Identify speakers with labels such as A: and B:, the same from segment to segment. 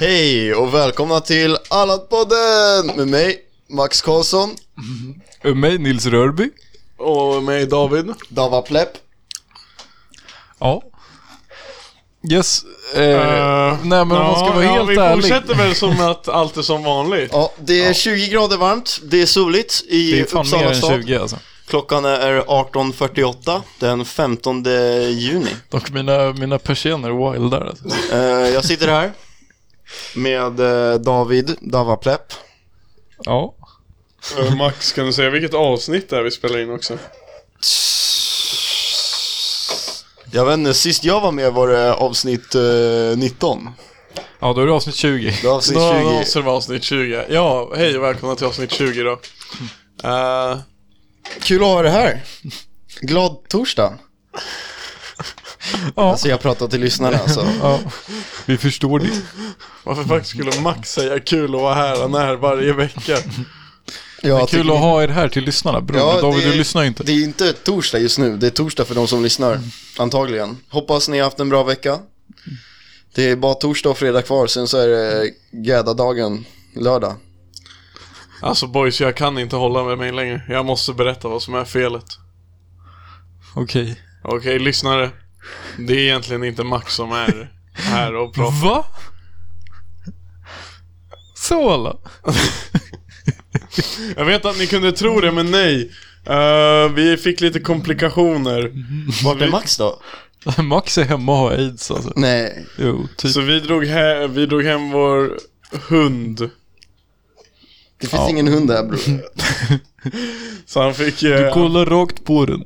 A: Hej och välkomna till Allan-podden med mig, Max Karlsson,
B: Eh, Mig, Nils Rörby.
C: Och mig David.
A: Dava Plepp.
B: Ja. Yes. Eh,
C: Eh,
B: nej men om man ska vara
C: ja,
B: helt
C: vi
B: ärlig.
C: fortsätter väl som att allt är som vanligt.
A: Ja, det är 20 grader varmt, det är soligt i
B: Det är fan mer
A: Uppsala
B: än
A: stad.
B: 20 alltså.
A: Klockan är 18.48 den 15 juni.
B: Dock mina, mina persienner är wildar alltså.
A: Eh, jag sitter här med eh, David, Dava Plepp.
B: Ja.
C: Eh, Max, kan du säga vilket avsnitt det är vi spelar in också?
A: Jag vet inte, sist jag var med var det avsnitt eh, 19.
B: Ja, då är det avsnitt 20.
A: Det är avsnitt
C: Då
A: 20.
C: måste det vara avsnitt 20. Ja, hej och välkomna till avsnitt 20 då. Eh,
A: Kul att ha det här. Glad torsdag.
B: Ja.
A: Alltså jag pratar till lyssnarna alltså.
B: ja. Vi förstår det.
C: varför faktiskt skulle Max säga kul att vara här och när varje vecka?
A: Ja,
B: Kul
A: tycker-
B: att ha er här till lyssnarna. Bror,
A: Ja,
B: David,
A: det-
B: du lyssnar ju inte.
A: Det är inte torsdag just nu, det är torsdag för de som lyssnar. Antagligen. Hoppas ni har haft en bra vecka. Det är bara torsdag och fredag kvar, sen så är det gädda-dagen lördag.
C: Alltså boys, jag kan inte hålla med mig längre. Jag måste berätta vad som är felet.
B: Okej.
C: Okej, lyssnare. Det är egentligen inte Max som är här och pratar.
B: Va? Så alla.
C: Jag vet att ni kunde tro det, men nej. Eh, vi fick lite komplikationer.
B: Mhm.
A: Vart är Max då?
B: Max är hemma och har aids alltså.
A: Nej,
B: Jo, typ.
C: Så vi drog, he- vi drog hem vår hund.
A: det finns ingen hund här bror.
C: Så han fick... eh,
B: Kolla rakt på den.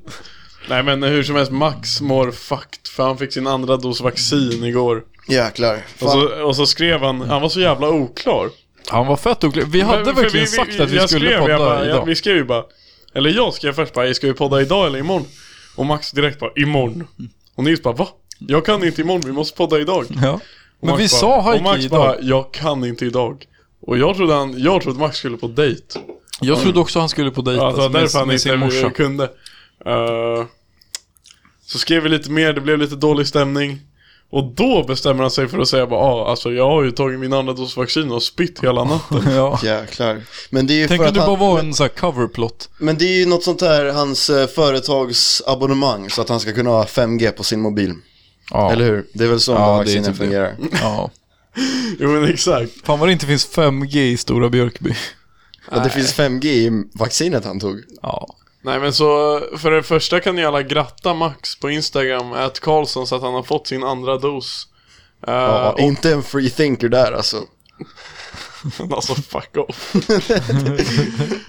C: nej men hur som helst, Max mår fucked. För han fick sin andra dos vaccin igår.
A: Jäklar.
C: Och
B: Alltså-
A: Fan.
C: så, och så skrev han, han var så jävla oklar.
B: Han var fett oklar. Vi hade
C: Men- för
B: verkligen sagt att vi
C: jag
B: skulle
C: skrev,
B: podda
C: jag bara,
B: idag.
C: jag- Vi skrev ju bara, eller jag skrev först bara, ska vi podda idag eller imorgon? Och Max direkt bara, imorgon. Och Nils bara, va? Jag kan inte imorgon, vi måste podda idag.
B: Ja.
C: Och
B: Men
C: Max
B: vi
C: bara-
B: sa
C: Och Max
B: hajki
C: bara,
B: idag.
C: jag kan inte idag. Och jag trodde, han, jag trodde Max skulle på dejt.
B: Jag trodde också han skulle på dejt
C: Alltså,
B: alltså,
C: därför
B: med,
C: han
B: med sin
C: inte
B: morsa.
C: kunde. Eh, så skrev vi lite mer, det blev lite dålig stämning. Och då bestämmer han sig för att säga bara, ah, alltså jag har ju tagit min andra dos vaccin och spytt hela natten.
B: Ja.
A: Jäklar. Men det är ju
B: Tänk
A: för
B: om
A: att
B: du bara
A: han...
B: var en sån här coverplot.
A: Men det är ju något sånt där, hans eh, företagsabonnemang så att han ska kunna ha 5G på sin mobil.
B: Ja.
A: Eller hur? Det är väl så
B: Ja,
A: ja,
B: det är
A: vaccinen
B: typ det.
A: fungerar.
B: ja.
C: jo men exakt.
B: Fan vad det inte finns 5G i Stora Björkby.
A: Ja, det finns 5G i vaccinet han tog.
B: Ja.
C: Nej men så, för det första kan ni alla gratta Max på Instagram, att Karlsson så att han har fått sin andra dos. Eh,
A: Ja,
C: och,
A: inte en free thinker där alltså.
C: alltså fuck off.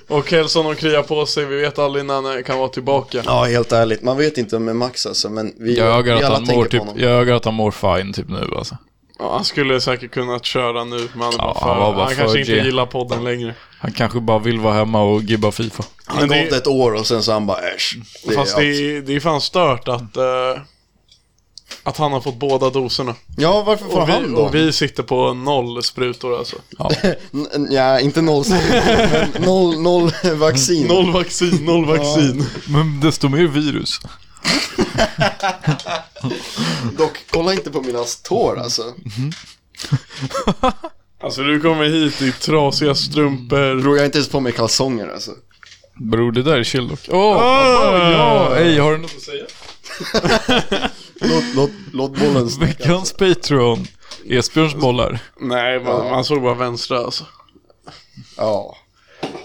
C: och Kelson och krya på sig, vi vet aldrig när han kan vara tillbaka.
A: Ja, helt ärligt. Man vet inte med Max alltså, men vi,
B: Jag ögar
A: vi
B: att
A: alla
B: han
A: tänker
B: mår
A: på
B: typ,
A: honom.
B: jag ögar att han mår fine typ nu alltså.
C: Ja, han skulle säkert kunnat köra nu, men han, är
B: Ja,
C: bara för,
B: han var
C: han,
B: bara för
C: kanske inte
B: G.
C: gillar podden längre.
B: Han kanske bara vill vara hemma och gibba FIFA.
A: Han
C: Men
A: gav
C: det-
A: det ett år och sen så han bara äsch. Det är
C: Fast
A: allt.
C: det är, det är fan stört att, eh, att han har fått båda doserna.
A: Ja, varför får
C: Och vi,
A: han då?
C: och vi sitter på noll sprutor alltså.
A: N- ja, inte noll, men noll, noll vaccin.
C: Noll vaccin, noll vaccin.
B: Men desto mer virus.
A: Dock, kolla inte på mina tår alltså.
C: Alltså du kommer hit i trasiga strumpor.
A: Bror, jag har inte ens på mig kalsonger alltså.
B: Bror det där är chill dock. Åh!
C: Ah!
B: ja! Hej, har du något att säga?
A: Låt, låt, låt bollen snacka.
B: Veckans Patreon. Esbjörns bollar.
C: Nej, man, man såg bara vänstra alltså.
A: Ja.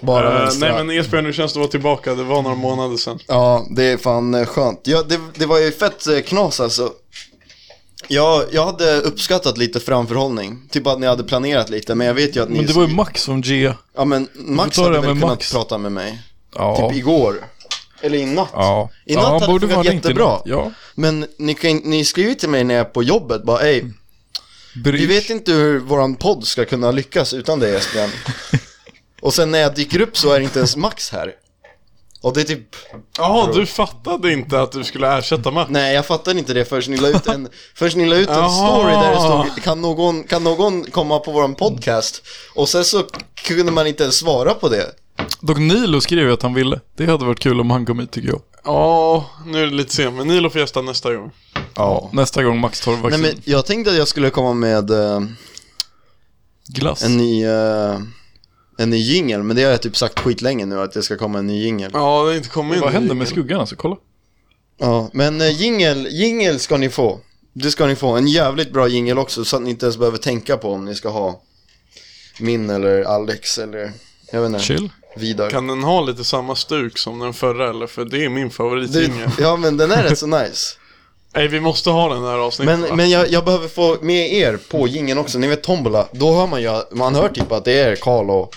A: Bara
C: Eh,
A: vänstra.
C: nej men Esbjörn, nu känns det att vara tillbaka. Det var några månader sedan.
A: Ja, det är fan eh, skönt. Ja, det, det var ju fett eh, knas alltså. Jag, jag hade uppskattat lite framförhållning. Typ att ni hade planerat lite, men jag vet ju att ni...
B: Men det var ju Max som G.
A: Ja, men Max
B: ta det
A: hade
B: med
A: väl kunnat
B: Max.
A: prata med mig.
B: Ja.
A: Typ igår. Eller i natt.
B: Ja.
A: I natt
B: ja,
A: hade det
B: borde
A: funkat
B: vara inte
A: jättebra.
B: natt. Ja.
A: Men ni, kan- ni skriver till mig när jag är på jobbet, bara ej, vi
B: Bryr.
A: vet inte hur våran podd ska kunna lyckas utan dig Esbjörn. Och sen när jag dyker upp så är inte ens Max här. Och det är typ
C: Jaha, du fattade inte att du skulle ersätta Max?
A: Nej jag fattade inte det förrän ni la ut en, förrän ni la ut en
C: Jaha.
A: story där det stod kan någon, kan någon komma på våran podcast? Och sen så kunde man inte ens svara på det
B: Dock Nilo skrev ju att han ville. Det hade varit kul om han kom hit tycker jag.
C: Ja, nu är det lite sent. Men Nilo får gästa nästa gång.
A: Ja
B: Nästa gång Max tar
A: Nej
B: vaccin.
A: men jag tänkte att jag skulle komma med eh,
B: Glass.
A: En ny, eh, en ny jingel, men det har jag typ sagt skitlänge nu att det ska komma en ny jingel. Ja.
C: Ja, det har inte kommit in.
B: Vad händer
C: i-
B: med skuggan alltså? Kolla.
A: men eh, jingel, jingel ska ni få. Det ska ni få. En jävligt bra jingel också så att ni inte ens behöver tänka på om ni ska ha min eller Alex eller jag vet inte,
B: Chill.
A: Vidar.
C: Kan den ha lite samma stuk som den förra eller? För det är min favoritjingel.
A: Det- ja men den är rätt så nice.
C: Nej, vi måste ha den här avsnittet.
A: Men,
C: va?
A: men jag, jag behöver få med er på gingen också, ni vet Tombola, då hör man ju, man hör typ att det är Karl och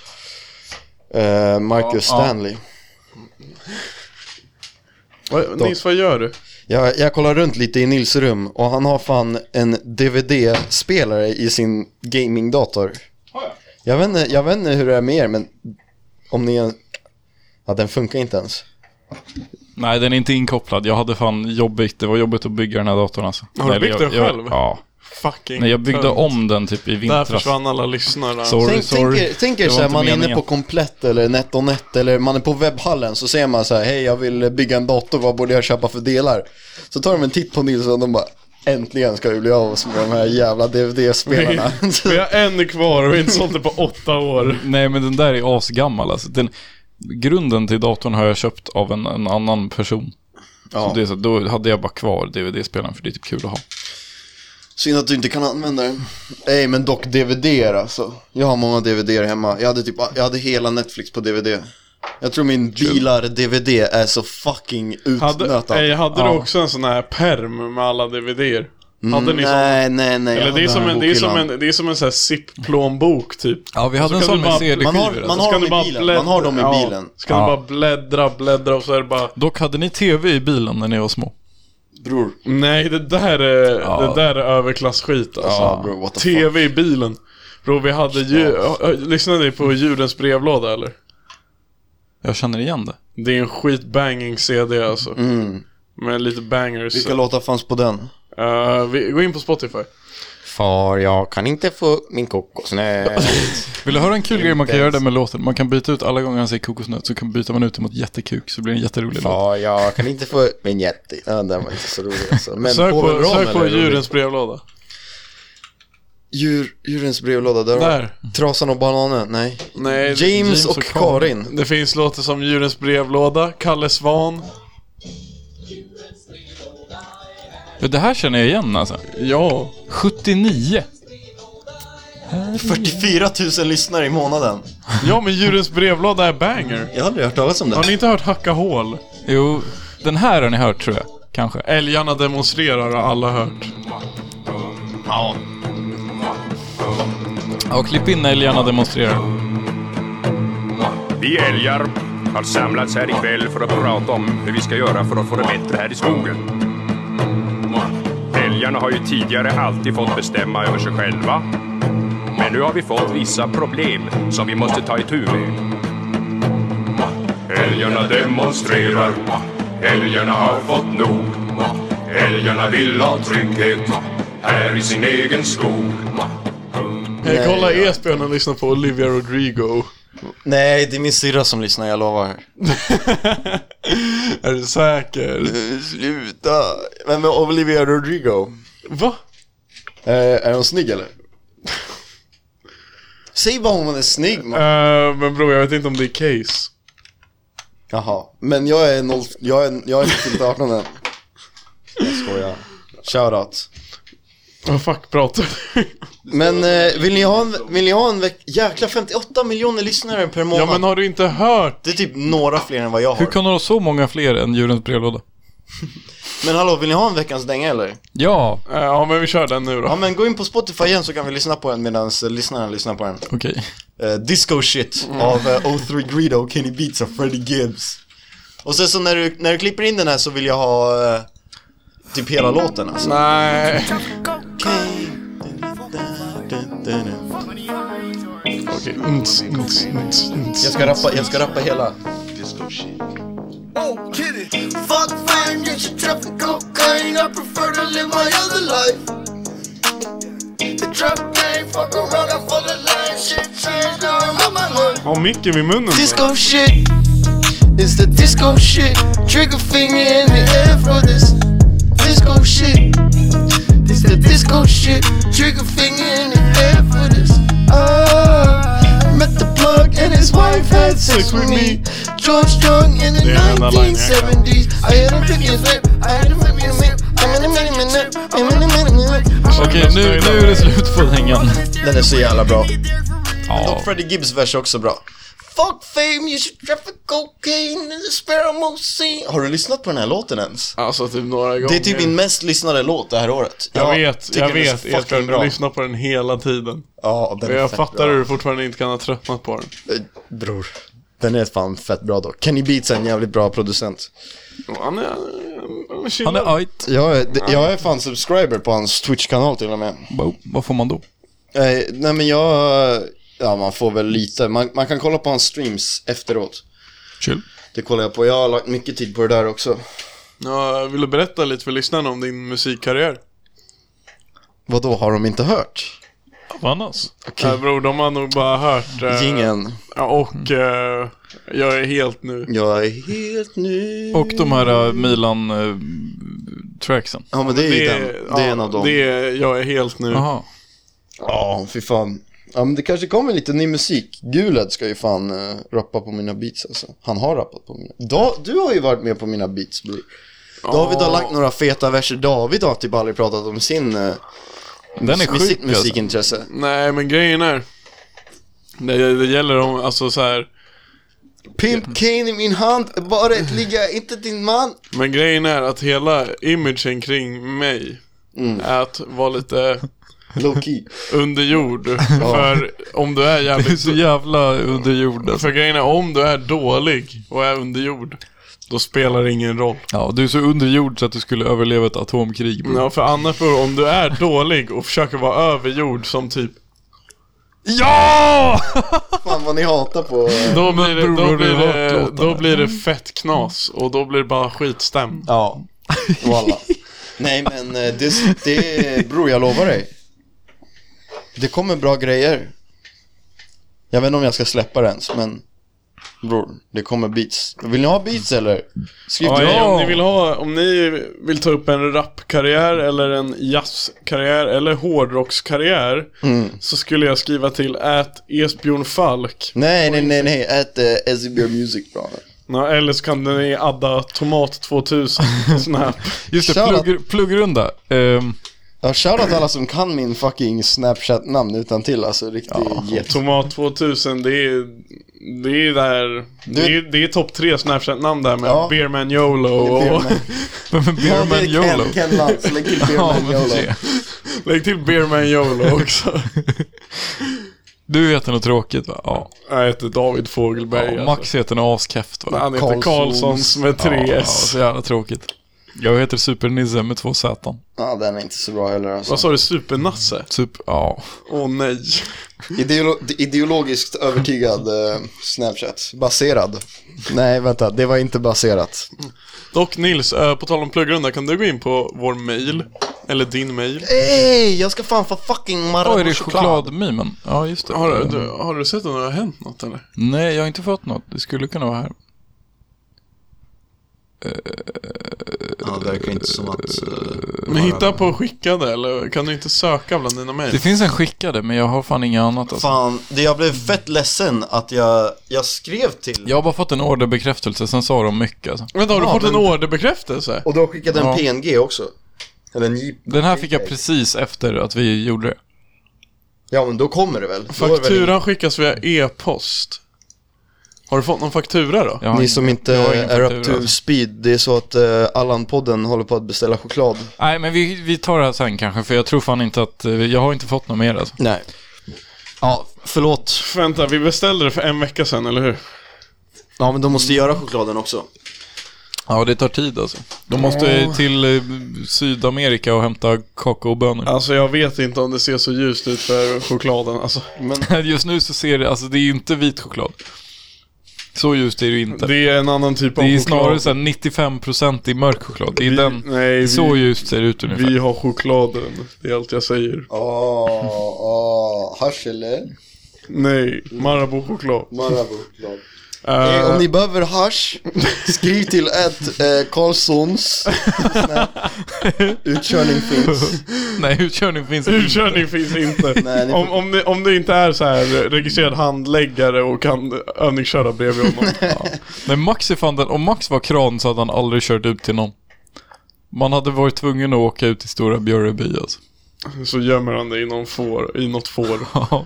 A: eh, Marcus
B: Ja, ja.
A: Stanley.
C: Vad- Nils, vad gör du?
A: Jag, jag kollar runt lite i Nils rum och han har fan en DVD-spelare i sin gamingdator. Jag vet, inte, jag vet inte hur det är med er men om ni... Ja, den funkar inte ens.
B: Nej, den är inte inkopplad. Jag hade fan jobbigt. Det var jobbigt att bygga den här datorn alltså.
C: Har du
B: Nej,
C: byggt
B: jag-
C: den
B: jag-
C: själv?
B: Ja.
C: Fucking
B: Nej, jag byggde
C: tönt.
B: om den typ i
C: Där
B: vintras.
C: försvann alla lyssnare.
B: Sorry,
A: Tänk,
B: sorry.
A: tänk er, tänk er
B: Det var
A: så här,
B: inte
A: man är inne
B: meningen.
A: på Komplett eller NetOnNet eller man är på webbhallen så ser man så här, hej jag vill bygga en dator, vad borde jag köpa för delar? Så tar de en titt på Nilsson och de bara, äntligen ska vi bli av oss med de här jävla DVD-spelarna.
C: Vi har en kvar och vi har inte sålt det på åtta år.
B: Nej, men den där är asgammal alltså. Den, grunden till datorn har jag köpt av en, en annan person.
A: ja.
B: Så det är så, då hade jag bara kvar DVD-spelaren för det är typ kul att ha.
A: Synd att du inte kan använda den. Nej men dock DVD alltså. Jag har många DVD hemma. Jag hade typ, jag hade hela Netflix på DVD. Jag tror min bilar-DVD är så fucking
C: Hade,
A: utnötad.
C: ej, hade du
B: Ja.
C: också en sån här perm med alla DVDer? Hade ni sån?
A: Mm, nej, nej, nej. jag
C: Eller det är,
A: hade
C: som
A: den
C: en, det, är som
A: bokhyllan.
C: en, det är som en sån här zip-plånbok typ.
B: Ja, vi hade en
C: kan
B: sån
C: du
B: med
C: bara-
B: CD-skivor.
A: man har-
B: alltså.
A: man
C: Så kan
A: dem
C: du
A: i
C: bara
A: bilen.
C: bläddra-
A: Man har dem i
C: ja,
A: bilen.
C: Så kan
B: Ja.
C: du bara bläddra, bläddra och så är det bara
B: Dock hade ni TV i bilen när ni var små.
A: Bror.
C: Nej det där är,
B: Ja.
C: det där är överklassskit alltså.
A: Ja, bro, what the
C: TV i bilen. Bro vi hade ju, ö- ö, lyssnade ni på Djurens brevlåda eller?
B: Jag känner igen det.
C: Det är en skitbanging CD alltså.
A: Mm.
C: Med lite bangers.
A: Vilka låtar fanns på den?
C: Eh, vi, gå in på Spotify.
A: Far, jag kan inte få min kokosnöt.
B: Vill du höra en kul grej man kan
A: ens.
B: göra där med låten? Man kan byta ut alla gånger han säger kokosnöt så kan byta man ut det mot jättekuk så blir det en jätterolig låt.
A: Far, jag kan inte få min jätte. Ja, den var inte så rolig alltså. Men
C: Sök på,
A: Povel Ram,
C: sök på
A: eller?
C: Djurens brevlåda.
A: Djur, djurens brevlåda, där, har
C: Där.
A: vi. Trasan och bananen, nej.
C: Nej,
A: James,
B: James
A: och,
B: och
A: Karin.
C: Det finns låtar som Djurens brevlåda, Kalle Svan.
B: Det här känner jag igen alltså.
C: Ja.
B: 79.
A: 44 000 Mm. lyssnare i månaden.
C: Ja men Djurens brevlåda är banger.
A: Jag har aldrig hört talas om det.
C: Har ni inte hört Hacka hål?
B: Jo, den här har ni hört tror jag. Kanske.
C: Älgarna demonstrerar har alla hört.
B: Ja, klipp in älgarna demonstrerar.
D: Vi älgar har samlats här ikväll för att prata om hur vi ska göra för att få det bättre här i skogen. Älgarna har ju tidigare alltid fått bestämma över sig själva. Men nu har vi fått vissa problem som vi måste ta itu med. Älgarna demonstrerar. Älgarna har fått nog. Älgarna vill ha trygghet här i sin egen skog.
C: Hey,
A: Nej,
C: kolla
A: ja.
C: Esbjörn och lyssna på Olivia Rodrigo.
A: Nej, det är min syrra som lyssnar, jag lovar.
C: Är du säker?
A: Sluta. Vem är Olivia Rodrigo?
C: Va?
A: Eh, Är, är hon snygg eller? Säg bara om hon är snygg man.
C: Eh, men bror, jag vet inte om det är case.
A: Jaha, men jag är noll, jag är, jag är inte fyllt 18 än. Jag skojar. Shoutout.
C: Vad oh, fuck pratar du
A: Men eh, vill ni ha en, vill ni ha en veck... Jäklar 58 miljoner lyssnare per månad.
C: Ja men har du inte hört?
A: Det är typ några fler än vad jag
B: Hur
A: har.
B: kan du ha så många fler än Djurens brevlåda?
A: Men hallå, vill ni ha en veckans dänga eller?
B: Ja,
C: Eh, ja men vi kör den nu
A: Ja
C: då.
A: men gå in på Spotify igen så kan vi lyssna på den medan lyssnarna lyssnar på den.
B: okej.
A: Eh, Disco Shit
C: Mm.
A: av eh, O3 Greedo, Kenny Beats och Freddie Gibbs. Och sen så när du, när du klipper in den här så vill jag ha eh, typ hela låten alltså.
C: Nej. Okej. Nts, nts, nts, nts.
A: Jag ska rappa, jag ska rappa hela.
E: Oh, get it. Fuck fame, get your trap and cocaine. I prefer to live my other life. The trap game, fuck around, I'm full of lame shit. Changed, now I'm on my life.
C: Har micken vid munnen
E: Disco shit is the disco shit. Trigger finger in the air for this. Disco shit is the disco shit. Trigger finger in the air for this. Oh.
C: sex with me.
E: George Strong in the
C: Det är den enda linjen jag kan.
E: 1970s. I had a Philippines whip. I had a Philippines whip. I'm in a mini minute. I'm in a mini minute.
B: Okej, nu, nu är det slut på hängan.
A: Den är så jävla bra.
B: Ja.
A: Freddie Gibbs vers är också bra. Fuck fame, you should traffic cocaine in the sparrow scene. Har du lyssnat på den här låten ens?
C: Alltså typ några gånger.
A: Det är typ min mest lyssnade låt det här året.
C: Jag vet, jag
A: tycker den är
C: vet.
A: så
C: Jag
A: fucking bra.
C: lyssnar på den hela tiden.
A: Ja, den är
C: Jag
A: fett
C: fattar
A: bra.
C: hur du fortfarande inte kan ha tröttnat på den.
A: Eh, Bror, den är fan fett bra då. Kenny Beats är en jävligt bra producent.
C: Han är... Han är,
B: Han är ajt.
A: Jag är, det- jag är fan subscriber på hans Twitch-kanal till och med.
B: Wow, Vad får man då?
A: Eh, nej men jag, ja man får väl lite. Man, man kan kolla på hans streams efteråt.
B: Chill.
A: Det kollar jag på. Jag har lagt mycket tid på det där också.
C: Ja, vill du berätta lite för lyssnarna om din musikkarriär?
A: Vad då har de inte hört?
B: Annars?
A: Okej.
C: Nej Äh, bror, de har nog bara hört... eh,
A: Gingen.
C: ja, Och
A: Mm.
C: eh, jag är helt nu.
A: Jag är helt ny.
B: Och de här eh, Milan-tracksen.
A: Ja men det är ju den. Det är
C: ja,
A: en av dem.
C: Det är, jag är helt nu.
B: Jaha.
A: Ja, fy fan. Ja men det kanske kommer lite ny musik. Guled ska ju fan eh, rappa på mina beats alltså. Han har rappat på mina. Da, du har ju varit med på mina beats bror. David har lagt några feta verser. David har typ aldrig pratat om sin eh,
B: Den
A: musik,
B: är sjuk alltså.
A: musikintresse.
C: Nej men grejen är. Det, det gäller om, alltså så här.
A: Pimp cane i min hand, bara ett ligga, inte din man.
C: Men grejen är att hela imagen kring mig.
A: Mm.
C: Är att vara lite
A: Low key.
C: under jord. För om du är
B: Det är
C: jävligt...
B: så jävla under jorden.
C: För grejen är om du är dålig och är under jord. Då spelar det ingen roll.
B: Ja, du är så under jord så att du skulle överleva ett atomkrig. bror.
C: Ja, för annars bror, om du är dålig och försöker vara överjord som typ
B: Ja!
A: Fan vad ni hatar på. eh,
C: Då blir det,
B: bror, har
C: då
B: du
C: blir
B: hört
C: det,
B: låtarna?
C: då blir det fett knas och då blir det bara skitstäm
A: Ja, voilà. Nej men eh, det, det, bror jag lovar dig. Det kommer bra grejer. Jag vet inte om jag ska släppa det ens, men bror, det kommer beats. Vill ni ha beats eller? Skriv
C: Ja,
A: till mig.
C: ja. Om, ni vill ha, om ni vill ta upp en rapkarriär eller en jazzkarriär eller hårdrockskarriär Så skulle jag skriva till at Esbjörn Falk
A: Nej, nej, nej, nej, ät eh, SEB Music bra.
C: ja, Eller så kan ni adda Tomat 2000 på Snap
B: Just det,
A: Shoutout.
B: plugg, pluggrunda. Ehm,
A: Ja, shoutout alla som kan min fucking Snapchat-namn utan till alltså, riktig get.
C: Tomat 2000 det är, det är där Det är, det är topp tre Snapchat-namn där med
A: Ja.
C: Beerman YOLO
A: Beerman.
C: och
A: Ja, det
B: Beerman
A: är
B: YOLO.
A: Ken, Ken Lantz, lägg till
B: Ja,
A: Beerman
B: men
A: YOLO.
B: se.
C: Lägg till Beerman YOLO också
B: Du heter något tråkigt va? Ja.
C: Jag heter David Fogelberg
B: ja Max heter något askäft va?
C: alltså. Han heter
A: Karlssons.
C: Karlssons med
B: Ja,
C: tre
B: ja, alltså.
C: S
B: så jävla tråkigt. Jag heter Supernisse med två Z.
A: Ja, den är inte så bra heller alltså.
C: Vad sa du? Supernasse?
B: Typ, ja.
C: Åh nej
A: Ideolo- ideologiskt övertygad eh, Snapchat. Baserad. Nej, vänta. Det var inte baserat.
C: Dock Nils, eh, på tal om pluggrunda, kan du gå in på vår mail? Eller din mail?
A: Ey, jag ska fan få fucking
B: Oj,
A: Marabou
B: är det chokladmimen? Ja, just det.
C: Har du, du, har du sett om det har hänt något eller?
B: Nej, jag har inte fått något. Det skulle kunna vara här.
F: Ja, det verkar inte som att... eh,
C: Men hitta på skickade eller kan du inte söka bland dina
B: Det
C: mail?
B: finns en skickade, men jag har fan inget annat alltså.
A: Eh, Fan, det, jag blev fett ledsen att jag, jag skrev till...
B: Jag har bara fått en orderbekräftelse, sen sa de mycket alltså.
C: Vänta, har du
A: Ja,
C: fått en
A: men-
C: orderbekräftelse?
A: Och då skickade en
B: Ja.
A: PNG också. Eller en JPG.
B: Den här fick jag precis efter att vi gjorde det.
A: Ja, men då kommer det väl. Då är det väl-
C: Fakturan skickas via e-post. Har du fått någon faktura då?
B: Jag har
A: Ni
B: ingen-
A: som inte
B: jag har ingen
A: är
B: faktura,
A: up to
B: alltså.
A: speed, det är så att eh, Allan-podden håller på att beställa choklad.
B: Nej, men vi, vi tar det här sen kanske, för jag tror fan inte att... eh, Jag har inte fått något mer alltså.
A: Nej. Ja, förlåt.
C: Vänta, vi beställde det för en vecka sedan, eller hur?
A: Ja, men de måste göra chokladen också.
B: Ja, det tar tid alltså. De måste till eh, Sydamerika och hämta kakaobönor.
C: Alltså jag vet inte om det ser så ljust ut för chokladen alltså.
A: Men
B: Just nu så ser det, alltså det är ju inte vit choklad. Så ljust är det ju inte. Det,
C: Det är en annan typ av
B: är
C: choklad.
B: snarare såhär 95% i mörk choklad. Det är
C: Vi-
B: den,
C: nej, vi-
B: så ljust ser det ut ungefär.
C: Vi har chokladen, det är allt jag säger.
A: Åh, åh, hasch Ah, eller?
C: Nej, Marabou-choklad.
A: Marabou-choklad. Eh,
C: Eh,
A: om ni behöver hash, skriv till ett eh, Karlssons. Nej, Utkörning finns.
B: Nej, utkörning finns
C: Eh,
B: inte.
C: Utkörning finns inte.
A: Nej, ni får-
C: om, om, ni, om du inte är så här registrerad handläggare och kan övningsköra bredvid honom. Ja.
B: Men Max är fan den, om Max var kran så hade han aldrig kört ut till någon. Man hade varit tvungen att åka ut till Stora Björreby alltså.
C: Så gömmer han dig i, någon får, i något får.
B: Ja.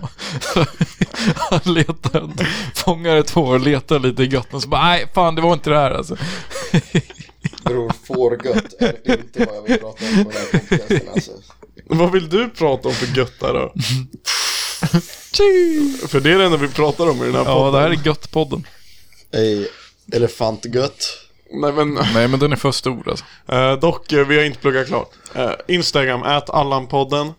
B: Han letar, fångar ett hår, letar lite i götten så bara nej fan det var inte det här alltså.
A: Bror, fårgött är inte vad jag vill prata om på den här podcasten alltså.
C: Vad vill du prata om för göttar då? För det är det enda vi pratar om i den här
B: Ja
C: podden.
B: det här är gött-podden.
A: Ey, Eh, elefantgött.
C: Nej men,
B: Nej men den är för stor alltså.
C: eh, dock, eh, vi har inte pluggat klart. Eh, Instagram, ät Allan-podden.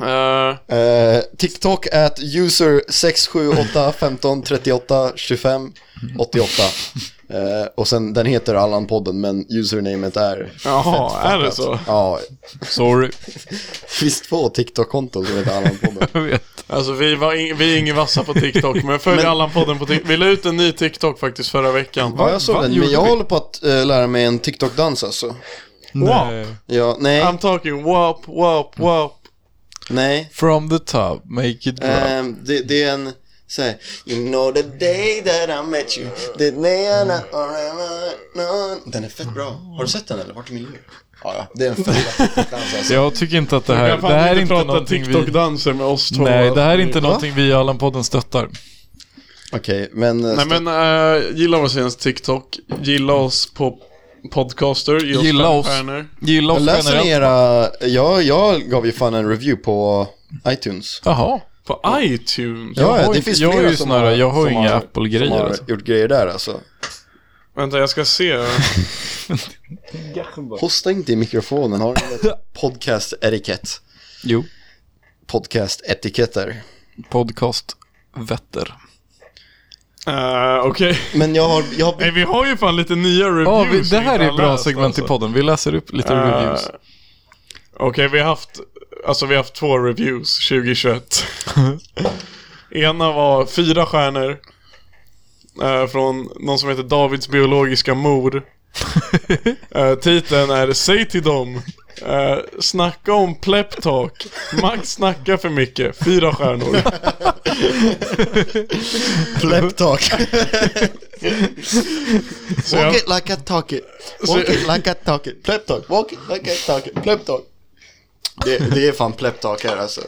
C: Eh,
A: Eh, TikTok at user 678 15 38 25 88. Eh, och sen den heter Allan-podden men usernamet är
C: jaha, är det så?
A: Ja,
B: Sorry,
A: det finns två TikTok-konton som heter Allan-podden.
B: jag vet.
C: Alltså vi, var in, vi är inga vassa på TikTok, men följ Allan-podden på TikTok. Vi la ut en ny TikTok faktiskt förra veckan.
A: Ja, jag såg
B: Va?
A: den,
B: Gjorde
A: men jag
B: vi?
A: håller på att eh, lära mig en TikTok-dans alltså.
B: Nej.
A: Ja, nej,
C: I'm talking wop, wop, wop.
A: nej.
B: From the top, make it drop.
A: Ehm, det, det är en så här, You know the day that I met you the day I na- na- na- Den är fett bra. Har du sett den eller? Vart är min lur? Ja, ja. Det är en fett bra dans alltså.
B: Jag tycker inte att det här,
C: Jag
B: det
C: fan
B: här är
C: inte
B: inte
C: prata
B: någonting vi...
C: TikTok-danser med oss två.
B: Nej, det här är inte
C: Va?
B: någonting vi i Allan-podden stöttar.
A: Okej, men... eh,
C: Nej men, eh, gilla vår senaste TikTok. Gilla oss på Podcaster. Ge oss
B: Gilla
C: fem
B: oss.
C: stjärnor.
B: Gilla oss
A: Läser ni
B: generellt.
A: era... Jag, jag gav ju fan en review på iTunes.
B: Jaha.
C: På iTunes.
A: Ja,
B: har
A: det
B: inte-
A: finns
B: jag har
A: flera
B: ju
A: som
B: såna här- jag har
A: som
B: inga Apple-grejer,
A: Som har
B: alltså.
A: gjort grejer där alltså.
C: Vänta, jag ska se.
A: Hosta inte i mikrofonen, har du något podcast-etikett?
B: Jo.
A: Podcast-etiketter.
B: Podcast Vetter.
C: Eh, Okej.
A: Men jag har... Jag har
C: Nej, vi har ju fan lite nya reviews. alltså.
B: Ja, alltså. Äh. vi, det
C: som
B: här
C: inte
B: är
C: har
B: ett bra
C: läst,
B: segment i podden. Vi läser upp lite
C: Eh,
B: reviews.
C: Okej, vi har haft Alltså vi har haft två reviews 2021 Ena var fyra stjärnor eh, Från någon som heter Davids biologiska mor eh, Titeln är Säg till dem eh, Snacka om pleptalk Max snackar för mycket Fyra stjärnor
A: plep talk.
C: Så jag,
A: Walk it like I talk it. Walk
C: Så-
A: it like I talk it. Plep talk. Walk it like I talk it. Plep talk. Det, det är fan plep talk här alltså.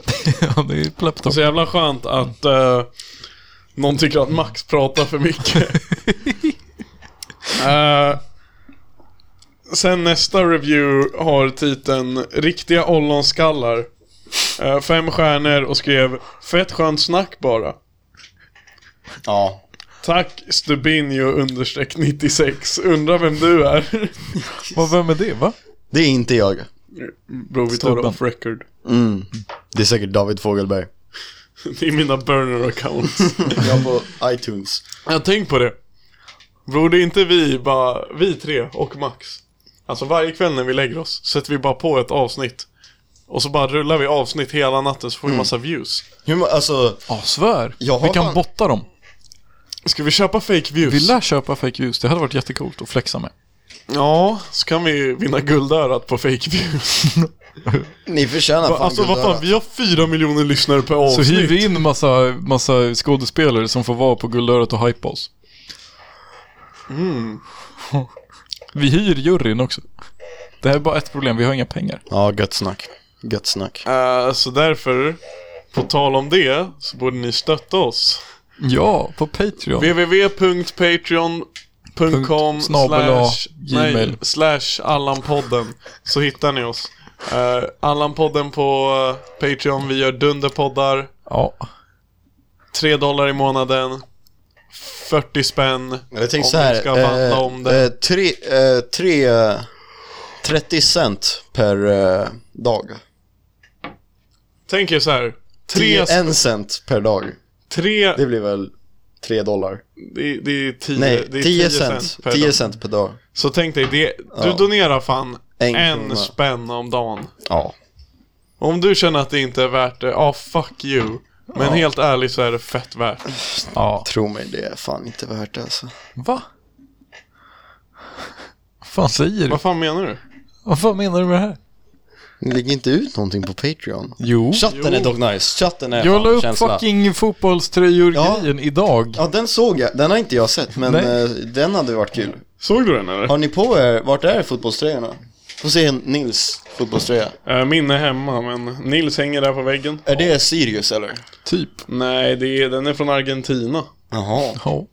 B: Ja, det är laptop.
C: Så jävla skönt att eh, någon tycker att Max pratar för mycket. Eh, sen nästa review har titeln Riktiga ollonskallar. Eh, fem stjärnor och skrev Fett skönt snack bara.
A: Ja.
C: Tack Stubinio understreck 96. Undrar vem du är?
B: Vad, vem är det va?
A: Det är inte jag.
C: Bro, vi tar det
B: Stubben.
C: off record.
A: Det är säkert David Fogelberg.
C: Det är mina burner accounts.
A: Jag på iTunes.
C: Jag tänk på det. Bror, det är inte vi, bara vi tre och Max. Alltså varje kväll när vi lägger oss sätter vi bara på ett avsnitt. Och så bara rullar vi avsnitt hela natten så får vi
B: Mm.
C: massa views.
A: Hur, ma- alltså,
B: Ja, svär.
A: Jag har
B: Vi kan
A: fan-
B: botta dem.
C: Ska vi köpa fake views?
B: Vi lär köpa fake views. Det hade varit jättecoolt att flexa med.
C: Ja, så kan vi vinna guldörat på fake views.
A: ni förtjänar fan
C: alltså vad fan,
A: guldörat.
C: vi har fyra miljoner lyssnare per
B: Så
C: avsnitt.
B: hyr vi in massa, massa skådespelare som får vara på Guldörat och hypa oss.
A: Mm.
B: Vi hyr juryn också. Det här är bara ett problem, vi har inga pengar.
A: Ja, gött snack. Gött snack.
C: Eh, så därför, på tal om det, så borde ni stötta oss.
B: Ja, på Patreon.
C: www.patreon.com
B: Snabel A,
C: slash, nej,
B: gmail.
C: slash Allanpodden så hittar ni oss. Eh, Allanpodden på eh, Patreon, vi gör dunderpoddar,
B: Ja.
C: 3 dollar i månaden, 40 spänn.
A: Jag tänkte
C: Om
A: så här,
C: vi ska fatta
A: eh,
C: om det.
A: eh, tre, eh, tre, eh, 30 cent per eh, dag.
C: Tänk er så här,
A: Tre,
C: 3,
A: en cent per dag.
C: 3,
A: Det blir väl tre dollar.
C: det, det är 10,
A: Nej,
C: det är
A: 10 cent.
C: per
A: 10
C: dag.
A: cent per dag.
C: Så tänk dig, det, du donerar fan
A: En
C: en,
A: krona.
C: spänn om dagen.
A: Ja.
C: Om du känner att det inte är värt det, ja ah, fuck you. Men helt ärligt så är det fett värt.
B: Ja.
G: Tro mig, det är fan inte värt det alltså.
B: Va? Vad fan säger du?
C: Vad fan menar du?
B: Vad fan menar du med det här?
G: Ni lägger inte ut någonting på Patreon.
B: Jo.
G: Chatten är dock nice, chatten är
B: Jag
G: fan
B: la upp
G: känsla.
B: fucking
G: Ja.
B: fotbollströjor-grejen idag.
G: Ja, den såg jag. Den har inte jag sett, men
B: Nej.
G: eh, den hade varit kul.
C: Såg du den eller?
G: Har ni på er, vart är fotbollströjorna? Får se Nils fotbollströja.
C: Eh, Min är hemma men Nils hänger där på väggen.
G: Är det Sirius eller?
B: Typ.
C: Nej, det är, den är från Argentina.
G: Jaha.
B: Ja.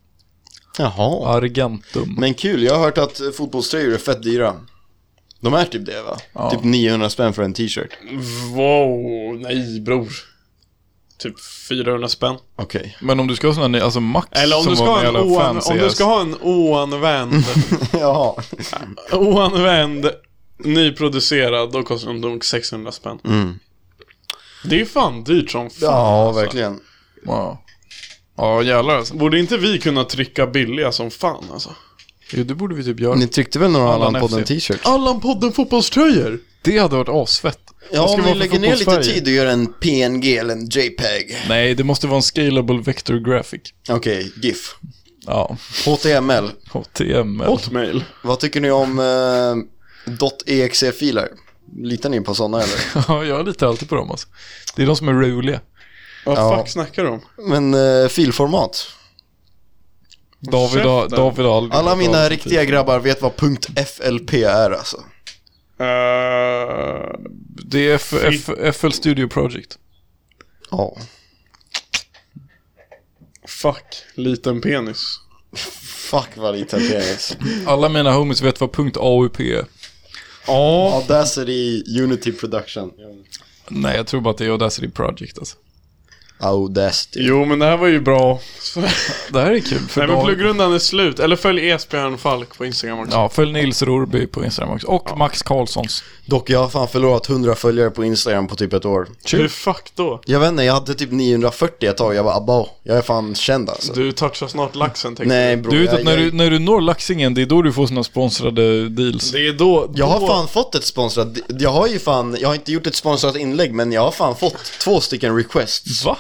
G: Jaha.
B: Argentum.
G: Men kul, jag har hört att eh, fotbollströjor är fett dyra. De är typ det va? Typ 900 spänn för en t-shirt.
C: Wow, nej bror. Typ 400 spänn.
G: Okej.
B: Men om du ska ha sådana, alltså Max
C: Eller om
B: som
C: du, ska
B: var
C: ha
B: en
C: en
B: jävla
C: oan,
B: fancy
C: om du
B: ass.
C: ska ha en oanvänd,
G: Jaha.
C: oanvänd nyproducerad, då kostar de nog 600 spänn.
G: Mm.
C: Det är fan dyrt som fan.
G: Ja,
C: alltså.
G: verkligen.
B: Ja. Ja jävlar alltså.
C: Borde inte vi kunna trycka billiga som fan alltså?
B: Jo det borde vi typ göra.
G: Ni tryckte väl några
B: Allan
G: Allan-podden
B: FC.
G: t-shirts?
C: Allan-podden fotbollströjor!
B: Det hade varit asfett.
G: Ja,
B: ska
G: om
B: vara
G: vi
B: för
G: lägger ner lite
B: fotbollsfärger.
G: tid och gör en PNG eller en E JPEG.
B: Nej, det måste vara en scalable vector graphic.
G: Okej, GIF.
B: Ja.
G: HTML.
B: HTML.
C: Hotmail.
G: Vad tycker ni om eh, .exe-filer? Litar ni på sådana eller?
B: Ja, jag litar alltid på dem alltså. Det är de som är roliga.
C: Vad
G: Ja.
C: fuck snackar du om?
G: Men eh, filformat.
B: David har,
C: käften.
B: David har aldrig
G: Alla
B: hört av
G: mina
B: sig
G: riktiga grabbar vet vad .flp är alltså.
C: Eh,
B: till- Det är F, F, FL Studio Project.
G: Ja.
C: fuck, liten penis.
G: Fuck vad liten penis.
B: Alla mina homies vet vad punkt .aup är.
C: Ja.
G: Audacity Unity Production.
B: Nej, jag tror bara att det är Audacity Project alltså.
G: Audacity.
C: Jo men det här var ju bra.
B: Det här är kul för
C: Nej men
B: David-
C: pluggrundan är slut. Eller följ Esbjörn Falk på Instagram också.
B: Ja, följ Nils Rorby på Instagram också. Och Max Karlssons.
G: Dock, jag har fan förlorat 100 följare på Instagram på typ ett år.
C: Hur fuck då?
G: Jag vet inte, jag hade typ 940 ett tag. Jag bara abba, jag är fan känd alltså.
C: Du touchar snart laxen tänkte
G: Nej
C: jag.
G: bror,
B: Du vet
G: jag,
B: att när du,
G: jag,
B: när du når Laxingen, det är då du får såna sponsrade deals.
C: Det är då...
G: jag har
C: då-
G: fan fått ett sponsrat. Jag har ju fan, jag har inte gjort ett sponsrat inlägg men jag har fan fått två stycken requests.
B: Va?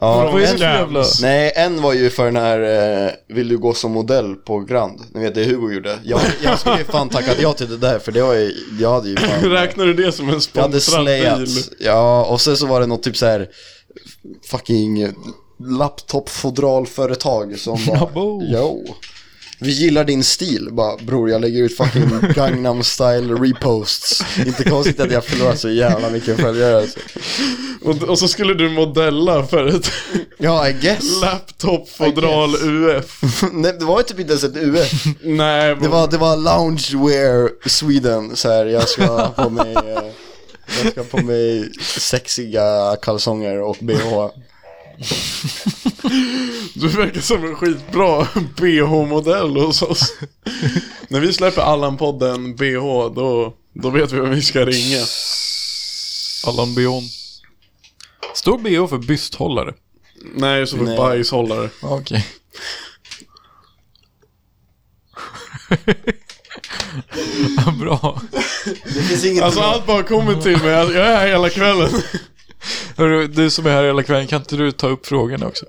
G: Ja,
B: Vad är det
G: en-
B: för jävla...
G: Nej, en var ju för den här eh, Vill du gå som modell på Grand? Ni vet det Hugo gjorde Jag, jag skulle ju fan tackat ja till det där för det var ju, jag hade ju fan
C: Räknar du det som en
G: Jag hade
C: sponsrad
G: slayat
C: bil?
G: Ja, och sen så var det något typ så här Fucking laptopfodralföretag som bara
B: Jabbo.
G: Yo vi gillar din stil, bara bror jag lägger ut fucking Gangnam style reposts Inte konstigt att jag förlorar så jävla mycket följare alltså.
C: Och, och så skulle du modella för ett
G: Ja, I guess
C: laptopfodral
G: I guess.
C: UF.
G: Nej, det var ju typ inte ens ett UF
C: Nej,
G: Det var, det var loungewear Sweden, så här, jag ska ha på mig eh, Jag ska ha på mig sexiga kalsonger och bh
C: du verkar som en skitbra BH-modell hos oss. När vi släpper Allan-podden BH, då, då vet vi vem vi ska ringa.
B: Allan Bion. Står BO för bysthållare?
C: Nej, som en
G: Nej.
C: bajshållare.
B: Okej. Bra.
G: Det finns inget
C: Alltså
G: bra-
C: allt bara kommit till mig, jag är här hela kvällen.
B: Hörru, du som är här hela kvällen, kan inte du ta upp frågorna också?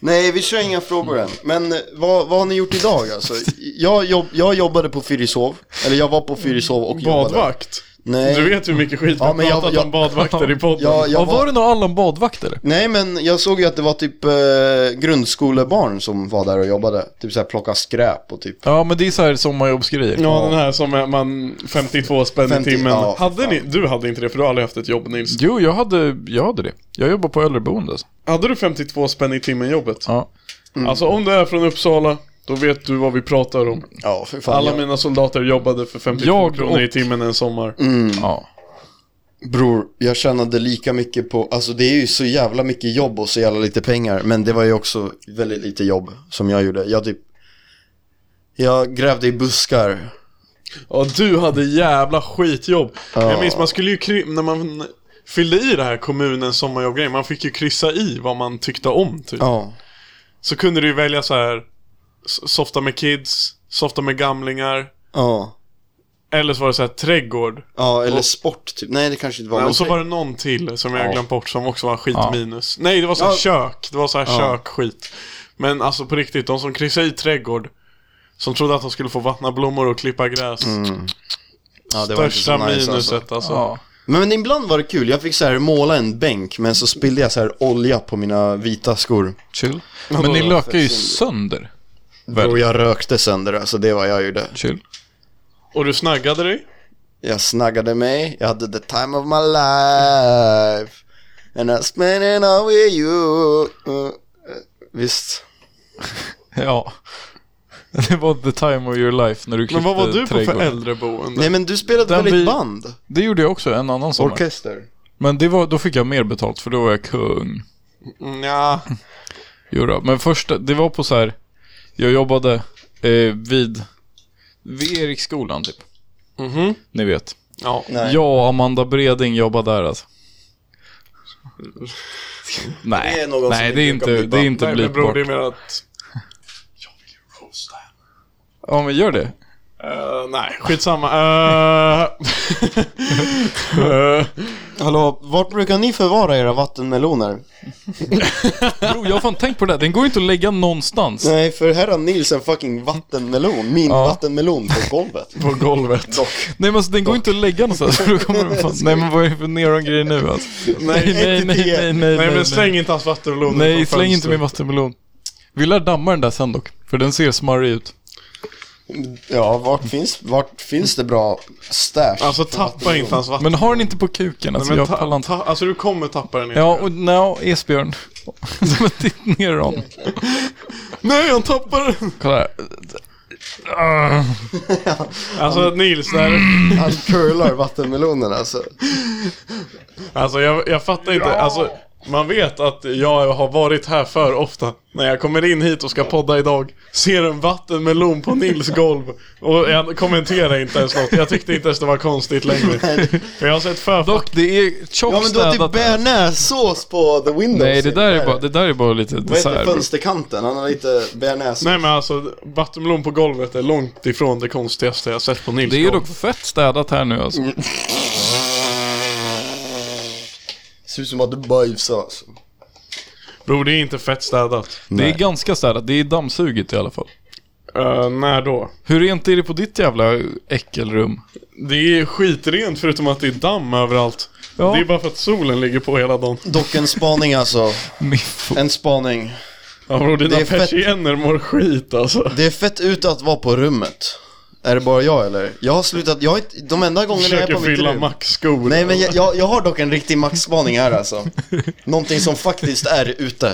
G: Nej, vi kör inga frågor än Men eh, vad, vad har ni gjort idag alltså? Jag, jobb, jag jobbade på Fyrishov, eller jag var på Fyrishov och jobbade
C: Badvakt.
G: Nej,
C: Du vet hur mycket skit vi
G: Ja,
C: har
G: men jag-
C: pratat
G: jag-
C: om badvakter i podden.
G: jag,
B: Ja,
G: jag
B: var
G: var...
B: det någon Allan badvakt eller?
G: Nej men jag såg ju att det var typ eh, grundskolebarn som var där och jobbade Typ såhär plocka skräp och typ
B: Ja, men det är så här sommarjobbsgrejer.
C: Ja, den här som är man 52 spänn i
G: 50,
C: timmen.
G: ja, för
C: hade
G: fan.
C: ni, du hade inte det för du har aldrig haft ett jobb Nils.
B: Jo, jag hade, jag hade det. Jag jobbar på äldreboende. alltså.
C: Hade du 52 spänn i timmen jobbet?
B: Ja.
G: Mm.
C: Alltså om du är från Uppsala, då vet du vad vi pratar om.
G: Ja, för fan
C: Alla
G: jag...
C: mina soldater jobbade för 52
B: Jag
C: kronor
B: och-
C: i timmen en sommar.
G: Mm.
B: Mm. ja.
G: Bror, jag tjänade lika mycket på, alltså det är ju så jävla mycket jobb och så jävla lite pengar Men det var ju också väldigt lite jobb som jag gjorde Jag typ, jag grävde i buskar
C: Ja, du hade jävla skitjobb.
G: Ja.
C: Jag minns, man skulle ju kry- när man fyllde i det här kommunens sommarjobbgrej, man fick ju kryssa i vad man tyckte om typ.
G: Ja,
C: Så kunde du ju välja så här s- softa med kids, softa med gamlingar,
G: ja
C: Eller så var det så här trädgård.
G: Ja, eller
C: Och-
G: sport typ. Nej, det kanske inte var. men
C: Och så
G: tre-
C: var det någon till som jag
G: Ja.
C: glömt bort som också var
B: Ja.
C: skitminus. Nej, det var så här
G: Ja.
C: kök. Det var så här
G: Ja.
C: kökskit. Men alltså på riktigt, de som kryssade i trädgård. Som trodde att de skulle få vattna blommor och klippa gräs.
B: Mm,
G: ja, det var inte
C: Största
G: så nice,
C: minuset
G: alltså.
C: alltså.
B: Ja.
G: Men, men ibland var det kul. Jag fick så här måla en bänk, men så spillde jag så här olja på mina vita skor.
B: Chill. Men ni lökar ju sönder. Väl.
G: Och jag rökte sönder, alltså det var jag gjorde.
B: Chill.
C: Och du snaggade dig?
G: Jag snaggade mig, jag hade the time of my life. And I spent it all with you. Uh, visst.
B: Ja. Det var the time of your life när du klippte
C: Men vad var du på för
B: trädgården.
C: äldreboende?
G: Nej men du spelade
B: Den
G: väl i
B: vi-
G: ett band?
B: Det gjorde jag också en annan sommar.
G: Orkester?
B: Men det var, då fick jag mer betalt för då var jag kung.
C: Mm, Ja.
B: Jodå. Men första, det var på så här. Jag jobbade eh, vid, vid Eriksskolan typ.
C: Mhm.
B: Ni vet.
C: Ja.
G: Nej.
B: Jag och Amanda Breding jobbade där alltså. Nej,
G: Det är någon som
B: Nej
G: inte
B: det, är inte,
G: kan blipa.
B: det är inte
C: Nej men
B: blipbart.
C: bror, det är mer att...
B: Ja men gör det.
C: Eh, nej, skitsamma. Eh, Uh...
G: Hallå, vart brukar ni förvara era vattenmeloner?
B: Bro, jag har fan tänkt på det här. Den går ju inte att lägga någonstans.
G: Nej, för här har Nils en fucking vattenmelon, min
B: Ja.
G: vattenmelon på golvet.
C: på golvet.
G: Dock.
B: Nej men alltså den går ju inte att lägga någonstans. För då kommer den fan. Nej men vad är det för neongrej nu alltså? Nej nej nej nej nej.
C: Nej
B: nej.
C: men släng inte hans vattenmelon
B: Nej,
C: utanför
B: släng inte
C: fönstret.
B: min vattenmelon. Vi lär damma den där sen dock. För den ser smarrig ut.
G: Ja, vart finns, vart finns det bra stash?
C: Alltså
G: för
C: tappa
G: vattenmelon?
C: inte hans vatten.
B: Men har den inte på kuken alltså.
C: Nej, men
B: jag
C: ta-
B: pallar inte.
C: ta- alltså du kommer tappa den igen.
B: Ja, och no, Esbjörn. Men Titt ner i dem.
C: Nej, han tappar den!
B: Kolla här.
C: Alltså
B: Mm.
C: Nils, det här är...
G: Han curlar vattenmelonen alltså.
C: Alltså jag, jag fattar inte. Alltså, man vet att jag har varit här för ofta. När jag kommer in hit och ska podda idag, ser en vattenmelon på Nils golv. Och jag kommenterar inte ens något. Jag tyckte inte ens det var konstigt längre. För jag har sett för...
B: Dock, det är tjockt
G: Ja men du har typ
B: städat.
G: bearnaisesås på the windows.
B: Nej, det där, är bara, det där är bara lite
G: Vad heter
B: dessert. bro.
G: fönsterkanten? Han har lite bearnaisesås.
C: Nej men alltså, vattenmelon på golvet är långt ifrån det konstigaste jag har sett på Nils
B: Det är
C: golv.
B: dock fett städat här nu
G: Mm.
B: alltså.
G: Ser ut som att du bajsade alltså.
C: Bror, det är inte fett städat.
B: Det är ganska städat. Det är dammsugigt i alla fall.
C: Eh, när då?
B: Hur rent är det på ditt jävla äckelrum?
C: Det är skitrent förutom att det är damm överallt.
B: Ja.
C: Det är bara för att solen ligger på hela dagen.
G: Dock en spaning alltså.
B: Miffo.
G: En spaning.
C: Ja bror, dina
G: Det är fett.
C: persienner mår skit alltså.
G: Det är fett ute att vara på rummet. Är det bara jag eller? Jag har slutat, jag har inte, de enda gångerna jag är
C: Försöker
G: på mitt
C: fylla
G: rum.
C: Max skor.
G: Nej men jag, jag, jag har dock en riktig maxspaning här alltså. Någonting som faktiskt är ute.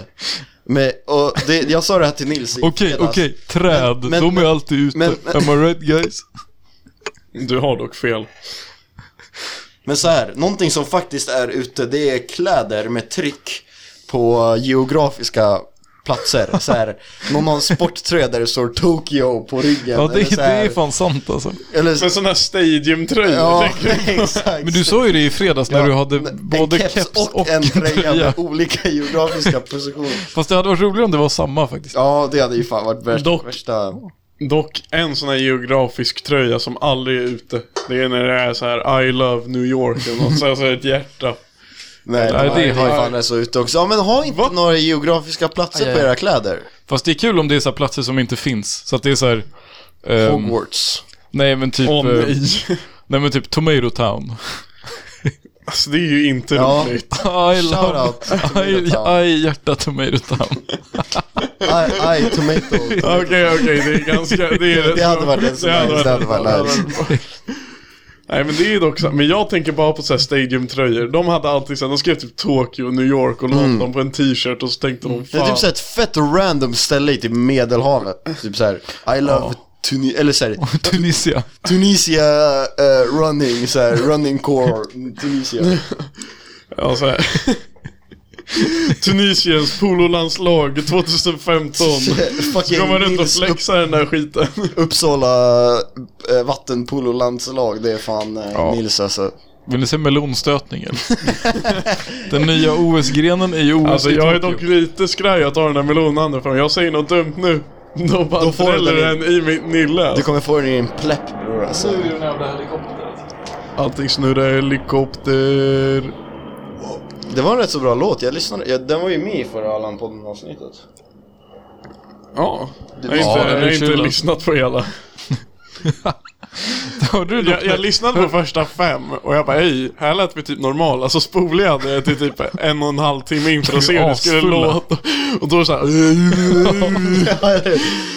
G: Men, och det, jag sa det här till Nils i
B: Okej,
G: fredags.
B: okej. Träd.
G: Men- men-
B: De är alltid ute.
G: men- men-
B: Am I right guys?
C: Du har dock fel.
G: Men så här, någonting som faktiskt är ute det är kläder med tryck på geografiska platser. Så här, någon har en sporttröja där det står Tokyo på ryggen.
B: Ja, det,
G: eller så
B: det
G: här,
B: är fan sant alltså.
G: Eller,
C: Men sån här stadiumtröjor.
G: ja,
C: Ja.
G: exakt.
B: Men du sa ju det i fredags när
G: Ja,
B: du hade
G: en
B: både keps, och,
G: en tröja
B: tröja.
G: med olika geografiska positioner.
B: Fast det hade varit roligare om det var samma faktiskt.
G: Ja, det hade ju fan varit värst,
C: Dock-
G: värsta...
C: Dock en sån här geografisk tröja som aldrig är ute. Det är när det är så här I love New York eller något. Så alltså ett hjärta.
G: Typ. Nej,
B: Nej,
G: de-
B: det är high.
G: fan är så ute också. Ja, men ha inte några geografiska platser
B: Aj,
G: på
B: aj.
G: era kläder.
B: Fast det är kul om det är så här platser som inte finns. Så att det är så här... ehm,
G: Hogwarts.
B: nej men typ...
C: Åh
B: eh,
C: nej.
B: nej men typ Tomato Town.
C: Alltså det är ju inte
G: Ja.
C: roligt.
B: I love...
G: Shoutout Tomato
B: I,
G: Town.
B: I hjärta Tomato Town.
G: Aj, aj, tomato.
C: Okej okej, det är ganska... Det, är
G: Det hade varit en sån
C: Det hade
G: nice,
C: varit
G: det
C: en
G: hade
C: sån-
G: varit nice.
C: Nej men det är dock så, men jag tänker bara på så här stadiumtröjor. De hade alltid så här, de skrev typ Tokyo, New York och London på en t-shirt och så tänkte de
G: Mm. Det
C: fan.
G: är typ så här ett fett random ställe i typ medelhavet. Typ såhär, I love Tuni- eller så här,
B: Tunisia.
G: Tunisia eh, running, så här, running core Tunisia.
C: Ja, så här. Tunisiens pololandslag 2015. Så går man
G: Fucking
C: runt och
G: Nils Alltså, upp,
C: flexar den där skiten.
G: Uppsala eh, vattenpololandslag, det är fan eh, Nils alltså.
B: Vill ni se melonstötningen? Den nya OS-grenen är ju OS
C: Alltså
B: i
C: jag är
B: Tokyo.
C: dock lite skraj att ta den där melonen nu för jag säger något dumt nu. Då bara
G: Då får
C: dräller
G: du
C: den,
G: den
C: i mitt nille.
G: Du
C: alltså.
G: kommer få den i din plepp bror alltså.
B: är den jävla helikoptern.
C: Allting snurrar helikopter.
G: Det var en rätt så bra låt, jag lyssnade, jag, den var ju med i förra Allan-podden avsnittet
C: Ja. Jag har
G: Ja,
C: inte,
B: den är
C: jag har inte
B: chill,
C: lyssnat på hela.
B: Hörde du
C: Jag,
B: jag,
C: jag lyssnade på första fem och jag bara hej, här lät vi typ normal. Alltså spolade jag till typ en och en halv timme in för att se hur det skulle
B: Asfulla.
C: låta. Och då var det såhär...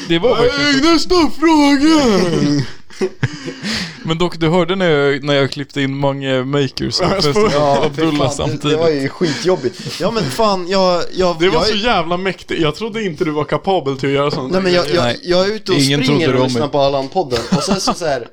B: Det var verkligen så.
C: Nästa fråga!
B: Men dock, du hörde när jag, när jag klippte in Mange Makers och
C: jag
B: Festival
C: spår-
G: Ja, fy
B: Abdullah
G: fan, det, det var
B: samtidigt.
G: ju skitjobbigt Ja men fan, jag, jag,
C: Det var
G: jag,
C: så jävla mäktigt. Jag trodde inte du var kapabel till att göra sånt.
G: Nej men jag, jag,
B: Nej.
G: jag är ute och
B: Ingen trodde
G: springer
B: det
G: och
B: om
G: lyssnar
B: mig.
G: på Allan-podden och sen så såhär,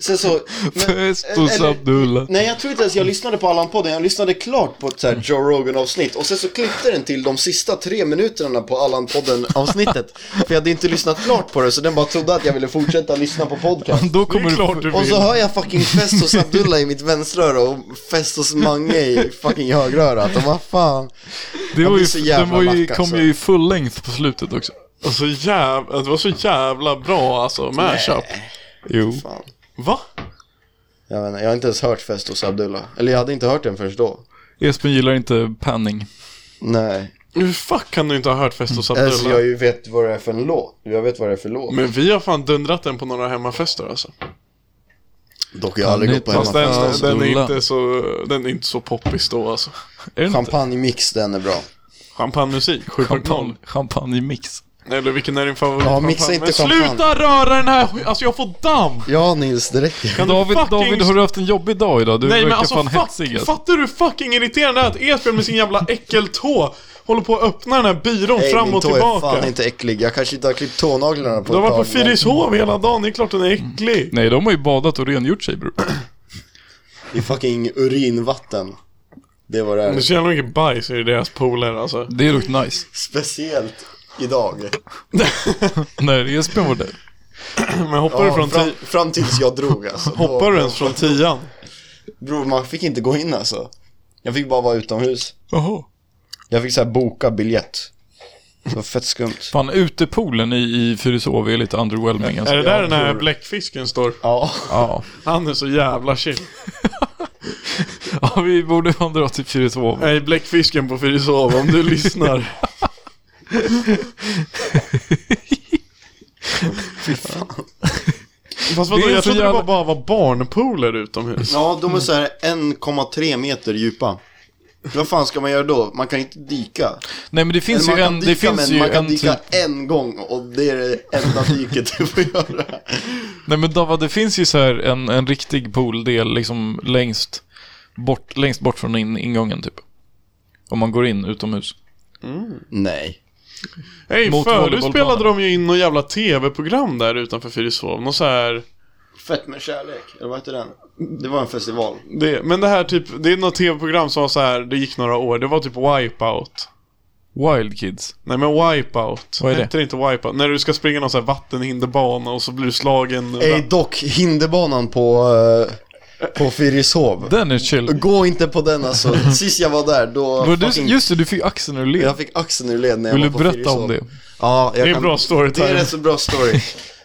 G: sen så...
B: Festus
G: eller-
B: Abdullah.
G: Nej jag tror inte ens jag lyssnade på Allan-podden, jag lyssnade klart på ett så här Joe Rogan-avsnitt och sen så klippte den till de sista tre minuterna på Allan-podden-avsnittet För jag hade inte lyssnat klart på det så den bara trodde att jag ville fortsätta lyssna på podcast
B: Då
C: det
B: kommer
C: är
B: du...
C: klart du
G: Och
C: vill.
G: så hör jag fucking Festos Abdullah i mitt vänsteröra och Festos Mange i fucking högerörat och vad fan
B: Det
G: Jag
B: var
G: blir
B: ju,
G: så jävla
B: den var ju,
G: lack,
B: kom
G: alltså.
B: ju i full length på slutet också.
C: Och så jävla, det var så jävla bra alltså, mashup.
B: Jo.
G: Fan.
C: Va?
G: Jag, vet inte, jag har inte ens hört Festos Abdullah, eller jag hade inte hört den förrän då
B: Espen gillar inte panning.
G: Nej,
C: Hur fuck kan du inte ha hört Festos
G: alltså
C: Abdullah?
G: jag ju vet vad det är för en låt, jag vet vad det är för låt
C: Men vi har fan dundrat den på några hemmafester alltså.
G: Dock jag har aldrig
B: Ja,
G: gått på
B: nytt
C: Fast den,
G: hemmafest
B: Alltså,
C: den, är
B: Abdullah.
C: inte så, den är inte så poppis då alltså.
B: Är det inte?
G: Champagnemix, den är bra
C: Champagnemusik, 7.0.
B: Champagne, champagne mix.
C: Eller vilken är din favorit?
G: Ja, mixa
C: champagne?
G: inte
C: Men
G: champagne.
C: sluta röra den här sk- alltså jag får damp!
G: Ja Nils, det räcker
C: Kan du
B: David,
C: fucking-
B: David, har du haft en jobbig dag idag? Du
C: Nej
B: verkar
C: men alltså
B: fan
C: fuck,
B: hetsig alltså.
C: fattar du hur fucking irriterande det är att Esbjörn med sin jävla äckeltå håller på att öppna den här byrån fram
G: min
C: och
G: tå är fan
C: tillbaka.
G: inte äcklig, jag kanske inte har klippt tånaglarna på
C: Du har
G: ett
C: varit på
G: tag, men
C: Fyrishov hela dagen, det är klart den är äcklig.
B: Nej, de har ju badat och rengjort sig bror.
G: I fucking urinvatten Det var det
C: Men
G: är.
C: så jävla mycket bajs i deras pooler alltså.
B: Det är dock nice.
G: Speciellt idag
B: När Esbjörn var där.
C: Men hoppar du
G: ja,
C: från
G: fram,
C: ti-
G: fram tills jag drog alltså
C: Hoppar du ens från tian?
G: Bror man fick inte gå in alltså Jag fick bara vara utomhus
B: Jaha.
G: Jag fick så här boka biljett Det var fett skumt
B: Fan, utepoolen i, i Fyrishov är lite underwhelming
C: Är
B: alltså.
C: det
G: jag
C: där den här
G: tror-
C: bläckfisken står?
G: Ja,
B: Ja.
C: Han är så jävla chill.
B: ja, vi borde fan dra till Fyrishov.
C: Nej, bläckfisken på Fyrishov om du lyssnar. Fast vadå,
B: Det är
C: jag
B: så
C: trodde det
B: jävla-
C: var bara var barnpooler utomhus.
G: ja de är så här 1,3 meter djupa Vad fan ska man göra då? Man kan inte dyka
B: Nej men det finns
G: Eller
B: ju
G: man kan
B: en, det
G: dyka,
B: finns
G: men
B: ju
G: man kan
B: en
G: dyka
B: typ.
G: en gång och det är det enda dyket du får göra.
B: Nej men Dava, det finns ju så här en, en riktig pooldel liksom längst bort, längst bort från in, ingången typ. Om man går in utomhus.
G: Nej.
C: Hej,
B: Mot
C: förut
B: volleybollbanan.
C: spelade de ju in något jävla tv-program där utanför Fyrishov. Någon så här...
G: Fett med kärlek, eller vad heter den? Det var en festival.
C: Det, men det här typ, det är något tv-program som var så här, det gick några år. Det var typ Wipeout.
B: Wild Kids.
C: Nej men wipeout.
B: Vad är det?
C: Hette det inte wipeout? När du ska springa någon sån här vattenhinderbana och så blir du slagen.
G: Ey dock, hinderbanan på, eh, på Fyrishov.
B: Den är chill.
G: Gå inte på den alltså. Sist jag var där då...
B: Var du,
G: fucking-
B: just det, du fick axeln ur led.
G: Jag fick axeln ur led när jag
B: Vill du
G: var på
B: berätta om
G: Fyrishov.
B: det?
G: Ja, jag
C: det är
G: kan...
C: bra
G: Det
C: storytime.
G: är rätt så bra story.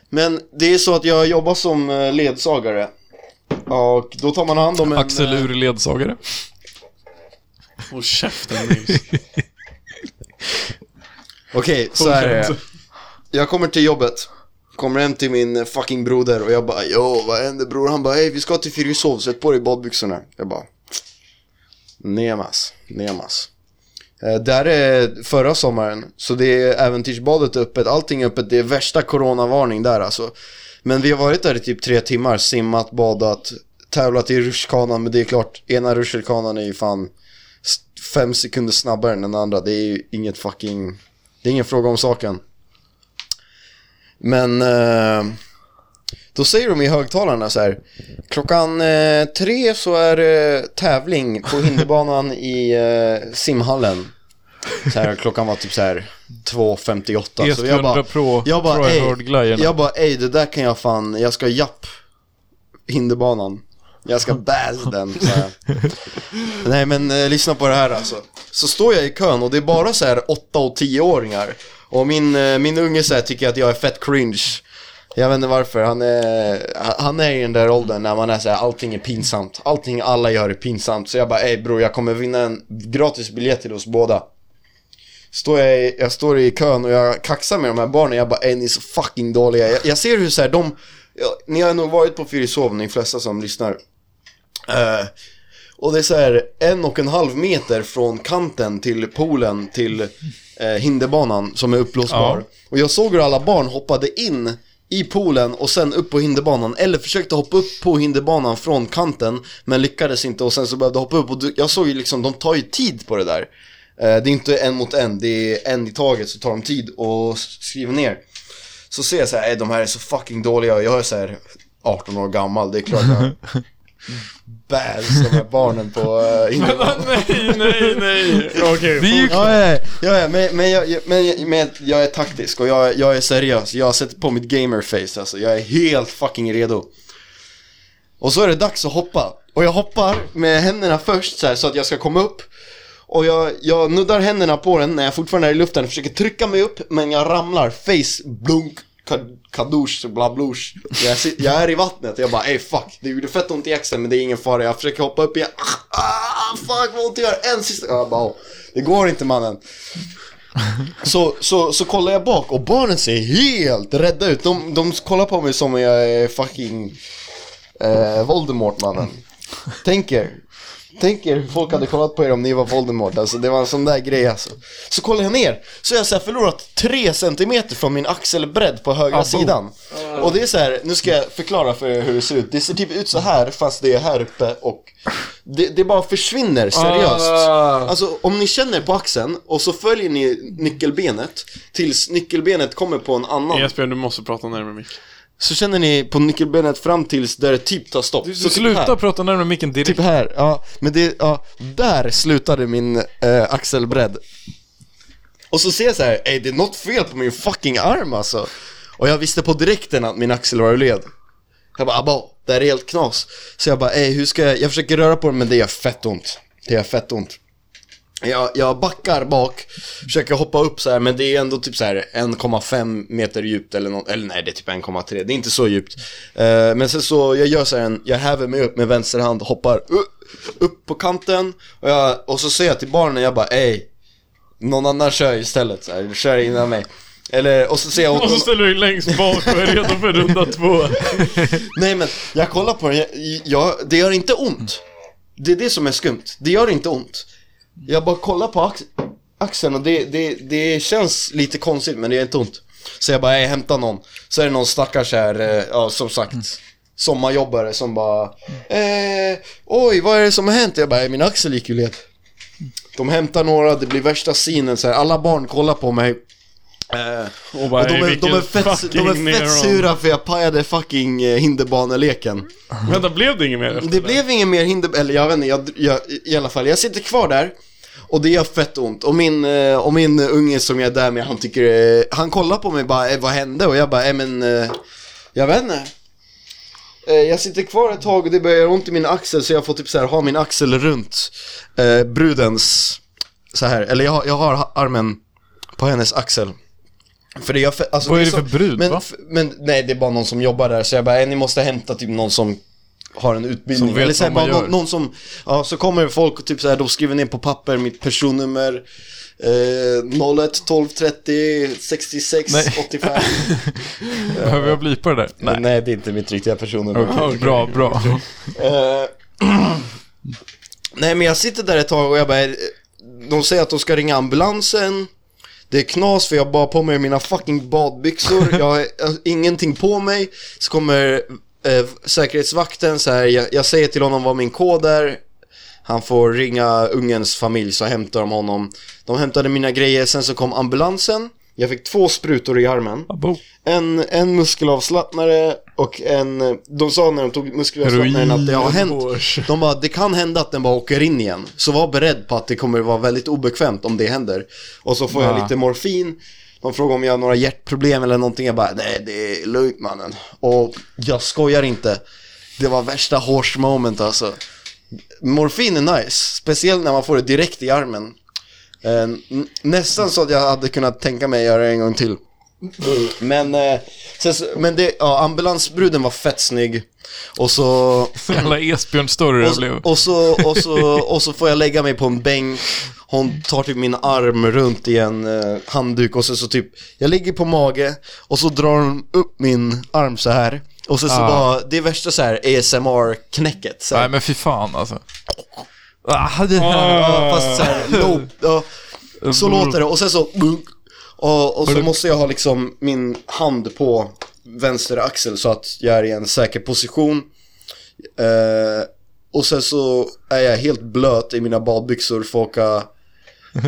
G: Men det är så att jag jobbar som eh, ledsagare. Och då tar man hand om en...
B: Axel
G: eh,
B: ur ledsagare.
C: Håll käften Nils.
G: Okej, så här är det. Jag kommer till jobbet, kommer hem till min fucking broder och jag bara Jo, vad händer bror? Han bara hej vi ska till Fyrishov, sätt på dig badbyxorna Jag bara Nemas, nemas Eh, Där är förra sommaren, så det är äventyrsbadet är öppet, allting är öppet, det är värsta coronavarning där alltså Men vi har varit där i typ tre timmar, simmat, badat, tävlat i rutschkanan men det är klart, ena rutschkanan är ju fan s- fem sekunder snabbare än den andra, det är ju inget fucking, det är ingen fråga om saken men eh, då säger de i högtalarna så här Klockan eh, tre så är det tävling på hinderbanan i eh, simhallen så här, Klockan var typ så här 2.58 Så jag bara,
B: E100 Pro,
G: jag bara,
B: Pro
G: ey,
B: Hard-glajjorna.
G: jag bara ej det där kan jag fan, jag ska japp hinderbanan Jag ska bäs den, sa jag. Nej men eh, lyssna på det här alltså. Så står jag i kön och det är bara så här 8 och 10-åringar. Och min, eh, min unge så här, tycker att jag är fett cringe. Jag vet inte varför, han är, han är i den där åldern när man är såhär, allting är pinsamt. Allting alla gör är pinsamt. Så jag bara, ey bror jag kommer vinna en gratis biljett till oss båda. Står jag, i, jag står i kön och jag kaxar med de här barnen, jag bara är ni är så fucking dåliga. Jag, jag ser hur så här, de, ja, ni har nog varit på Fyrishov ni flesta som lyssnar. Eh, och det är så här en och en halv meter från kanten till poolen till eh, hinderbanan som är uppblåsbar. Och jag såg hur alla barn hoppade in i poolen och sen upp på hinderbanan. Eller försökte hoppa upp på hinderbanan från kanten men lyckades inte och sen så behövde hoppa upp. Och du- jag såg ju liksom, de tar ju tid på det där. Eh, det är inte en mot en, det är en i taget så tar de tid och s- skriver ner. Så ser jag så här, "Ey, de här är så fucking dåliga. Jag är så här 18 år gammal, det är klart jag bär som är barnen på eh, hinderbanan.
C: nej, nej, nej. Okej.
B: Det är ju
G: Ja, ja, ja, ja, men, men, jag, jag- men, men jag är taktisk och jag, jag är seriös. Jag sätter på mitt gamerface alltså. Jag är helt fucking redo. Och så är det dags att hoppa. Och jag hoppar med händerna först så, här, så att jag ska komma upp. Och jag, jag nuddar händerna på den när jag fortfarande är i luften. Försöker trycka mig upp men jag ramlar face blunk. ka- Kadouche, blablouche. Jag, sit- jag är i vattnet jag bara ey fuck. Det gjorde fett ont i axeln men det är ingen fara. Jag försöker hoppa upp igen. Ah, ah, fuck vad ont det gör. En sista. Jag bara, "Åh, det går inte mannen. Så, så, så kollar jag bak och barnen ser helt rädda ut. De, de kollar på mig som om jag är fucking eh, Voldemort mannen. Tänk er. Tänk er hur folk hade kollat på er om ni var Voldemort. Alltså det var en sån där grej alltså. Så kollar jag ner. Så jag har så här förlorat 3 centimeter från min axelbredd på högra sidan. Och det är så här, nu ska jag förklara för er hur det ser ut. Det ser typ ut så här fast det är här uppe och det, det bara försvinner seriöst.
C: Ah.
G: Alltså om ni känner på axeln och så följer ni nyckelbenet tills nyckelbenet kommer på en annan.
C: Jesper, du måste prata närmare mick.
G: Så känner ni på nyckelbenet fram tills där det typ tar stopp. så
B: Så
G: typ här.
B: sluta prata närmare micken direkt.
G: Typ här, ja. Men det, ja, där slutade min eh, axelbredd. Och så ser jag så här, ey det är något fel på min fucking arm alltså. Och jag visste på direkten att min axel var ur led. Jag bara, abba, det här är helt knas. Så jag bara, ey hur ska jag, jag försöker röra på den men det gör fett ont. Det gör fett ont. Jag, jag backar bak, försöker hoppa upp så här men det är ändå typ så här 1,5 meter djupt eller något, eller nej det är typ 1,3, det är inte så djupt. Eh, men sen så, jag gör så här en, jag häver mig upp med vänster hand, hoppar upp, upp på kanten och, jag, och så säger jag till barnen, jag bara ey, någon annan kör istället, så här, kör innan mig. Eller, och så ser jag åt
C: Och så
G: någon-
C: ställer du dig längst bak och är redo för runda två.
G: Nej men jag kollar på den, jag, jag, det gör inte ont. Det är det som är skumt, det gör inte ont. Jag bara kollar på ax, axeln och det, det, det känns lite konstigt men det är inte ont. Så jag bara, jag hämtar någon. Så är det någon stackars här, eh, ja som sagt, sommarjobbare som bara, eh, oj vad är det som har hänt? Jag bara, "Eh, min axel gick ju led. De hämtar några, det blir värsta scenen så här. alla barn kollar på mig. Eh,
C: Och bara,
G: och de,
C: "Ey,
G: är, de, är
C: vilken
G: fett, de
C: fucking
G: är fett
C: neuron."
G: sura för jag pajade fucking eh, hinderbaneleken.
C: Vänta, blev det inget mer efter
G: Det blev ingen mer hinder... Eller jag vet inte, jag, jag, i alla fall. Jag sitter kvar där och det gör fett ont. Och min, eh, och min unge som jag är där med, han tycker... eh, Han kollar på mig bara, eh, vad hände? Och jag bara, eh, men... eh, Jag vet inte. Eh, Jag sitter kvar ett tag och det börjar göra ont i min axel så jag får typ så här ha min axel runt eh, brudens så här eller jag, har- jag har ha- armen på hennes axel. För det, jag, för- alltså,
B: Vad är
G: så,
B: det för brud,
G: men,
B: va?
G: f- Men nej, det är bara någon som jobbar där så jag bara, eh, ni måste hämta typ någon som har en utbildning.
B: Som vet
G: eller så här,
B: vad
G: bara
B: man
G: någon,
B: gör.
G: någon som, ja så kommer folk och typ så här, de skriver ner på papper mitt personnummer. Eh, 01 12 30 66
B: Nej.
G: 85
B: Behöver jag blipa det där?
G: Nej. Nej det är inte mitt riktiga personnummer
B: Okej, bra, bra.
G: Eh, Nej men jag sitter där ett tag och jag bara eh, De säger att de ska ringa ambulansen Det är knas för jag har bara på mig mina fucking badbyxor Jag har eh, ingenting på mig Så kommer eh, säkerhetsvakten så här, jag, jag säger till honom vad min kod är han får ringa ungens familj så hämtar de honom. De hämtade mina grejer, sen så kom ambulansen. Jag fick två sprutor i armen.
B: Abo.
G: En, en muskelavslappnare och en... De sa när de tog muskelavslappnaren att det har hänt.
C: Års.
G: De bara, det kan hända att den bara åker in igen. Så var beredd på att det kommer vara väldigt obekvämt om det händer. Och så får jag
B: Ja.
G: lite morfin. De frågar om jag har några hjärtproblem eller någonting. Jag bara, nej det är lugnt mannen. Och jag skojar inte.
A: Det var värsta horse moment alltså. Morfin är nice, speciellt när man får det direkt i armen. Eh, n- nästan så att jag hade kunnat tänka mig göra det en gång till. Men, eh, sen, så- men det, ja, ambulansbruden var fett snygg. Och så
B: Jävla Esbjörn-story det
A: och,
B: blev.
A: och, så, och, så, och så får jag lägga mig på en bänk Hon tar typ min arm runt i en eh, handduk och så, så typ Jag ligger på mage och så drar hon upp min arm så här Och så, så
B: Ah.
A: bara, det är värsta så här ASMR-knäcket så
B: Nej
A: här.
B: men fy fan alltså. Ah, det här.
A: Ja, fast så här, low, ja, så låter det och sen så och, och så måste jag ha liksom min hand på vänster axel så att jag är i en säker position Eh, och sen så är jag helt blöt i mina badbyxor. Får åka,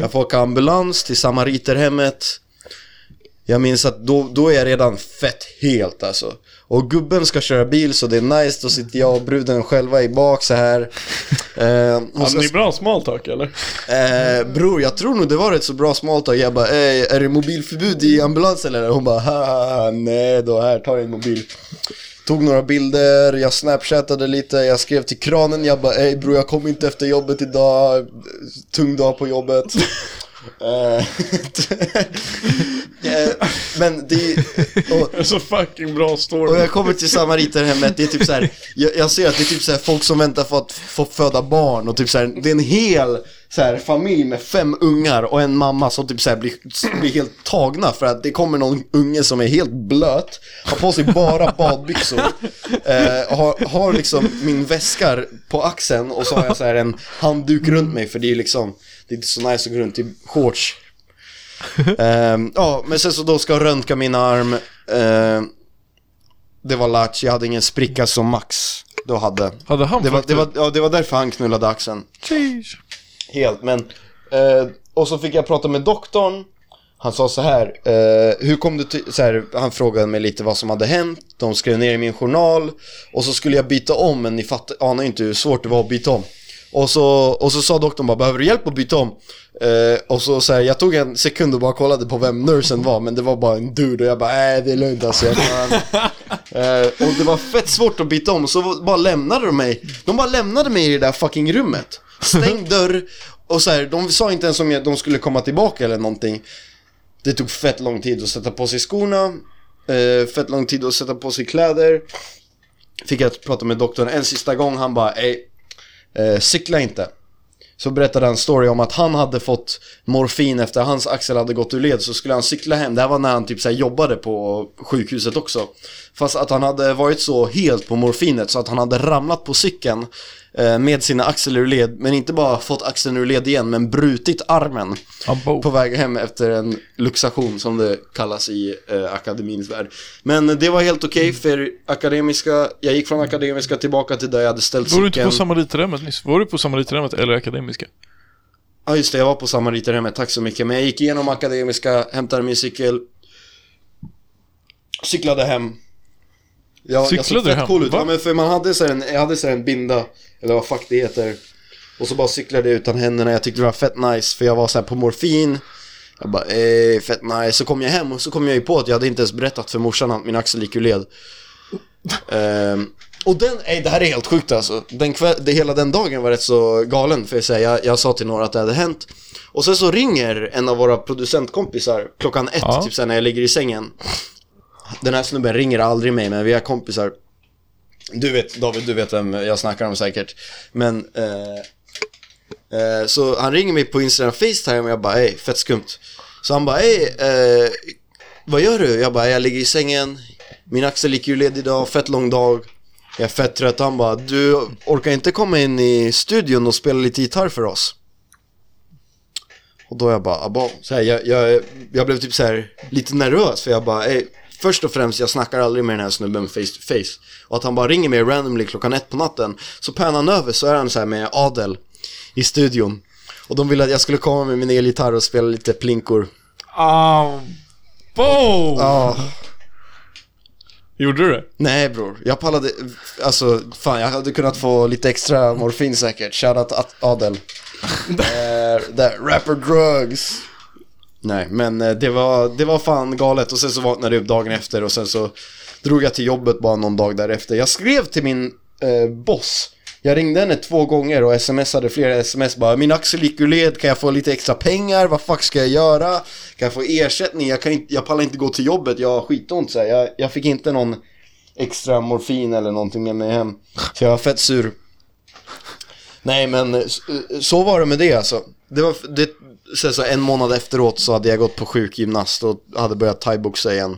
A: jag får åka ambulans till samariterhemmet. Jag minns att då, då är jag redan fett helt alltså. Och gubben ska köra bil så det är nice. Då sitter jag och bruden själva i bak så här. Eh, och
C: Hade
A: sen,
C: ni bra smaltalk eller?
A: eh, bror, jag tror nog det var ett så bra smaltalk. Jag bara, "Ey, är det mobilförbud i ambulans eller? Hon bara, "Haha, nej då, här, ta din mobil. Tog några bilder, jag snapchattade lite, jag skrev till kranen, jag bara ey bror jag kom inte efter jobbet idag, tung dag på jobbet. Eh, eh, Men det och,
C: En så fucking bra story.
A: och jag kommer till samariterhemmet, det är typ så här, jag, jag ser att det är typ så här folk som väntar för att få föda barn och typ så här, det är en hel så här, familj med fem ungar och en mamma som typ så här blir, blir helt tagna för att det kommer någon unge som är helt blöt, har på sig bara badbyxor, eh, har, har liksom min väska på axeln och så har jag så här en handduk runt mig för det är liksom, det är inte så nice att gå runt i shorts. Ehm, ja, men sen så då ska jag röntga min arm. ehm, det var latch, jag hade ingen spricka som Max då hade.
B: Hade han
A: Det var,
B: fått
A: det, var, ja, det var därför han knullade axeln.
B: Sheesh.
A: Helt, men... Eh, och så fick jag prata med doktorn. Han sa så här, eh, hur kom du till, så här, han frågade mig lite vad som hade hänt, de skrev ner i min journal och så skulle jag byta om men ni fattar, anar ju inte hur svårt det var att byta om. Och så, och så sa doktorn bara, behöver du hjälp att byta om? Eh, och så, så här, jag tog en sekund och bara kollade på vem nursen var men det var bara en dude och jag bara, nej det är lugnt alltså. Jag kan, Eh, och det var fett svårt att byta om, så bara lämnade de mig. De bara lämnade mig i det där fucking rummet. Stängd dörr och så här, de sa inte ens om jag, de skulle komma tillbaka eller någonting. Det tog fett lång tid att sätta på sig skorna, eh, fett lång tid att sätta på sig kläder. Fick jag prata med doktorn en sista gång, han bara ej, eh, cykla inte. Så berättade han en story om att han hade fått morfin efter hans axel hade gått ur led så skulle han cykla hem. Det här var när han typ så här jobbade på sjukhuset också. Fast att han hade varit så helt på morfinet så att han hade ramlat på cykeln eh, med sina axel ur led. Men inte bara fått axeln ur led igen men brutit armen
B: Abo.
A: på väg hem efter en luxation som det kallas i eh, akademins värld. Men det var helt okej för akademiska, jag gick från akademiska tillbaka till där jag hade ställt
B: Var du
A: cykeln.
B: inte på samariterhemmet nyss? Var du på samariterhemmet eller akademiska?
A: Ja just det, jag var på samariterhemmet, tack så mycket. Men jag gick igenom Akademiska, hämtade min cykel, cyklade hem. Jag,
B: Cyklade
A: jag såg
B: du
A: fett
B: hem?
A: cool ut.
B: Va?
A: Ja, men för man hade så här en, jag hade så här en binda, eller vad fuck det heter. Och så bara cyklade jag utan händerna, jag tyckte det var fett nice för jag var så här på morfin. Jag bara, eh, fett nice. Så kom jag hem och så kom jag ju på att jag hade inte ens berättat för morsan att min axel gick ur led. Ehm, och den, ey, det här är helt sjukt alltså. Den kväll, det, hela den dagen var rätt så galen för jag, säga, jag, jag sa till några att det hade hänt. Och sen så ringer en av våra producentkompisar klockan ett,
B: Ja.
A: typ sen när jag ligger i sängen. Den här snubben ringer aldrig mig, men vi är kompisar. Du vet, David, du vet vem jag snackar om säkert. Men, eh, eh, så han ringer mig på Instagram Facetime och jag bara, ey, fett skumt. Så han bara, ey, eh, vad gör du? Jag bara, jag ligger i sängen, min axel gick ju led idag, fett lång dag. Jag är fett trött. Han bara, du orkar inte komma in i studion och spela lite gitarr för oss? Och då jag bara, abba. Så här, jag, jag, jag blev typ så här lite nervös för jag bara, "Ey, först och främst jag snackar aldrig med den här snubben face to face. Och att han bara ringer mig randomly klockan ett på natten. Så pärnar han över så är han så här med Adel i studion. Och de ville att jag skulle komma med min elgitarr och spela lite plinkor.
C: Boom!
A: Ja.
C: Gjorde du det?
A: Nej bror, jag pallade, alltså fan jag hade kunnat få lite extra morfin säkert, shoutout att Adel. Eh, där, rapper drugs. Nej men eh, det var, det var fan galet och sen så vaknade jag upp dagen efter och sen så drog jag till jobbet bara någon dag därefter. Jag skrev till min
G: eh, boss. Jag ringde henne två gånger och smsade flera sms bara Min axel gick ur led, kan jag få lite extra pengar? Vad fuck ska jag göra? Kan jag få ersättning? Jag, kan inte, jag pallar inte gå till jobbet, jag har skitont så här. Jag, jag fick inte någon extra morfin eller någonting med mig hem Så jag var fett sur Nej men eh, s- eh, så var det med det alltså Det var f- det, så, så en månad efteråt så hade jag gått på sjukgymnast och hade börjat thaiboxa igen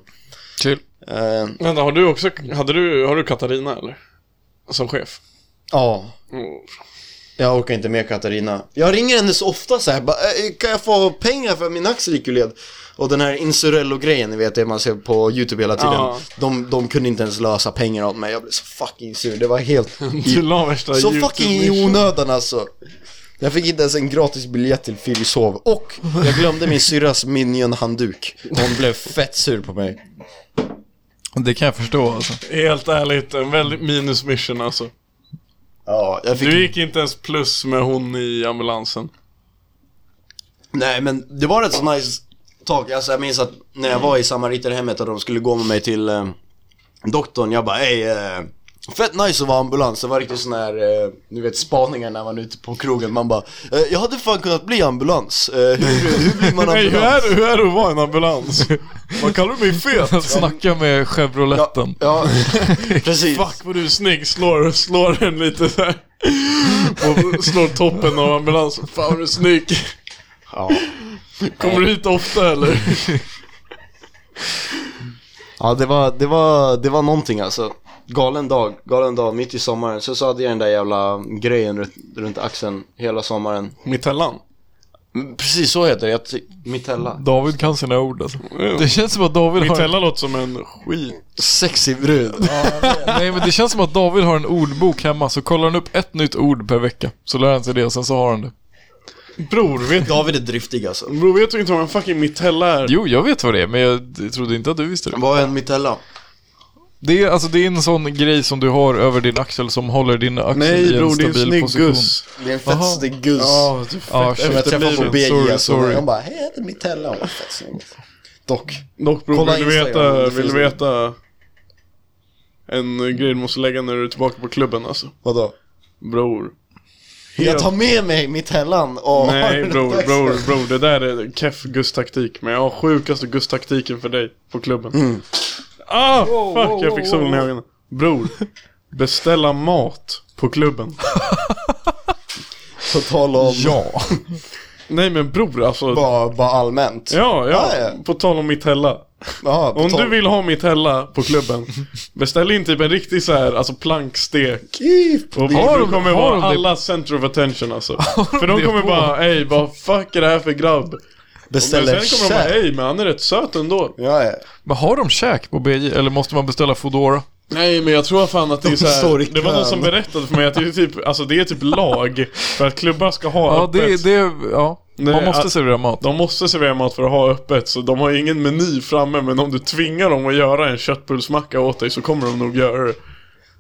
B: Kul.
G: Eh,
C: Vänta, har du också, hade du, har du Katarina eller? Som chef?
G: Ja,
C: Mm.
G: Jag orkar inte med Katarina. Jag ringer henne så ofta så här, bara, "Eh, kan jag få pengar för min axel gick ur led? Och den här Insurello-grejen, ni vet det man ser på YouTube hela tiden.
C: Ja.
G: De, de kunde inte ens lösa pengar åt mig, jag blev så fucking sur. Det var helt...
C: Du la värsta
G: så
C: YouTube
G: fucking i
C: nischen.
G: onödan alltså. Jag fick inte ens en gratis biljett till Fyrishov och jag glömde min syrras minion-handduk. Hon blev fett sur på mig.
B: Det kan jag förstå alltså.
C: Helt ärligt, en väldigt minus mission alltså.
G: Ja, jag fick...
C: Du gick inte ens plus med hon i ambulansen.
G: Nej men det var ett så nice tag, alltså, jag minns att när jag var i samariterhemmet och de skulle gå med mig till eh, doktorn, jag bara ey eh, Fett nice att vara ambulans, det var riktigt sån här, eh, ni vet spaningar när man är ute på krogen, man bara eh, Jag hade fan kunnat bli ambulans, eh, hur, hur blir man
C: Nej, hur
G: ambulans?
C: är, hur är det att vara en ambulans? Vad kallar du mig fet?
B: Snacka med Chevroletten.
G: Ja, precis
C: Fuck vad du är snygg, slår, slår den lite så här. Och slår toppen av ambulansen. Fan vad du är snygg.
G: ja.
C: Kommer du hit ofta eller?
G: ja, det var, det var, det var någonting alltså Galen dag, galen dag, mitt i sommaren, så, så hade jag den där jävla grejen runt, runt axeln hela sommaren
C: Mitellan.
G: Mm, Precis så heter det, jag ty- mitella
B: David kan sina ord alltså. Det känns som att David har...
C: Mitella låter som en skit.
G: Sexig brud
B: Nej men det känns som att David har en ordbok hemma, så kollar han upp ett nytt ord per vecka. Så lär han sig det och sen så har han det.
C: Bror, vet,
G: David är driftig alltså
C: bror, vet du inte vad en fucking mitella är?
B: Jo, jag vet vad det är, men jag trodde inte att du visste det.
G: Vad är en mitella?
B: Det är, alltså, det är en sån grej som du har över din axel som håller din axel i en stabil position.
G: Det är en fett snygg guss
C: Ja, du är fett
B: Ja,
G: Som jag träffade på
C: efterbliven.
G: BJ
B: Sorry,
G: alltså,
B: sorry.
G: De bara, hej jag heter mitella, Hon bara, fett snygg Dock
C: Dock bror,
G: Kolla
C: vill du
G: Instagram,
C: veta,
G: det
C: vill
G: finns
C: du veta en eh, grej du måste lägga när du är tillbaka på klubben alltså?
G: Vadå?
C: Bror.
G: Jag tar med mig mittellan och har
C: Nej
G: den
C: bror,
G: runt axeln.
C: bror, bror. Det där är keff gusstaktik. Men jag har sjukaste gusstaktiken för dig på klubben. Ah, fuck jag fick solen i ögonen. Bror, beställa mat på klubben.
G: På tal om,
B: Ja.
C: Nej men bror alltså.
G: bara, bara allmänt
C: Ja,
G: Ah,
C: ja.
G: ja.
C: På tal om mitt hälla.
G: Jaha, på
C: Om
G: tal-
C: du vill ha mitt hälla på klubben, beställ in typ en riktig så här, alltså plankstek.
G: Gift.
C: Och
B: Har
C: har
B: de-
C: de, kommer
B: har
C: vara
B: de det?
C: alla center of attention alltså. För de
B: det
C: kommer
B: på?
C: bara, ey vad fuck är det här för grabb? Men
G: Beställer
C: sen kommer de bara,
G: käk
C: ey men han är rätt söt ändå.
G: Ja, ja
B: Men har de käk på BJ eller måste man beställa Foodora?
C: Nej men jag tror fan att det är så
G: står i
C: här. det var
G: kön.
C: någon som berättade för mig att det är typ, alltså det är typ lag för att klubbar ska ha
B: Ja,
C: öppet.
B: det, det, ja.
C: Nej,
B: Man måste
C: att-
B: servera mat.
C: De måste servera mat för att ha öppet så de har ju ingen meny framme men om du tvingar dem att göra en köttbullsmacka åt dig så kommer de nog göra det.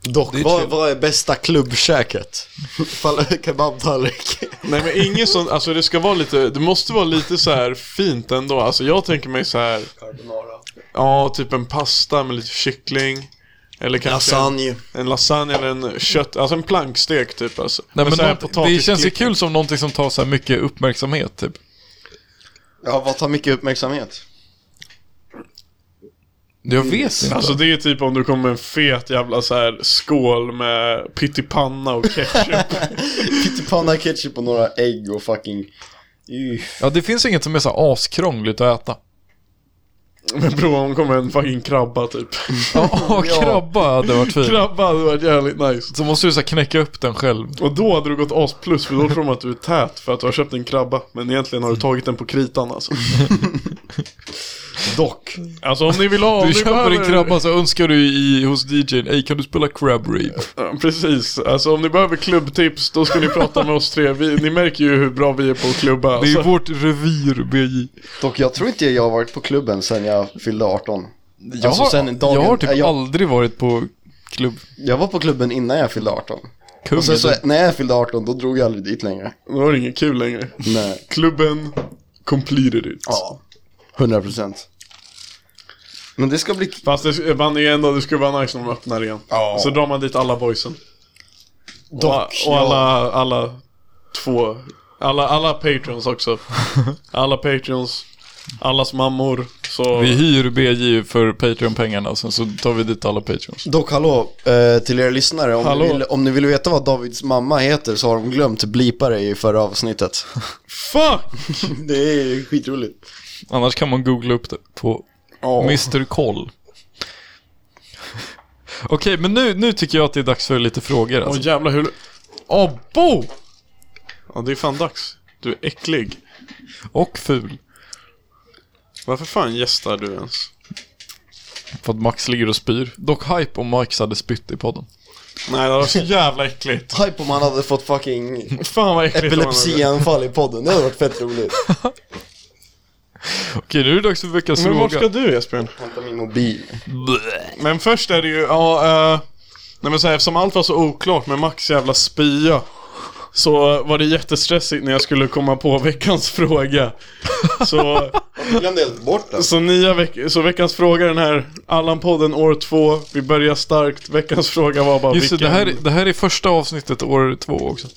G: Dock,
B: är
G: vad,
B: chill.
G: vad är bästa klubbkäket? Fall- Kebabtallrik
C: Nej men ingen sån, alltså det ska vara lite, det måste vara lite så här fint ändå. Alltså jag tänker mig så här. Ja, typ en pasta med lite kyckling. Eller kanske
G: Lasagne
C: en lasagne eller en kött, alltså en plankstek typ alltså.
B: Nej, men
C: så här
B: något, det känns ju
C: potatisklick.
B: kul som någonting som tar så här mycket uppmärksamhet typ.
G: Ja, vad tar mycket uppmärksamhet?
B: Jag vet inte.
C: Alltså det är typ om du kommer med en fet jävla så här skål med pyttipanna och ketchup.
G: Pyttipanna ketchup och några ägg och fucking... Uff.
B: Ja, det finns inget som är så här askrångligt att äta.
C: men bror om kommer en fucking krabba typ.
B: Ja, krabba hade varit fint.
C: krabba hade varit jävligt nice.
B: Så måste du så här knäcka upp den själv.
C: Och då hade du gått as plus för då tror de att du är tät för att du har köpt en krabba. Men egentligen har du tagit den på kritan alltså.
G: Dock.
C: Alltså om ni vill ha... om
B: Du
C: ni
B: köper
C: behöver-
B: en krabba så önskar du i, hos DJn, ey kan du spela crab rape?
C: Ja, Precis, alltså om ni behöver klubbtips då ska ni prata med oss tre. Vi, ni märker ju hur bra vi är på att klubba.
B: Det är
C: Alltså.
B: vårt revir BJ.
G: Dock, jag tror inte jag har varit på klubben sen jag fyllde 18.
B: Jag,
G: Alltså,
B: har,
G: sen dagen-
B: jag har typ
G: äh, jag-
B: aldrig varit på klubb.
G: Jag var på klubben innan jag fyllde 18.
B: Kung
G: Och sen så
B: är det.
G: när jag fyllde 18, då drog jag aldrig dit längre.
C: Då var det inget kul längre.
G: Nej.
C: Klubben completed it.
G: Ja. 100 procent. Men det ska bli...
C: Fast det, man är ju ändå, det skulle vara nice när de öppnar igen.
G: Ja.
C: Så drar man dit alla boysen.
A: Dock,
C: och, och
A: ja.
C: alla, alla två. Alla, alla patrons också. Alla patrons. Allas mammor. Så...
B: Vi hyr BJ för Patreon-pengarna och sen så tar vi dit alla Patreons.
A: Dock hallå, eh, till er lyssnare, om
C: Hallå.
A: ni, vill, om ni vill veta vad Davids mamma heter så har de glömt blipa det i förra avsnittet.
C: Fuck!
A: det är skitroligt.
B: Annars kan man googla upp det på Mr. Koll. Okej, men nu, nu tycker jag att det är dags för lite frågor.
C: Åh
B: Alltså.
C: jävlar hur... Åh bo! Ja det är fan dags. Du är äcklig.
B: Och ful.
C: Varför fan gästar du ens?
B: För att Max ligger och spyr. Dock hype om Max hade spytt i podden.
C: Nej det var så jävla äckligt.
A: Hype om han hade fått fucking
C: Fan vad äckligt det var.
A: epilepsianfall i podden, det hade varit fett roligt.
B: Okej, nu är det dags för veckans
C: Men
B: fråga.
C: vart ska du Jesper?
A: Hämta min mobil.
C: Men först är det ju, ja, eh, nej men så här, eftersom allt var så oklart med Max jävla spya så var det jättestressigt när jag skulle komma på veckans fråga. Så,
A: Glömde helt bort alltså. den.
C: så, nya veck så veckans fråga är den här Allan-podden år två, vi börjar starkt. Veckans fråga var bara
B: Just det,
C: vilken...
B: det här, det här är första avsnittet år två också.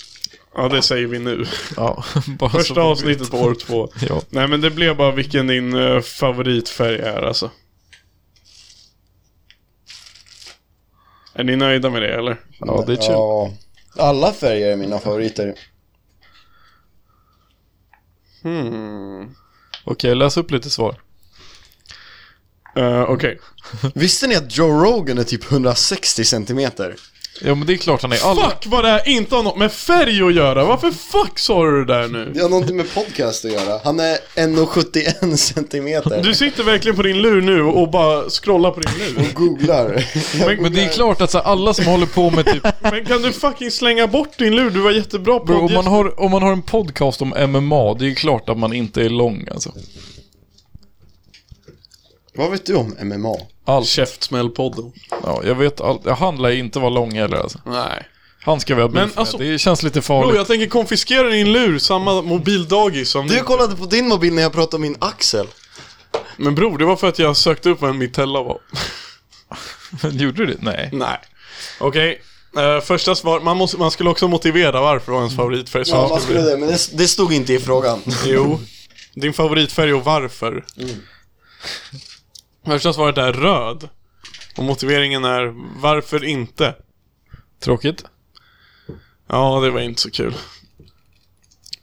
C: Ja, det säger vi nu.
B: Ja, bara så
C: Första
B: folk
C: avsnittet
B: vet.
C: på år två.
B: Alltså, Ja.
C: Nej men det blev bara vilken din eh, favoritfärg är alltså. Är ni nöjda med det eller?
B: ja, det är chill.
A: Ja. Alla färger är mina favoriter.
B: Okej, läs upp lite svar.
C: Eh, Okej.
A: Visste ni att Joe Rogan är typ 160 centimeter?
B: Ja, men det är klart han är. Alla,
C: Fuck vad det här inte har något med färg att göra! Varför fuck sa du det där nu?
A: Det har någonting med podcast att göra. Han är 1,71 centimeter.
C: Du sitter verkligen på din lur nu och bara scrollar på din lur.
A: googlar.
B: men det är klart att så här, alla som håller på med typ...
C: Men kan du fucking slänga bort din lur? Du var jättebra på
B: Bro, om, man
C: det.
B: har, om man har en podcast om MMA, det är ju klart att man inte är lång alltså.
A: Vad vet du om MMA?
B: Allt.
C: Käftsmällpodden.
B: Ja, jag vet allt. Jag handlar inte vara lång heller alltså.
C: Nej.
B: Han ska vi ha beef
C: Men
B: med.
C: alltså-
B: Det känns lite farligt.
C: Bro, jag tänker konfiskera din lur, samma mobildagis som
A: Du
C: din.
A: kollade på din mobil när jag pratade om min axel.
C: Men bror, det var för att jag sökte upp vem Mitella var.
B: Gjorde du det? Nej.
C: Nej. Okej. eh, första svar, man, måste, man skulle också motivera varför det var ens favoritfärg. Så
A: Ja,
C: det
A: man
C: skulle
A: skulle det, men det, det stod inte i frågan.
C: bli- Jo. Din favoritfärg och varför.
A: Mm.
C: Första svaret är röd. Och motiveringen är varför inte?
B: Tråkigt.
C: Ja, det var inte så kul.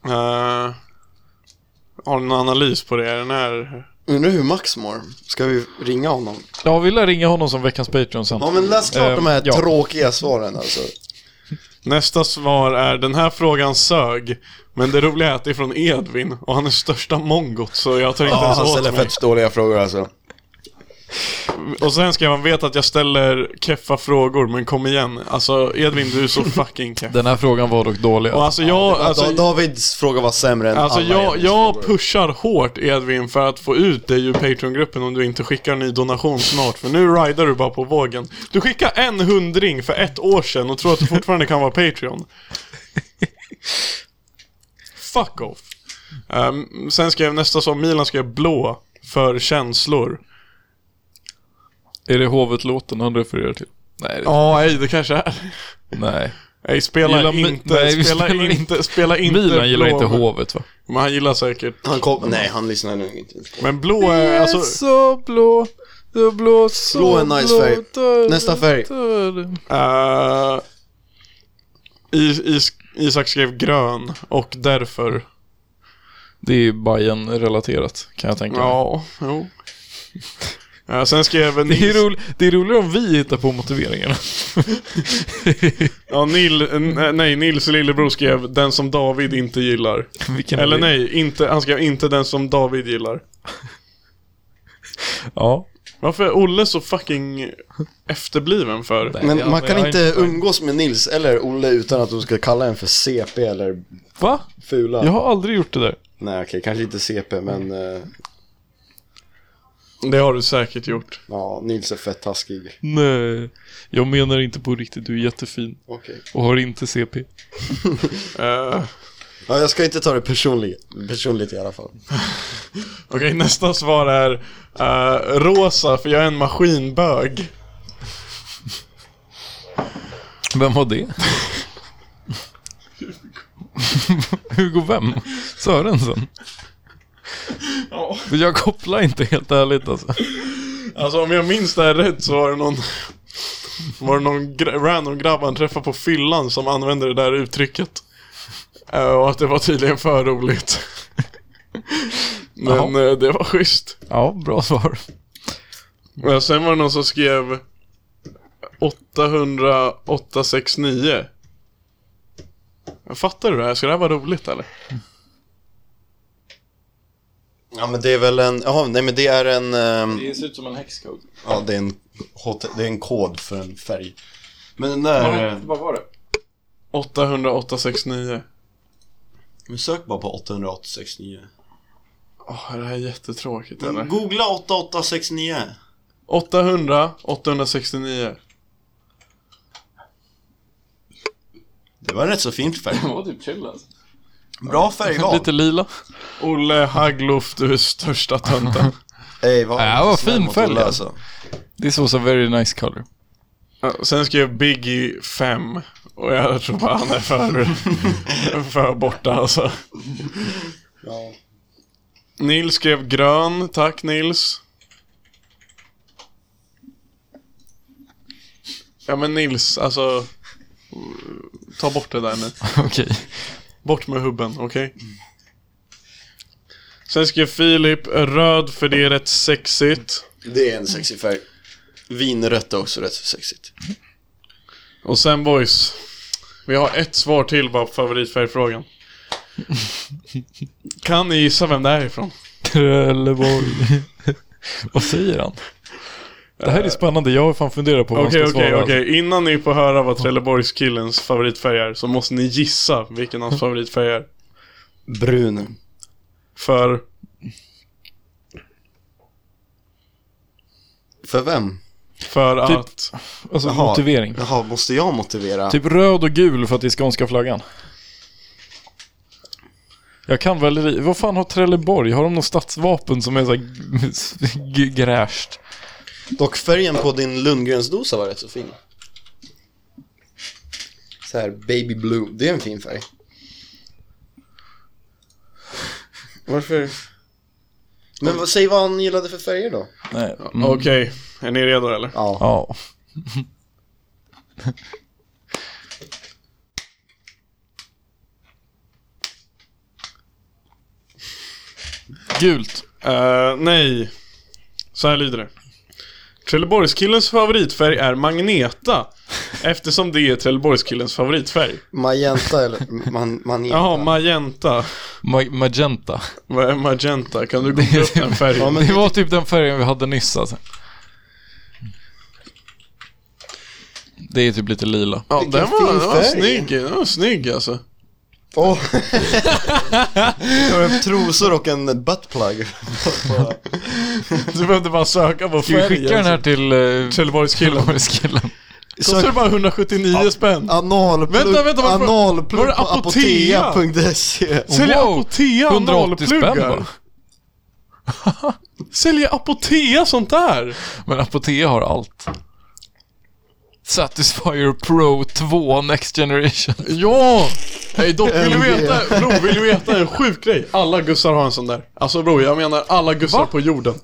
C: Eh, har du någon analys på det? Är den här...
A: Undrar hur Max mår. Ska vi ringa honom?
B: Ja, vi lär ringa honom som veckans Patreon sen.
A: Ja, men läs klart
B: Eh,
A: de här
B: ja.
A: tråkiga svaren alltså.
C: Nästa svar är den här frågan sög. Men det roliga är att det är från Edvin och han är största mongot så jag tar inte ens
A: han
C: åt
A: ställer
C: mig.
A: fett dåliga frågor alltså.
C: Och sen ska man veta att jag ställer keffa frågor men kom igen. Alltså Edvin du är så fucking keff.
B: Den här frågan var dock dålig.
C: Och alltså jag,
A: Da-
C: alltså,
A: Davids fråga var sämre än
C: alltså
A: alla
C: jag,
A: Edvins
C: jag
A: frågor.
C: pushar hårt Edvin för att få ut dig ur Patreon-gruppen om du inte skickar en ny donation snart. För nu rider du bara på vågen. Du skickar en hundring för ett år sedan och tror att du fortfarande kan vara Patreon. Fuck off. Ehm, sen skrev nästa som Milan skrev blå för känslor.
B: Är det hovet-låten han refererar till? Nej, det...
C: Ja, nej det kanske är.
B: nej.
C: Nej, spela
B: Gillar Mi-
C: inte,
B: nej, vi
C: spela
B: spelar
C: inte, spela inte
B: Milan gillar
C: blå.
B: inte hovet va?
C: Men han gillar säkert.
A: Han kom, nej, han lyssnade nog inte.
C: Men blå
A: Eh,
C: är alltså,
B: så blå, du blå så
A: Blå är en nice färg. Nästa färg.
C: eh, Is, is, Isak skrev grön och därför.
B: Det är ju Bayern relaterat kan jag tänka mig.
C: Ja, jo. Eh, sen skrev
B: Det är,
C: Nils,
B: roligt, det är roligare om vi hittar på motiveringarna.
C: ja, Nil, eh, nej, Nils lillebror skrev den som David inte gillar.
B: Vilken
C: Eller
B: idé.
C: nej, inte, han skrev inte den som David gillar.
B: Ja.
C: Varför är Olle så fucking efterbliven för?
A: Men
B: Ja,
A: man
B: men
A: kan
B: jag är
A: inte
B: inte-
A: umgås med Nils eller Olle utan att de ska kalla en för CP eller
B: Va?
A: fula.
B: Jag har aldrig gjort det där.
A: Nej okej, kanske inte CP men eh,
C: Det har du säkert gjort.
A: ja, Nils är fett taskig.
B: Nej. Jag menar inte på riktigt, du är jättefin.
A: Okej.
B: Och har inte CP.
C: Eh,
A: Ja, jag ska inte ta det personligt, personligt i alla fall.
C: Okej, nästa svar är eh, rosa för jag är en maskinbög.
B: Vem var det? Hugo vem? Sörensen?
C: Ja.
B: För Jag kopplar inte helt ärligt alltså.
C: Alltså om jag minns det här rätt så var det någon Var det någon gra- random grabb han träffade på fyllan som använde det där uttrycket Eh, Och att det var tydligen för roligt Men eh, det var schysst
B: Ja, bra svar.
C: Men Sen var det någon som skrev 800-869 Fattar du det här? Ska det här vara roligt eller?
A: Ja men det är väl en, ja nej men det är en, ehm,
B: ser ut som en häxkod.
A: ja det är en, hot- det är en kod för en färg. Men den där, eh,
B: Vad var det?
C: 800-869
A: men sök bara på 869.
C: Åh, är det här är jättetråkigt eller?
A: Men googla 8869.
C: 800-869
A: Det var en rätt så fin färg.
B: var typ chill alltså.
A: Bra färgval.
B: Lite lila.
C: Olle Haglof, du är största tönten.
A: Ey, vad
B: Ja, vad fin
A: snäll mot
B: färg,
A: Olle,
B: alltså. This was a very nice color.
C: Ja, Sen skrev Biggie 5 och jag tror bara han är för, för borta alltså. Nils skrev grön, tack Nils. Ja men Nils, alltså. Ta bort det där nu.
B: Okej.
C: Bort med hubben, okej? Sen skrev Filip röd för det är rätt sexigt.
A: Det är en sexig färg. Vinrött är också rätt så sexigt.
C: Och sen boys. Vi har ett svar till bara på favoritfärgfrågan. Kan ni gissa vem det här är ifrån?
B: Trelleborg. Vad säger han? Det här är spännande. Jag har fan funderat på vad
C: Okej,
B: han ska
C: okej,
B: svara.
C: okej. Innan ni får höra vad Trelleborgskillens favoritfärg är så måste ni gissa vilken hans favoritfärg är.
A: Brun.
C: För
A: För vem?
C: för
B: Typ-
C: att...
B: Alltså motivering.
A: Jaha, måste jag motivera?
B: Typ röd och gul för att det är skånska flaggan. Jag kan väl... Vad fan har Trelleborg? Har de något stadsvapen som är så här g- g- gräscht?
A: Dock färgen på din Lundgrensdosa var rätt så fin. Så här baby blue, det är en fin färg. Varför? Men vad, säg vad han gillade för färger då.
B: Nej.
C: Okej, är ni redo eller?
A: Ja.
B: Mm. Ja. Gult.
C: Eh, nej. Så här lyder det. Trelleborgskillens favoritfärg är Magneta. Eftersom det är Trelleborgskillens favoritfärg.
A: Magenta eller man, maneta.
C: Jaha, Magenta.
B: Ma- magenta.
C: Vad är magenta? Kan du googla upp den
A: Ja,
C: färgen?
A: men
B: Det var typ den färgen vi hade nyss alltså. Det är typ lite lila.
C: Ja,
A: vilken
C: den var,
A: fin
C: den var
A: färg.
C: snygg. Den var snygg alltså.
A: Åh! Jag har trosor och en buttplug.
C: Du behövde bara söka på
B: Ska vi
C: färgen.
B: skicka den här till uh,
C: Trelleborgskillen?
B: killen?
C: Kostar det bara 179 spänn?
A: Analplugg.
C: Vänta, vänta, varför-
A: analplugg
C: var det
A: på
C: Apotea?
A: apotea.se.
C: Säljer
B: Wow,
C: Apotea
B: 180 spänn bara.
C: nollpluggar? Säljer Apotea sånt där?
B: Men Apotea har allt. Satisfyer Pro 2 Next Generation.
C: Ja! Hej dock, vill du veta, bro, vill du veta en sjuk grej? Alla gussar har en sån där. Alltså bro, jag menar alla gussar
B: Va?
C: på jorden.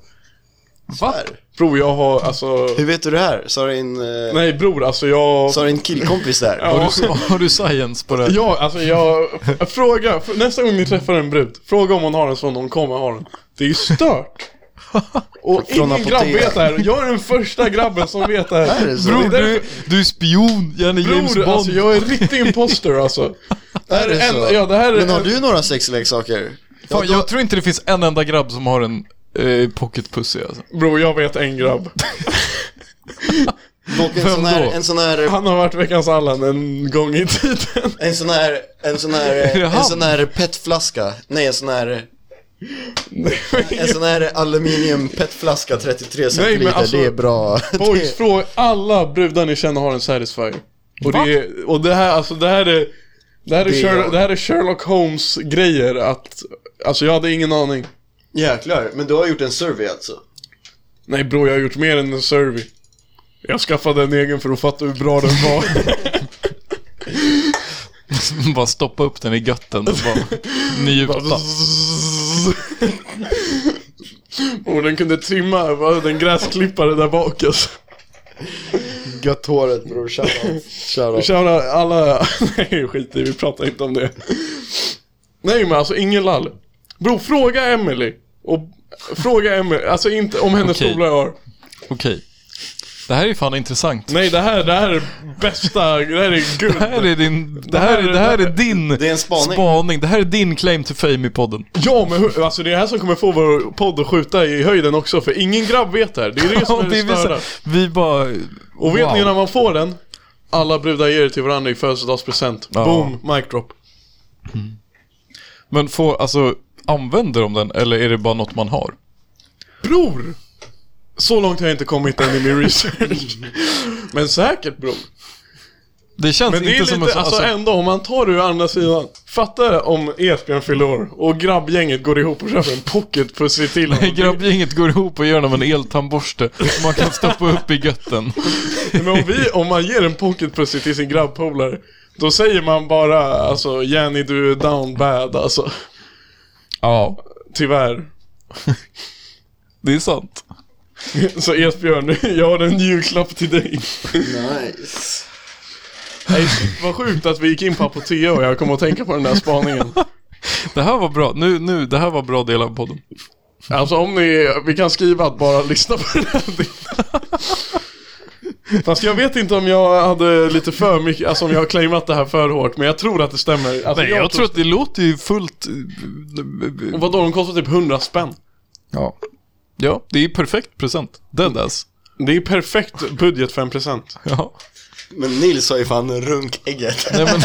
B: Va?
C: Bro, jag har alltså...
A: Hur vet du det här? Sa din, eh,
C: Nej bror, alltså jag...
A: sa din killkompis där?
B: Har, du, har du science på det? här?
C: Ja, alltså jag... f- Fråga, f- nästa gång ni träffar en brud, fråga om hon har en sån, hon kommer ha den. Det är ju stört. Och ingen
A: Apotea.
C: grabb vet det här, jag är den första grabben som vet det här.
A: Är det så?
B: Bror,
C: Det är
B: du,
C: därför-
B: du är spion, Janne James
C: Bror,
B: Bond.
C: alltså jag är riktig imposter alltså. Det
A: Är
C: här
A: det
C: är
A: så?
C: en, ja, det här är
A: Men har
C: en-
A: du några sexleksaker?
B: Fan, jag tror inte det finns en enda grabb som har en eh, pocket pussy alltså.
C: Bror, jag vet en grabb.
A: Dock en
B: Vem
A: sån här,
B: då?
A: en sån här,
C: Han har varit veckans Allan en gång i tiden.
A: en sån här, en sån här,
B: det
A: en
B: han?
A: sån här petflaska. Nej, en sån här, eh, en sån här aluminium petflaska 33 centiliter.
C: alltså,
A: det är bra.
C: Boys, fråga alla brudar ni känner har en satisfier. Och det,
B: Va?
C: är, och det här, alltså det här är... Det här är,
A: Det är
C: Sherlock,
A: jag.
C: det här är Sherlock Holmes grejer att... Alltså jag hade ingen aning.
A: Det, jäklar, men du har gjort en survey alltså?
C: Nej bro, jag har gjort mer än en survey. Jag skaffade en egen för att fatta hur bra den var.
B: bara stoppa upp den i götten och bara njuta.
C: Och den kunde trimma vad, den gräsklippare där bak alltså.
A: Gött håret bror, shoutout. Shoutout.
C: Tjena alla, nej skit i, vi pratar inte om det. Nej men alltså ingen lall. Bro, fråga Emily och Fråga Emily, alltså inte om hennes
B: Okej.
C: polare har.
B: Okej. Det här är fan intressant.
C: Nej det här, det här är bästa, det här är guld.
B: Det här är din, det här är, det här är din
A: Det är en spaning.
B: spaning. Det här är din claim to fame i podden.
C: Ja men hur, alltså det är det här som kommer få vår podd att skjuta i höjden också för ingen grabb vet det här. Det är det som
B: Och
C: är
B: det
C: det
B: är vi, så,
C: störda.
B: vi bara...
C: Och vet
B: wow.
C: ni när man får den? Alla brudar ger det till varandra i födelsedagspresent.
B: Ja.
C: Boom, mic drop.
B: Men får, alltså, använder de den eller är det bara något man har?
C: Bror! Så långt har jag inte kommit än i min research. Men säkert bror.
B: Det känns
C: Men det
B: inte
C: är
B: som
C: lite,
B: en...
C: alltså, ändå om man tar det ur andra sidan. Fatta om Esbjörn fyller år och grabbgänget går ihop och köper en pocket för att se till honom.
B: Grabbgänget går ihop och gör dem en eltandborste som man kan stoppa upp i götten.
C: Men om, vi, om man ger en pocketpussy till sin grabbpolare, då säger man bara alltså Jenny du är down bad alltså.
B: Ja,
C: Tyvärr.
B: det är sant.
C: Så Esbjörn, jag har en julklapp till dig.
A: Nice.
C: Nej, shit, vad sjukt att vi gick in på Apotea och jag kom att tänka på den där spaningen.
B: Det här var bra. Nu, nu, det här var bra del av podden.
C: Alltså om ni, vi kan skriva att bara lyssna på den här delen. Fast jag vet inte om jag hade lite för mycket, alltså om jag har claimat det här för hårt, men jag tror att det stämmer. Alltså,
B: Nej, jag tror att det låter ju fullt...
C: Och vadå, de kostar typ 100 spänn.
B: Ja. Ja, det är perfekt present. Deadass.
C: Det är perfekt budget för en present.
B: Ja.
A: Men Nils har ju fan runkägget.
B: Nej, men...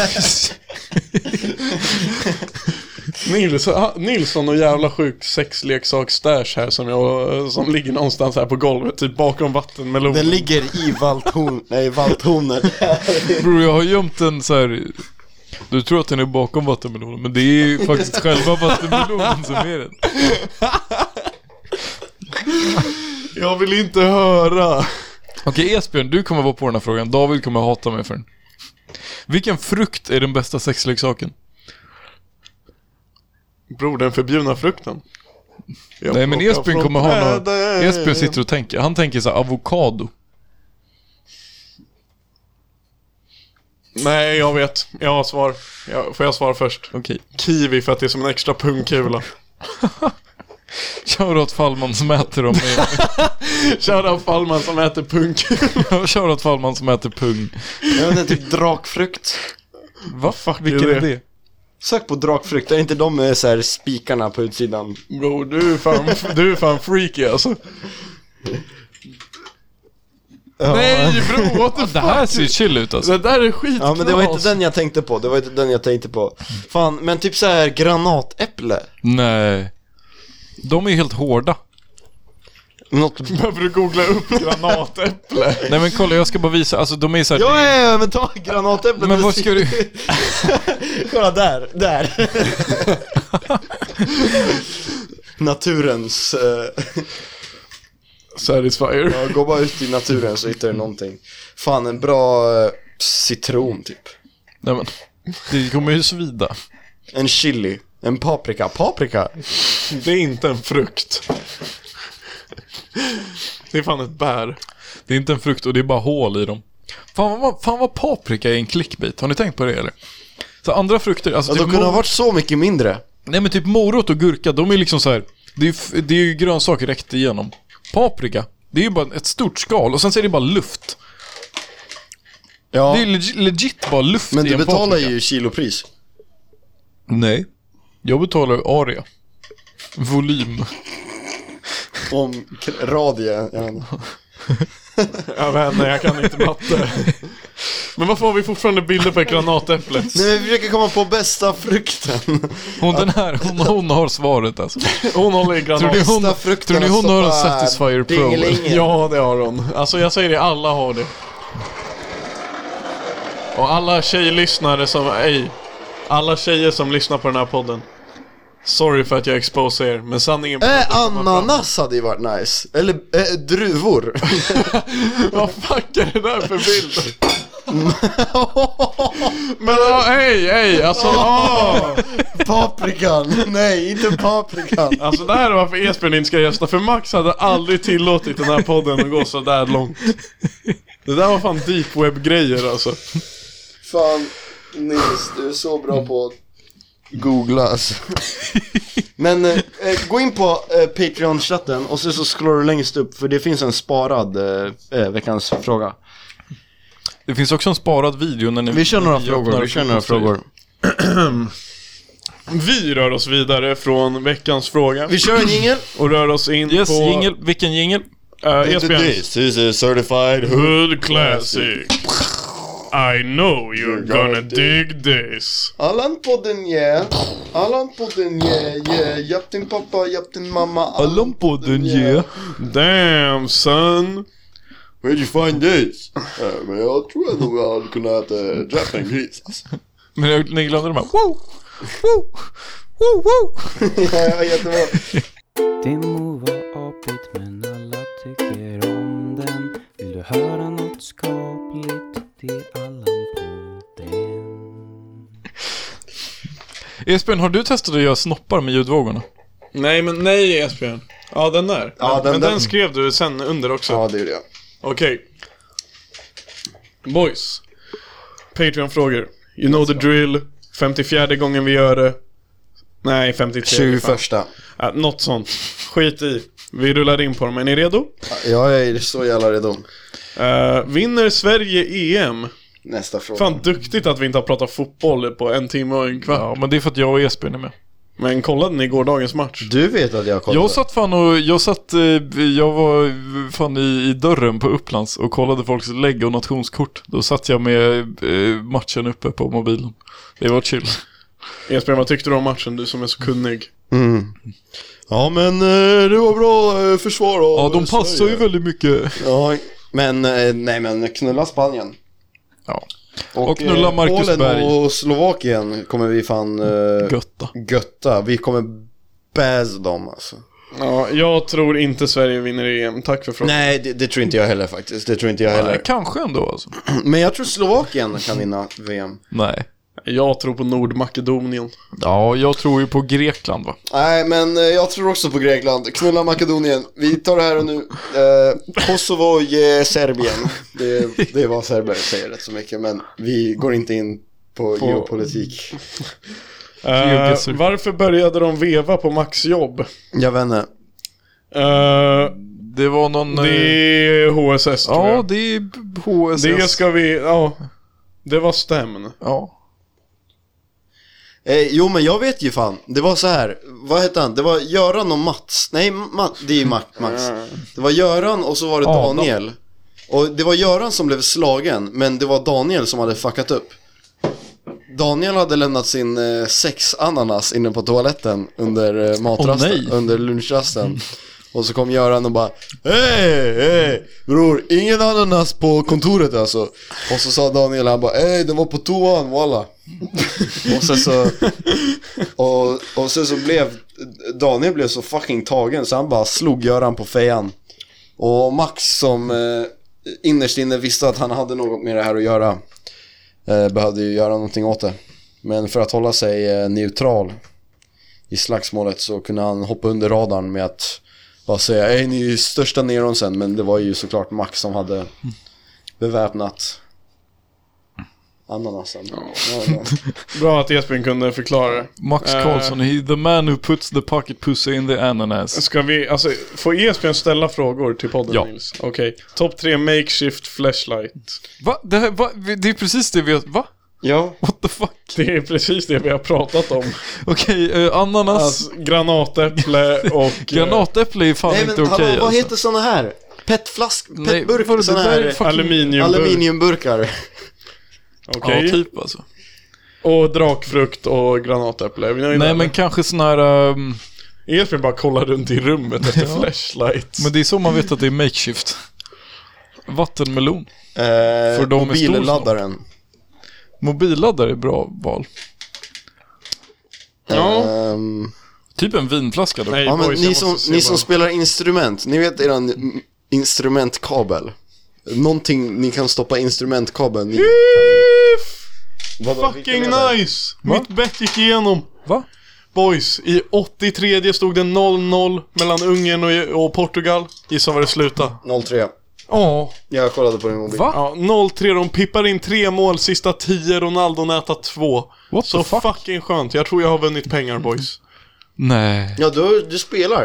C: Nils, ha- Nils har någon jävla sjuk sexleksaksstash här som, jag, som ligger någonstans här på golvet, typ bakom vattenmelonen.
A: Den ligger i Valthorn, nej Valthornet.
B: Bror, jag har gömt den så här... Du tror att den är bakom vattenmelonen, men det är ju faktiskt själva vattenmelonen som är den.
C: Jag vill inte höra!
B: Okej, Esbjörn, du kommer vara på den här frågan. David kommer hata mig för den. Vilken frukt är den bästa sexleksaken?
C: Bror, den förbjudna frukten. Jag
B: Nej, men
C: plockar
B: Esbjörn
C: från
B: kommer ha något...
C: träden.
B: Esbjörn sitter och tänker. Han tänker så här, avokado.
C: Nej, jag vet. Jag har svar. Jag, får jag svara först?
B: Okej.
C: Kiwi för att det är som en extra pungkula.
B: Shoutout Fallman som äter dem.
C: Shoutout Fallman som äter pungkula.
B: Shoutout Fallman som äter pung.
A: Jag vet inte, typ drakfrukt.
B: Va? Fuck Vilken
C: är
B: är
C: det?
B: det?
A: Sök på drakfrukt, är inte de med så här spikarna på utsidan?
C: Bror, du är fan, du är fan freaky alltså. Nej bror, what the
B: Det
C: fuck?
B: här ser chill ut alltså.
C: Det där är skit.
A: Ja men det var inte den jag tänkte på, det var inte den jag tänkte på. Fan, men typ så här granatäpple.
B: Nej. De är ju helt hårda.
A: Något...
C: Behöver du googla upp granatäpple?
B: Nej men kolla, jag ska bara visa. Alltså de är så här...
A: Ja, ja, ja, men ta granatäpple.
B: Men vad ska du...
A: Kolla där, där. Naturens, eh,
C: Satisfyer.
A: ja, gå bara ut i naturen så hittar du någonting. Fan en bra eh, citron typ.
B: Nej men. Det kommer ju svida.
A: En chili, en paprika, paprika.
C: Det är inte en frukt. Det är fan ett bär.
B: Det är inte en frukt och det är bara hål i dem. Fan vad, fan vad paprika är en clickbait. Har ni tänkt på det eller? Så andra frukter, alltså
A: Ja, de kunde ha varit så mycket mindre.
B: Nej men typ morot och gurka, de är liksom så här. Det är, ju f- det är ju grönsaker rätt igenom. Paprika, det är ju bara ett stort skal och sen så är det bara luft.
A: Ja,
B: Det är legit, legit bara luft
A: men
B: i
A: du
B: en
A: betalar
B: paprika.
A: ju kilopris.
B: Nej. Jag betalar area. Volym.
A: Om k- radie, jag vet inte.
C: Jag vet inte, jag kan inte matte. Men varför har vi fortfarande bilder på granatäpplet?
A: Nej men vi försöker komma på bästa frukten.
B: Hon den här, hon, hon har svaret alltså.
C: Hon håller i
B: Tror
C: granat.
B: ni hon,
A: Bästa frukten
B: tror ni
A: att
B: hon har en
A: stoppa
B: Satisfyer Pro?
A: dingeling.
B: eller?
C: Ja, det har hon. Alltså jag säger det, alla har det. Och alla tjejlyssnare som, ej. Alla tjejer som lyssnar på den här podden. Sorry för att jag exposar er, men sanningen behöver
A: Äh,
C: komma fram.
A: ananas hade ju varit nice. Eller eh, druvor.
C: Vad fuck är det där för bild? Men ja, hej, hej, alltså åh!
A: Paprikan! Nej, inte paprikan!
C: Alltså det här är varför Esbjörn inte ska gästa, för Max hade aldrig tillåtit den här podden att gå så där långt. Det där var fan deep web-grejer alltså.
A: Fan, Nils, du är så bra på att googla alltså. Men eh, eh, gå in på eh, Patreon-chatten och så, så scrollar du längst upp för det finns en sparad eh, eh, veckans fråga.
B: Det finns också en sparad video när ni...
A: Vi kör
B: när
A: några
B: ni
A: frågor,
B: öppnar
A: vi kör några frågor.
C: Vi rör oss vidare från veckans fråga
A: Vi kör en jingel.
C: och rör oss in
B: Yes,
C: på
B: jingel. Vilken jingel?
C: eh, Esbjörns
A: is a certified
C: Hood Classic. I know you're gonna dig this.
A: Allan podden yeah, Allan podden yeah, yeah, japp din pappa, japp din mamma. Allan podden yeah.
C: Damn son.
A: Where'd you find this? Eh, men jag tror att jag hade kunnat äta en gris alltså.
B: Men jag, ni glömde de här. Wow! Wow! Wow! Wow!
A: Ja, jättebra.
H: Din mor var apigt men alla tycker om den Vill du höra något skapligt? Det är Allan på den
B: Esbjörn, har du testat att göra snoppar med ljudvågorna?
C: Nej men nej Esbjörn. Ja den där.
A: Ja,
C: men
A: den-
C: men den,
A: den.
C: skrev du sen under också.
A: Ja, det gjorde jag.
C: Okej. Boys. Patreon-frågor. You know the drill. 54 gången vi gör det. Nej, 53. fan.
A: 21.
C: Ja, något sånt. Skit i. Vi rullar in på dem. Är ni redo?
A: Jag är så jävla redo.
C: Eh, vinner Sverige EM?
A: Nästa fråga.
C: Fan duktigt att vi inte har pratat fotboll på en timme och en kvart.
B: Ja, men det är för att jag och Esbjörn är med.
C: Men kollade ni gårdagens match?
A: Du vet att jag kollar.
B: Jag satt fan och, jag satt, eh, jag var fan i, i dörren på Upplands och kollade folks lägg och nationskort. Då satt jag med eh, matchen uppe på mobilen. Det var chill.
C: Esbjörn, vad tyckte du om matchen? Du som är så kunnig.
A: Mm. Ja, men eh, det var bra eh, försvar av
B: Ja, de
A: Sverige.
B: passar ju väldigt mycket.
A: Ja, men eh, nej, men knulla Spanien.
B: Ja. Och knulla
A: eh,
B: Marcus
A: Polen
B: Berg.
A: och Slovakien kommer vi fan eh,
B: Götta.
A: götta. Vi kommer bäs dem alltså.
C: Ja, jag tror inte Sverige vinner EM. Tack för frågan.
A: Nej, det, det tror inte jag heller faktiskt. Det tror inte jag
B: Nej,
A: heller.
B: kanske ändå alltså.
A: Men jag tror Slovakien kan vinna VM.
B: Nej.
C: Jag tror på Nordmakedonien.
B: Ja, jag tror ju på Grekland va.
A: Nej, men eh, jag tror också på Grekland. Knulla Makedonien. Vi tar det här och nu. Eh, Kosovo, eh, Serbien. Det, det är vad serber säger rätt så mycket, men vi går inte in på, geopolitik.
C: Eh,
B: Geogesser.
C: varför började de veva på Max jobb?
A: Jag vet inte.
C: Eh,
B: Det var någon...
C: det
B: eh,
C: är HSS tror
B: Ja,
C: jag.
B: det är HSS.
C: Det ska vi, ja. Det var stämn.
B: Ja.
A: Eh, jo, men jag vet ju fan. Det var så här. Vad hette han? Det var Göran och Mats. Nej, Ma- det är ju Max. Max. Det var Göran och så var det
B: Adam.
A: Daniel. Och det var Göran som blev slagen, men det var Daniel som hade fuckat upp. Daniel hade lämnat sin eh, sex-ananas inne på toaletten under eh, matrasten,
B: Åh, nej.
A: under lunchrasten. Och så kom Göran och bara Hej, hej, bror, ingen ananas på kontoret alltså. Och så sa Daniel, han bara Hej, den var på toan, walla. och sen så och, och sen så blev Daniel blev så fucking tagen så han bara slog Göran på fejan. Och Max som eh, innerst inne visste att han hade något med det här att göra eh, behövde ju göra någonting åt det. Men för att hålla sig eh, neutral i slagsmålet så kunde han hoppa under radarn med att bara säga Ej, ni är ju största neron sen men det var ju såklart Max som hade beväpnat ananasen. Ja, ja.
C: Bra att Esbjörn kunde förklara det.
B: Max
C: Eh.
B: Karlsson, he, the man who puts the pocket pussy in the ananas.
C: Ska vi, alltså, får Esbjörn ställa frågor till podden
B: Ja.
C: Nils? Okej. Topp tre makeshift flashlight.
B: Va? Det, här, va? det är precis det vi har... Va?
A: ja.
B: What the fuck?
C: Det är precis det vi har pratat om.
B: Okej, eh, ananas,
C: Alltså, granatäpple och...
B: granatäpple är fan
A: Nej men
B: inte okej
A: hallå, vad
B: alltså.
A: heter såna här? Petflask,
B: Nej,
A: petburk,
B: vadå, det
A: såna
B: där
A: här
B: är
C: eh,
B: fucking-
C: Aluminiumburk.
A: aluminiumburkar.
C: Okej.
B: Ja, typ alltså.
C: Och drakfrukt och granatäpple. Vi nöjda,
B: Nej
C: eller?
B: men kanske sån här... ehm,
C: Esbjörn bara kollar runt i rummet efter flashlights.
B: men det är så man vet att det är makeshift. Vattenmelon.
A: För
B: de är
A: Eh, Mobilladdaren.
B: Mobilladdare är bra val.
C: Ja.
A: Ehm,
B: Typ en vinflaska dock.
C: Nej,
A: ja men
C: boys, jag
A: ni
C: måste
A: som,
C: se
A: ni
C: bara.
A: som spelar instrument, ni vet eran mm, instrumentkabel? Någonting ni kan stoppa instrumentkabeln i. Vadå, vilken
C: Fucking
A: är det?
C: nice! Mitt bett gick igenom.
B: Va?
C: Boys, i 83 stod det 0-0 mellan Ungern och, och Portugal. Gissa vad det slutade?
A: 03.
C: Ja.
A: Jag kollade på din mobil.
B: Va?
C: Ja, 0-3. De pippar in tre mål sista tio. Ronaldo nätar två.
B: What
C: Så
B: the fuck?
C: fucking skönt. Jag tror jag har vunnit pengar boys.
B: Nej.
A: Ja, du, du spelar.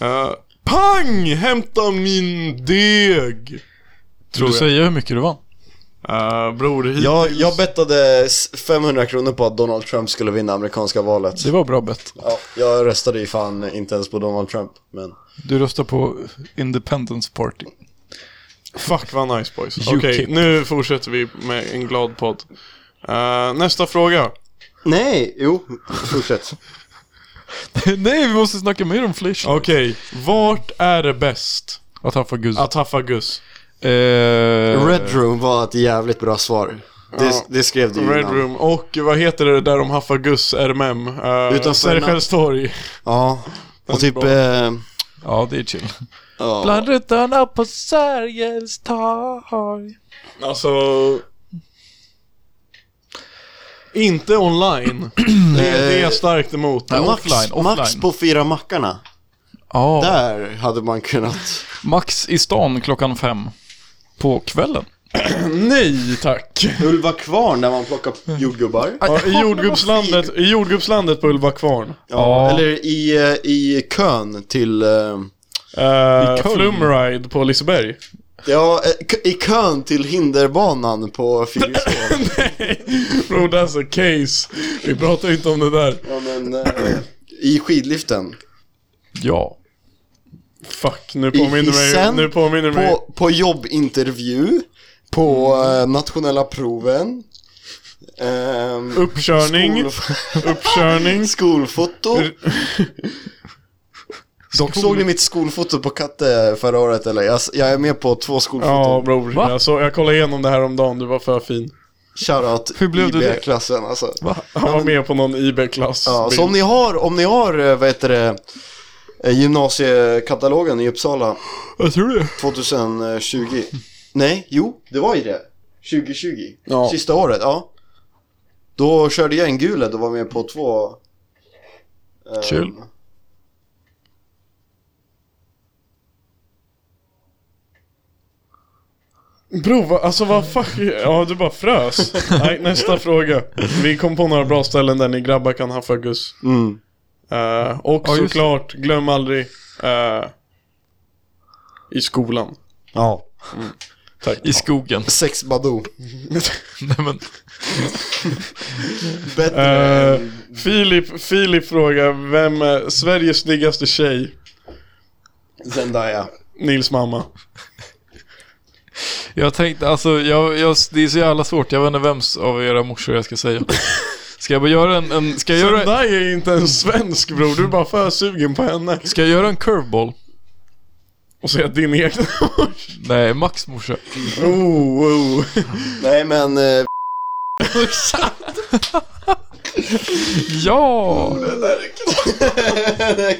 C: Eh, pang! Hämta min deg!
B: Tror du säga hur mycket du vann?
C: Uh, bror, hit...
A: Jag, jag bettade s- 500 kronor på att Donald Trump skulle vinna amerikanska valet.
B: Det var bra bett.
A: Ja, jag röstade ju fan inte ens på Donald Trump, men...
B: Du röstar på Independence Party.
C: Fuck vad nice boys.
B: You
C: Okej,
B: keep-
C: nu fortsätter vi med en glad podd. Eh, nästa fråga.
A: Nej, jo, fortsätt.
B: Nej, vi måste snacka mer om Flish.
C: Okej, vart är det bäst
B: Att haffa Gus.
C: att haffa Gus?
B: Eh,
A: Red Room var ett jävligt bra svar. Det,
C: Ja.
A: det skrev du ju
C: Red
A: innan.
C: Room och vad heter det där de haffar Gus RMM? Uh,
A: Utanför
C: Sergels torg.
A: Ja, och typ...
C: bra.
A: Eh,
B: Ja, det är chill.
A: ja.
B: Bland rutorna på Sergels torg.
C: Alltså... Inte online. det, det är jag starkt emot.
B: Ja,
A: Max,
B: offline,
A: Max
B: offline.
A: på Fyra Mackarna.
B: Ja,
A: Där hade man kunnat...
B: Max i stan klockan fem. På kvällen.
C: Nej tack!
A: Ulva Kvarn där man plockar jordgubbar.
C: Ja, I jordgubbslandet, i jordgubbslandet på Ulvakvarn.
A: Ja.
B: Ja.
A: Eller i, eh, i kön till... eh,
C: Uh,
B: Köln.
C: Flumride på Liseberg.
A: Ja, eh, k- i kön till hinderbanan på Fyrisån.
C: Bro, that's a case. Vi pratar inte om det där.
A: ja, men, eh, I skidliften.
B: Ja.
C: Fuck, nu påminner mig.
A: hissen,
C: Nu påminner mig.
A: På, på jobbintervju. På eh, nationella proven. ehm,
C: Uppkörning.
A: skol-
C: Uppkörning.
A: Skolfoto.
B: Skol...
A: Såg ni mitt skolfoto på Katte förra året eller? Jag, s- jag är med på två
C: Ja
A: skolfoton.
C: bror,
B: Va?
C: jag, så, jag kollade igenom det här om dagen. du var för fin.
A: Shoutout
B: Hur blev du det?
A: IB-klassen alltså.
C: Han var med på någon IB-klass.
A: Ja, så om ni har, om ni har, eh, vad heter det, eh, gymnasiekatalogen i Uppsala
C: Jag tror det.
A: 2020. Nej, jo, det var ju det. 2020.
C: Ja.
A: Sista året, ja. Då körde jag en gulet och var med på två... ehm,
B: Chill.
C: Bro, va, alltså vad fuck, ja du bara frös. Nej, nästa fråga. Vi kom på några bra ställen där ni grabbar kan haffa Gus.
A: Mm.
C: Eh, och
B: Ja, just det.
C: såklart, glöm aldrig eh, i skolan.
A: Ja.
C: Tack.
B: I skogen.
A: Sex Badoo.
B: Nej men.
A: Bättre.
C: Eh, Filip, Filip frågar, vem är Sveriges snyggaste tjej?
A: Zendaya.
C: Nils mamma.
B: Jag tänkte, alltså, jag, jag, det är så jävla svårt. Jag vet inte vems av era morsor jag ska säga. Ska jag bara göra en, en ska jag göra,
C: Zendaya är inte ens svensk bror, du är bara för sugen på henne.
B: ska jag göra en curveball?
C: Och säga din egna
B: Nej, Max morsa.
C: oh, oh.
A: Nej men, eh,
B: Ja!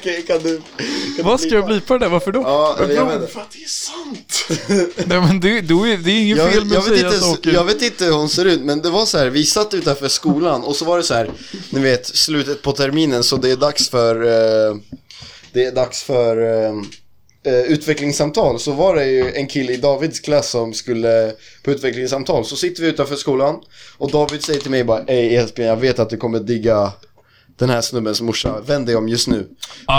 A: kan- kan du... Kan
B: Vad
A: du
B: ska jag bli på det där? Varför då?
A: Ja, eller jag vet inte.
C: För att det är sant!
B: Nej men det, då är, det är inget
A: Jag,
B: fel med
A: jag,
B: att
A: vet
B: säga
A: inte, ens-
B: saker.
A: jag vet inte hur hon ser ut, men det var så här, vi satt utanför skolan och så var det så här, ni vet, slutet på terminen så det är dags för, eh, det är dags för eh, eh, utvecklingssamtal. Så var det ju en kille i Davids klass som skulle på utvecklingssamtal. Så sitter vi utanför skolan och David säger till mig bara, ey Esbjörn, jag vet att du kommer digga den här snubbens morsa, vänd dig om just nu.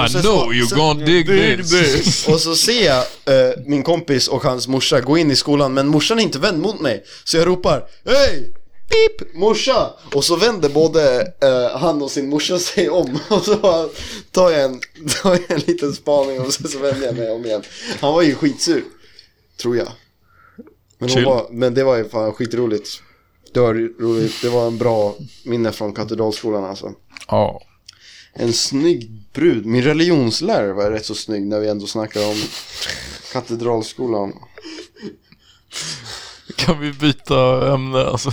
B: I
A: sen-
B: know Ah, you
A: sen-
B: gonna dig
C: Dig
B: this.
C: this!
A: Och så ser jag eh, min kompis och hans morsa gå in i skolan men morsan är inte vänd mot mig Så jag ropar Hej! Pip! Morsa! Och så vänder både eh, han och sin morsa sig om Och så bara tar jag en, tar jag en liten spaning och sen så vänder jag mig om igen Han var ju skitsur Tror jag Men, hon
B: Chill.
A: var, men det var ju fan skitroligt Det var roligt, det var en bra minne från Katedralskolan alltså
B: Ja.
A: en snygg brud. Min religionslärare var rätt så snygg när vi ändå snackar om katedralskolan.
B: Kan vi byta ämne alltså?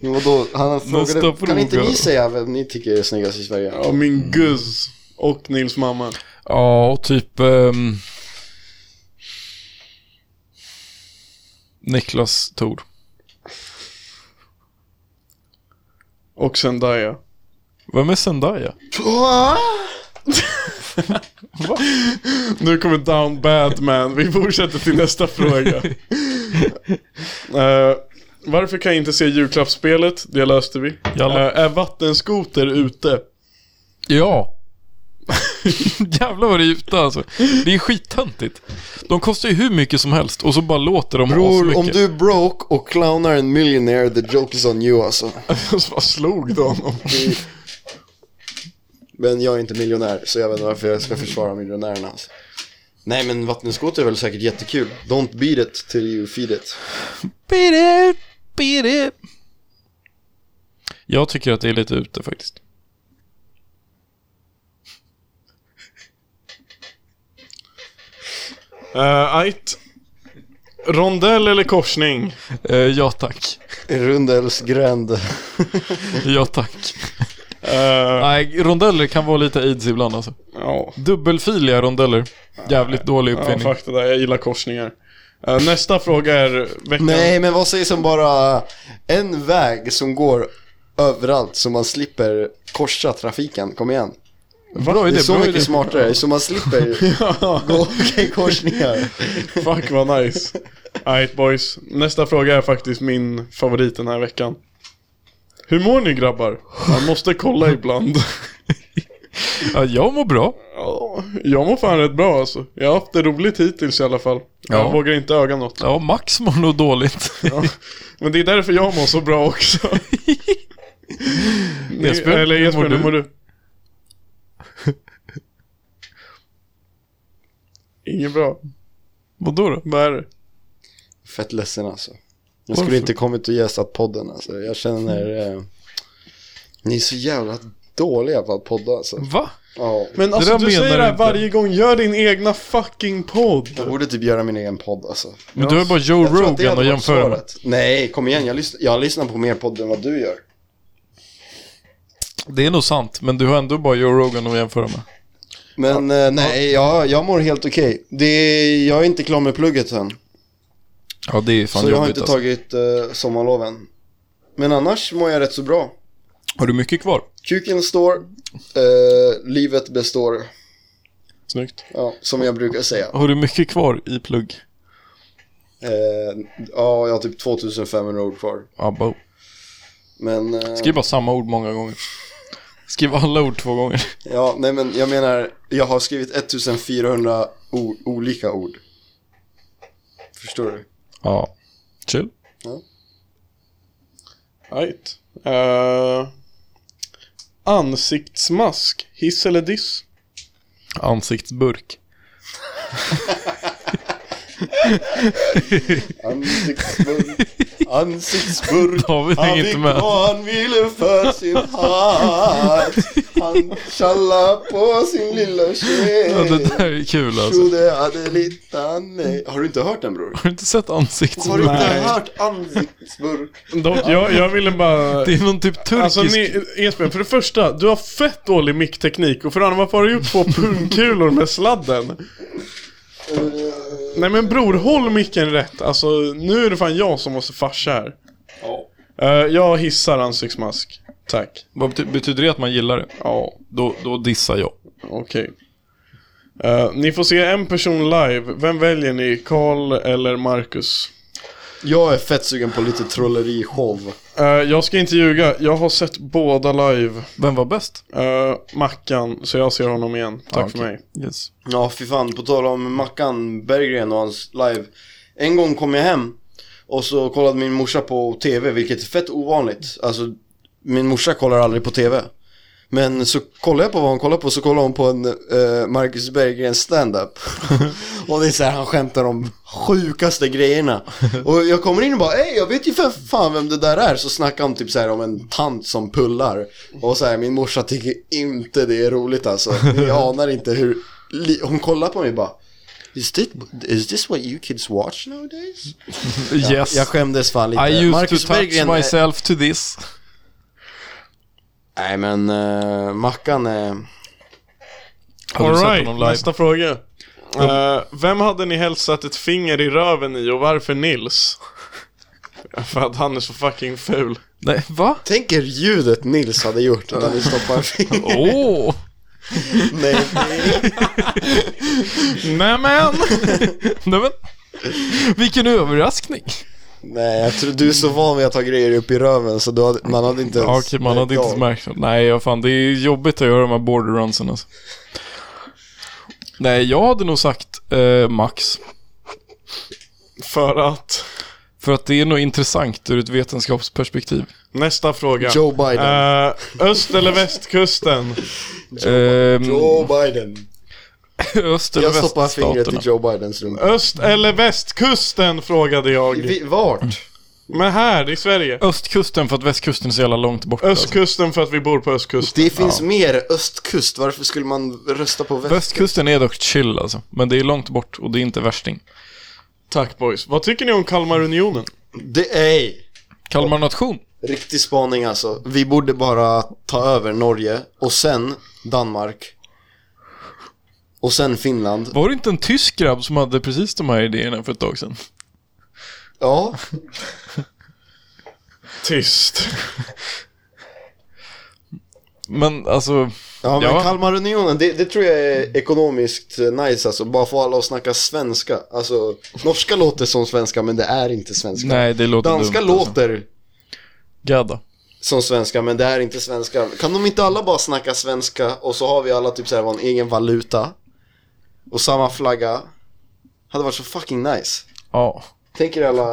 A: Jo, Vadå, han frågade,
B: Nästa
A: kan inte
B: fråga.
A: ni säga vem ni tycker är snyggast i Sverige?
C: Ja, min guzz. Och Nils mamma.
B: Ja, och typ... ehm, Niklas Tord.
C: Och Zendaya.
B: Vem är Zendaya?
C: Nu kommer down bad man. Vi fortsätter till nästa fråga. Eh, varför kan jag inte se julklappsspelet? Det löste vi.
B: Jalla.
C: Eh, är vattenskoter ute?
B: Ja. Jävlar vad det är ute alltså. Det är skittöntigt. De kostar ju hur mycket som helst och så bara låter de
A: Bror,
B: asmycket.
A: om du är broke och clownar en millionaire, the joke is on you alltså.
C: Vad slog du honom?
A: Men jag är inte miljonär, så jag vet inte varför jag ska försvara miljonärerna alltså. Nej men vattenskoter är väl säkert jättekul. Don't beat it till you feed it.
B: Beat it, beat it. Jag tycker att det är lite ute faktiskt.
C: Eh, Ait. Rondell eller korsning?
B: Eh, ja tack.
A: Rundelsgränd.
B: Ja tack.
C: Eh,
B: Nej, rondeller kan vara lite aids ibland alltså.
C: ja.
B: Dubbelfiliga rondeller. Jävligt dålig
C: Ja,
B: uppfinning.
C: fuck det där. Jag gillar korsningar. Eh, nästa fråga är veckans...
A: Nej men vad sägs om bara en väg som går överallt så man slipper korsa trafiken, kom igen.
B: bra
A: Det
B: idé,
A: är så
B: bra
A: mycket
B: idé.
A: smartare, så man slipper gå i korsningar.
C: Fuck vad nice. Alright boys, nästa fråga är faktiskt min favorit den här veckan. Hur mår ni grabbar? Man måste kolla ibland.
B: Ja, jag mår bra.
C: Ja, jag mår fan rätt bra alltså. Jag har haft det roligt hittills i alla fall.
B: Ja.
C: Jag vågar inte öga något.
B: Ja, Max mår nog dåligt.
C: Men det är därför jag mår så bra också. Ni-
B: Jesper,
C: eller
B: hur
C: Jesper,
B: mår
C: hur
B: du?
C: mår du? Inget bra.
B: Vadå då?
C: Vad är det?
A: Fett ledsen alltså. Jag
B: Varför?
A: skulle inte kommit och gästat podden alltså. Jag känner, eh, ni är så jävla dåliga på att podda alltså.
B: Va?
A: Ja.
C: Men alltså
B: där
C: du
B: menar
C: säger
B: du
C: det här
B: inte.
C: varje gång, gör din egna fucking podd!
A: Jag borde typ göra min egen podd alltså.
B: Men du är bara Joe
A: Jag tror att det
B: Rogan
A: hade
B: och
A: varit
B: jämför med.
A: svaret. Nej, kom igen. Jag, lyssn- jag lyssnar på mer podd än vad du gör.
B: Det är nog sant, men du har ändå bara Joe Rogan att jämföra med.
A: Men eh, nej, jag, jag mår helt okej. Det är- Jag är inte klar med plugget än.
B: Ja, det är fan
A: så jag har
B: jobbigt
A: inte
B: alltså.
A: tagit eh, sommarloven. Men annars mår jag rätt så bra.
B: Har du mycket kvar?
A: Kuken står, eh, livet består.
B: Snyggt.
A: Ja, som jag brukar säga.
B: Har du mycket kvar i plugg?
A: Eh, ja, jag har typ 2500 ord kvar.
B: Abba.
A: Men, eh,
B: Skriv bara samma ord många gånger. Skriv alla ord två gånger.
A: ja, nej men jag menar, jag har skrivit 1400 o- olika ord. Förstår du?
B: Ja. Chill.
C: Right. Eh, ansiktsmask, hiss eller diss?
B: Ansiktsburk.
A: Ansiktsburk, ansiktsburk.
B: David
A: Han
B: hänger
A: fick
B: inte med.
A: vad han ville för sin hatt. Han tjalla på sin lilla
B: Ja, det
A: tjej.
B: där är kul alltså.
A: Trodde Adelita nej. Har du inte hört den bror?
B: Har du inte sett
A: Har du
B: ansiktsburk?
A: inte
C: Nej.
A: hört ansiktsburk?
C: Dock, jag, jag ville bara...
B: Det är någon typ turkisk...
C: Alltså ni, Esbjörn, för det första, du har fett dålig mickteknik och för det andra, varför har du gjort två pungkulor med sladden? Nej men bror, håll micken rätt. Alltså, nu är det fan jag som måste farsa här. Eh, jag hissar ansiktsmask. Tack.
B: Vad bety- betyder det att man gillar det?
C: Ja,
B: Då, då dissar jag.
C: okej. Eh, ni får se en person live. Vem väljer ni? Karl eller Marcus?
A: Jag är fett sugen på lite trollerishow.
C: Eh, jag ska inte ljuga, jag har sett båda live.
B: Vem var bäst?
C: Eh, Mackan, så jag ser honom igen. Tack
B: Ah,
C: för
B: okej.
C: mig.
B: Yes.
A: Ja, fy fan. På tal om Mackan Berggren och hans live. En gång kom jag hem och så kollade min morsa på TV, vilket är fett ovanligt. Alltså, min morsa kollar aldrig på TV. Men så kollade jag på vad hon kollade på, så kollade hon på en eh, Marcus Berggrens stand-up. och det är så här, han skämtar om sjukaste grejerna. Och jag kommer in och bara, ey jag vet ju för fan vem det där är. Så snackar han typ så här om en tant som pullar. Och så här, min morsa tycker inte det är roligt alltså. Ni anar inte hur, li- hon kollar på mig bara. Is this, is this what you kids watch nowadays?
B: Yes.
A: Jag skämdes fan lite.
B: I used
A: Marcus
B: to touch
A: Berggren är-
B: myself to this.
A: Nej men eh, Mackan är...
B: Har du sett
C: Alright,
B: honom live?
C: nästa fråga. Eh, vem hade ni helst satt ett finger i röven i och varför Nils? För att han är så fucking ful.
B: Nej, va?
A: Tänk er ljudet Nils hade gjort när vi stoppar fingret.
B: Åh! Oh.
A: Nej,
B: Nämen! Nämen! Vilken överraskning!
A: nej, jag tror du är så van vid att ha grejer upp i röven så du hade, man hade inte
B: Ja,
A: ens
B: Okej, man hade
A: märkt
B: inte
A: av.
B: märkt något. Nej, ja, fan, det är jobbigt att göra de här border runsen alltså. Nej, jag hade nog sagt eh, Max.
C: För att...
B: För att det är nog intressant ur ett vetenskapsperspektiv.
C: Nästa fråga.
A: Joe Biden.
C: Eh, öst eller västkusten?
B: Ehm,
A: Joe Biden.
B: öst eller
A: Jag stoppar fingret i
B: väststaterna.
A: Joe Bidens rumpa.
C: Öst eller västkusten frågade jag.
A: Vi, vart?
C: Men här i Sverige.
B: Östkusten för att västkusten är så jävla långt borta. Alltså.
C: Östkusten för att vi bor på östkusten.
A: Det finns mer östkust, varför skulle man rösta på väst?
B: Västkusten är dock chill alltså. Men det är långt bort och det är inte värsting.
C: Tack boys. Vad tycker ni om Kalmarunionen?
A: Det är
B: Kalmar nation.
A: riktig spaning alltså. Vi borde bara ta över Norge och sen Danmark. Och sen Finland.
B: Var det inte en tysk grabb som hade precis de här idéerna för ett tag sedan?
A: Ja,
C: Tyst.
B: Men alltså,
A: ja men
B: Ja.
A: Kalmarunionen, det, det tror jag är ekonomiskt eh, nice alltså. Bara få alla att snacka svenska. Alltså, norska låter som svenska men det är inte svenska.
B: nej det låter
A: Danska
B: dumt, Alltså.
A: låter
B: Gadda.
A: som svenska men det är inte svenska. Kan de inte alla bara snacka svenska och så har vi alla typ såhär vår egen valuta och samma flagga. Hade varit så fucking nice.
B: Ja.
A: Tänk er alla,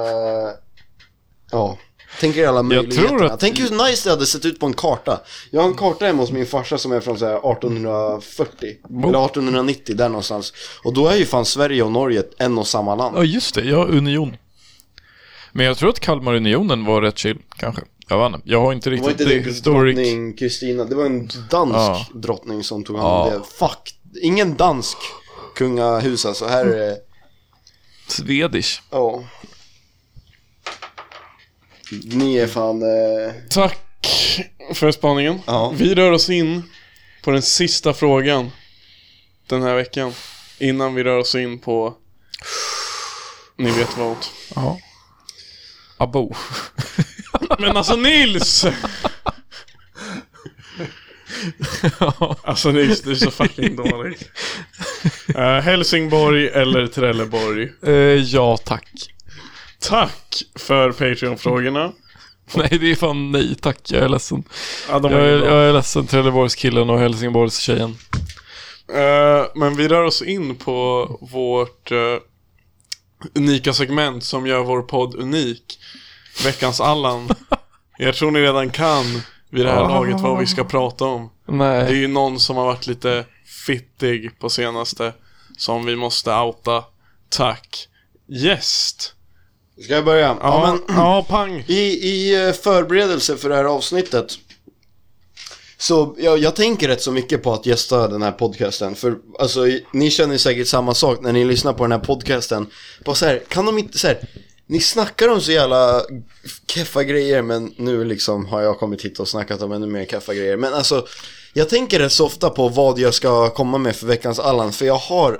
A: ja, tänk er alla möjligheterna.
B: tror att-
A: Tänk hur nice det hade sett ut på en karta. Jag har en karta hemma hos min farsa som är från såhär 1840, eller 1890 där någonstans. Och då är ju fan Sverige och Norge en och samma land.
B: Ja, just det. Ja, Union. Men jag tror att Kalmarunionen var rätt chill, kanske. Jag vet inte. Jag har inte
A: Det var
B: riktigt
A: inte det
B: historic...
A: drottning Kristina, det var en dansk
B: Ja.
A: drottning som tog hand om det. Fuck, ingen dansk kungahus alltså. Här är det,
B: Swedish.
A: ja. Ni är fan, eh,
C: Tack för spaningen.
A: Ja.
C: Vi rör oss in på den sista frågan den här veckan. Innan vi rör oss in på... Ni vet vad.
B: Ja. Abo.
C: Men alltså Nils! alltså Nils, du är så fucking dålig. Eh, Helsingborg eller Trelleborg?
B: Eh, ja, tack.
C: Tack för Patreon-frågorna.
B: Nej, det är fan nej tack. Jag är ledsen.
C: Ja, de var
B: Jag
C: ju
B: är,
C: bra.
B: jag är ledsen Trelleborgskillen och Helsingborgstjejen.
C: Eh, men vi rör oss in på vårt eh, unika segment som gör vår podd unik. Veckans Allan. Jag tror ni redan kan vid det här laget vad vi ska prata om. Det är
B: Nej.
C: ju någon som har varit lite fittig på senaste som vi måste outa. Tack. Gäst.
A: ska jag börja?
C: Ja,
A: Ja, men,
C: ja pang.
A: i, I eh, förberedelse för det här avsnittet så jag, jag tänker rätt så mycket på att gästa den här podcasten För alltså, i- ni känner ju säkert samma sak när ni lyssnar på den här podcasten Bara så här, kan de inte så här Ni snackar om så jävla keffa grejer men nu liksom har jag kommit hit och snackat om ännu mer keffa grejer Men alltså, jag tänker rätt så ofta på vad jag ska komma med för veckans Allan För jag har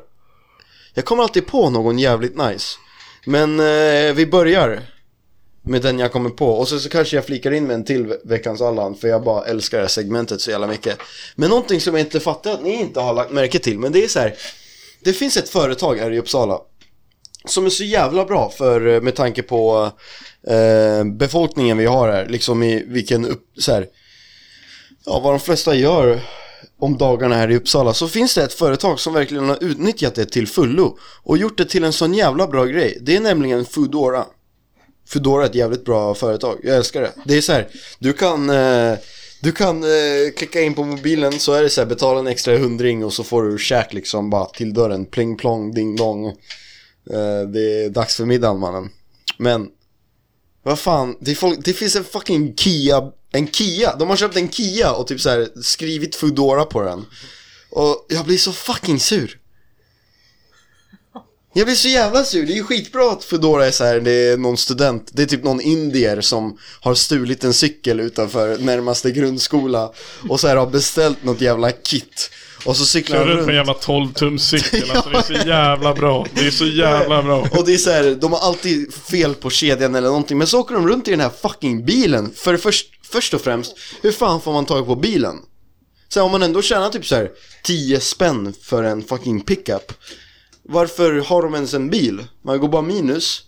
A: Jag kommer alltid på någon jävligt nice Men eh, vi börjar med den jag kommer på och så, så kanske jag flikar in med en till ve- veckans Allan för jag bara älskar det här segmentet så jävla mycket. Men någonting som jag inte fattar att ni inte har lagt märke till men det är så här. Det finns ett företag här i Uppsala som är så jävla bra för eh, med tanke på eh, befolkningen vi har här liksom i vilken upp, så här, ja vad de flesta gör om dagarna här i Uppsala så finns det ett företag som verkligen har utnyttjat det till fullo och gjort det till en sån jävla bra grej. Det är nämligen Foodora. Foodora är ett jävligt bra företag, jag älskar det. Det är så här, du kan, eh, du kan eh, klicka in på mobilen så är det så här, betala en extra hundring och så får du käk liksom bara till dörren, pling plong, ding dong. Eh, det är dags för middagen mannen. Men, vad fan, det, är folk, det finns en fucking Kia, en Kia, de har köpt en Kia och typ så här skrivit Foodora på den. Och jag blir så fucking sur. Jag blir så jävla sur, det är ju skitbra att Foodora är så här, det är någon student, det är typ någon indier som har stulit en cykel utanför närmaste grundskola och så här har beställt något jävla kit Och så cyklar
C: Kör
A: han
C: runt med en
A: runt.
C: jävla 12-tumscykel. Alltså det är så jävla bra. Det är så jävla bra.
A: Och det är så här, de har alltid fel på kedjan eller någonting. Men så åker de runt i den här fucking bilen. För först, först och främst, hur fan får man tag på bilen? Så här, om man ändå tjänar typ så här 10 spänn för en fucking pickup. Varför har de ens en bil? Man går bara minus.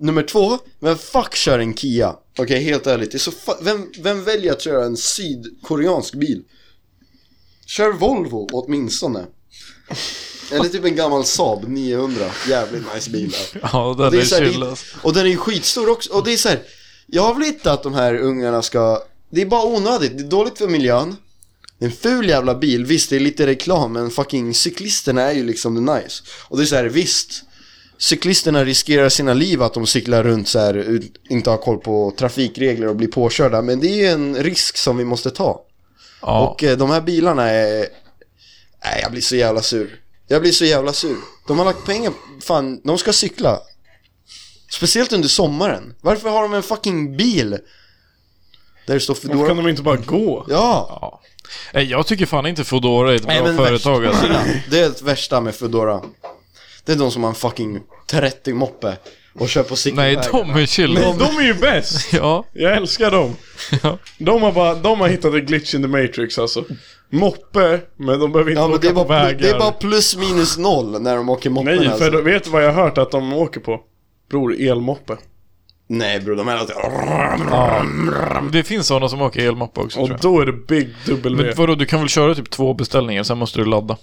A: Nummer två, vem fuck kör en Kia? Okej, helt ärligt. Det är så fa- vem, vem väljer att köra en sydkoreansk bil? Kör Volvo åtminstone. Eller typ en gammal Saab 900. Jävligt nice bil alltså. där. Och
B: Ja, den
A: det
B: är
A: är så här,
B: chill
A: det,
B: alltså.
A: och den är ju skitstor också. Och det är så här, jag har väl inte att de här ungarna ska, det är bara onödigt, det är dåligt för miljön. Det är en ful jävla bil, visst det är lite reklam men fucking cyklisterna är ju liksom det nice. Och det är så här, visst. Cyklisterna riskerar sina liv att de cyklar runt så här, ut- inte har koll på trafikregler och blir påkörda. Men det är ju en risk som vi måste ta.
B: Ja.
A: Och eh, de här bilarna är... Nej, jag blir så jävla sur. Jag blir så jävla sur. De har lagt pengar... Fan, de ska cykla. Speciellt under sommaren. Varför har de en fucking bil? Där det står
C: Varför
A: Foodora...
C: kan de inte bara gå?
A: Ja!
B: Ja. Nej, jag tycker fan inte Foodora är ett
A: Nej,
B: bra
A: men
B: företag
A: värst-
B: alltså.
A: Det är det värsta med Foodora. Det är de som har en fucking 30 moppe och kör på
B: Nej,
A: cykelvägar.
B: de är chill.
C: De är ju bäst!
B: Ja,
C: Jag älskar dem.
B: Ja.
C: De har, bara, de har hittat en glitch in the matrix alltså. Moppe, men de behöver inte
A: Ja, men det
C: åka
A: är,
C: på
A: bara,
C: vägar.
A: det är bara plus minus noll när de åker moppen
C: Nej, för
A: alltså.
C: då- vet du vad jag har hört att de åker på? Bror, elmoppe.
A: Nej bror, de är alltså- alltid...
B: det finns sådana som åker elmoppe också tror
C: Och
B: jag.
C: då är det big W.
B: Men vadå, du kan väl köra typ två beställningar, sen måste du ladda.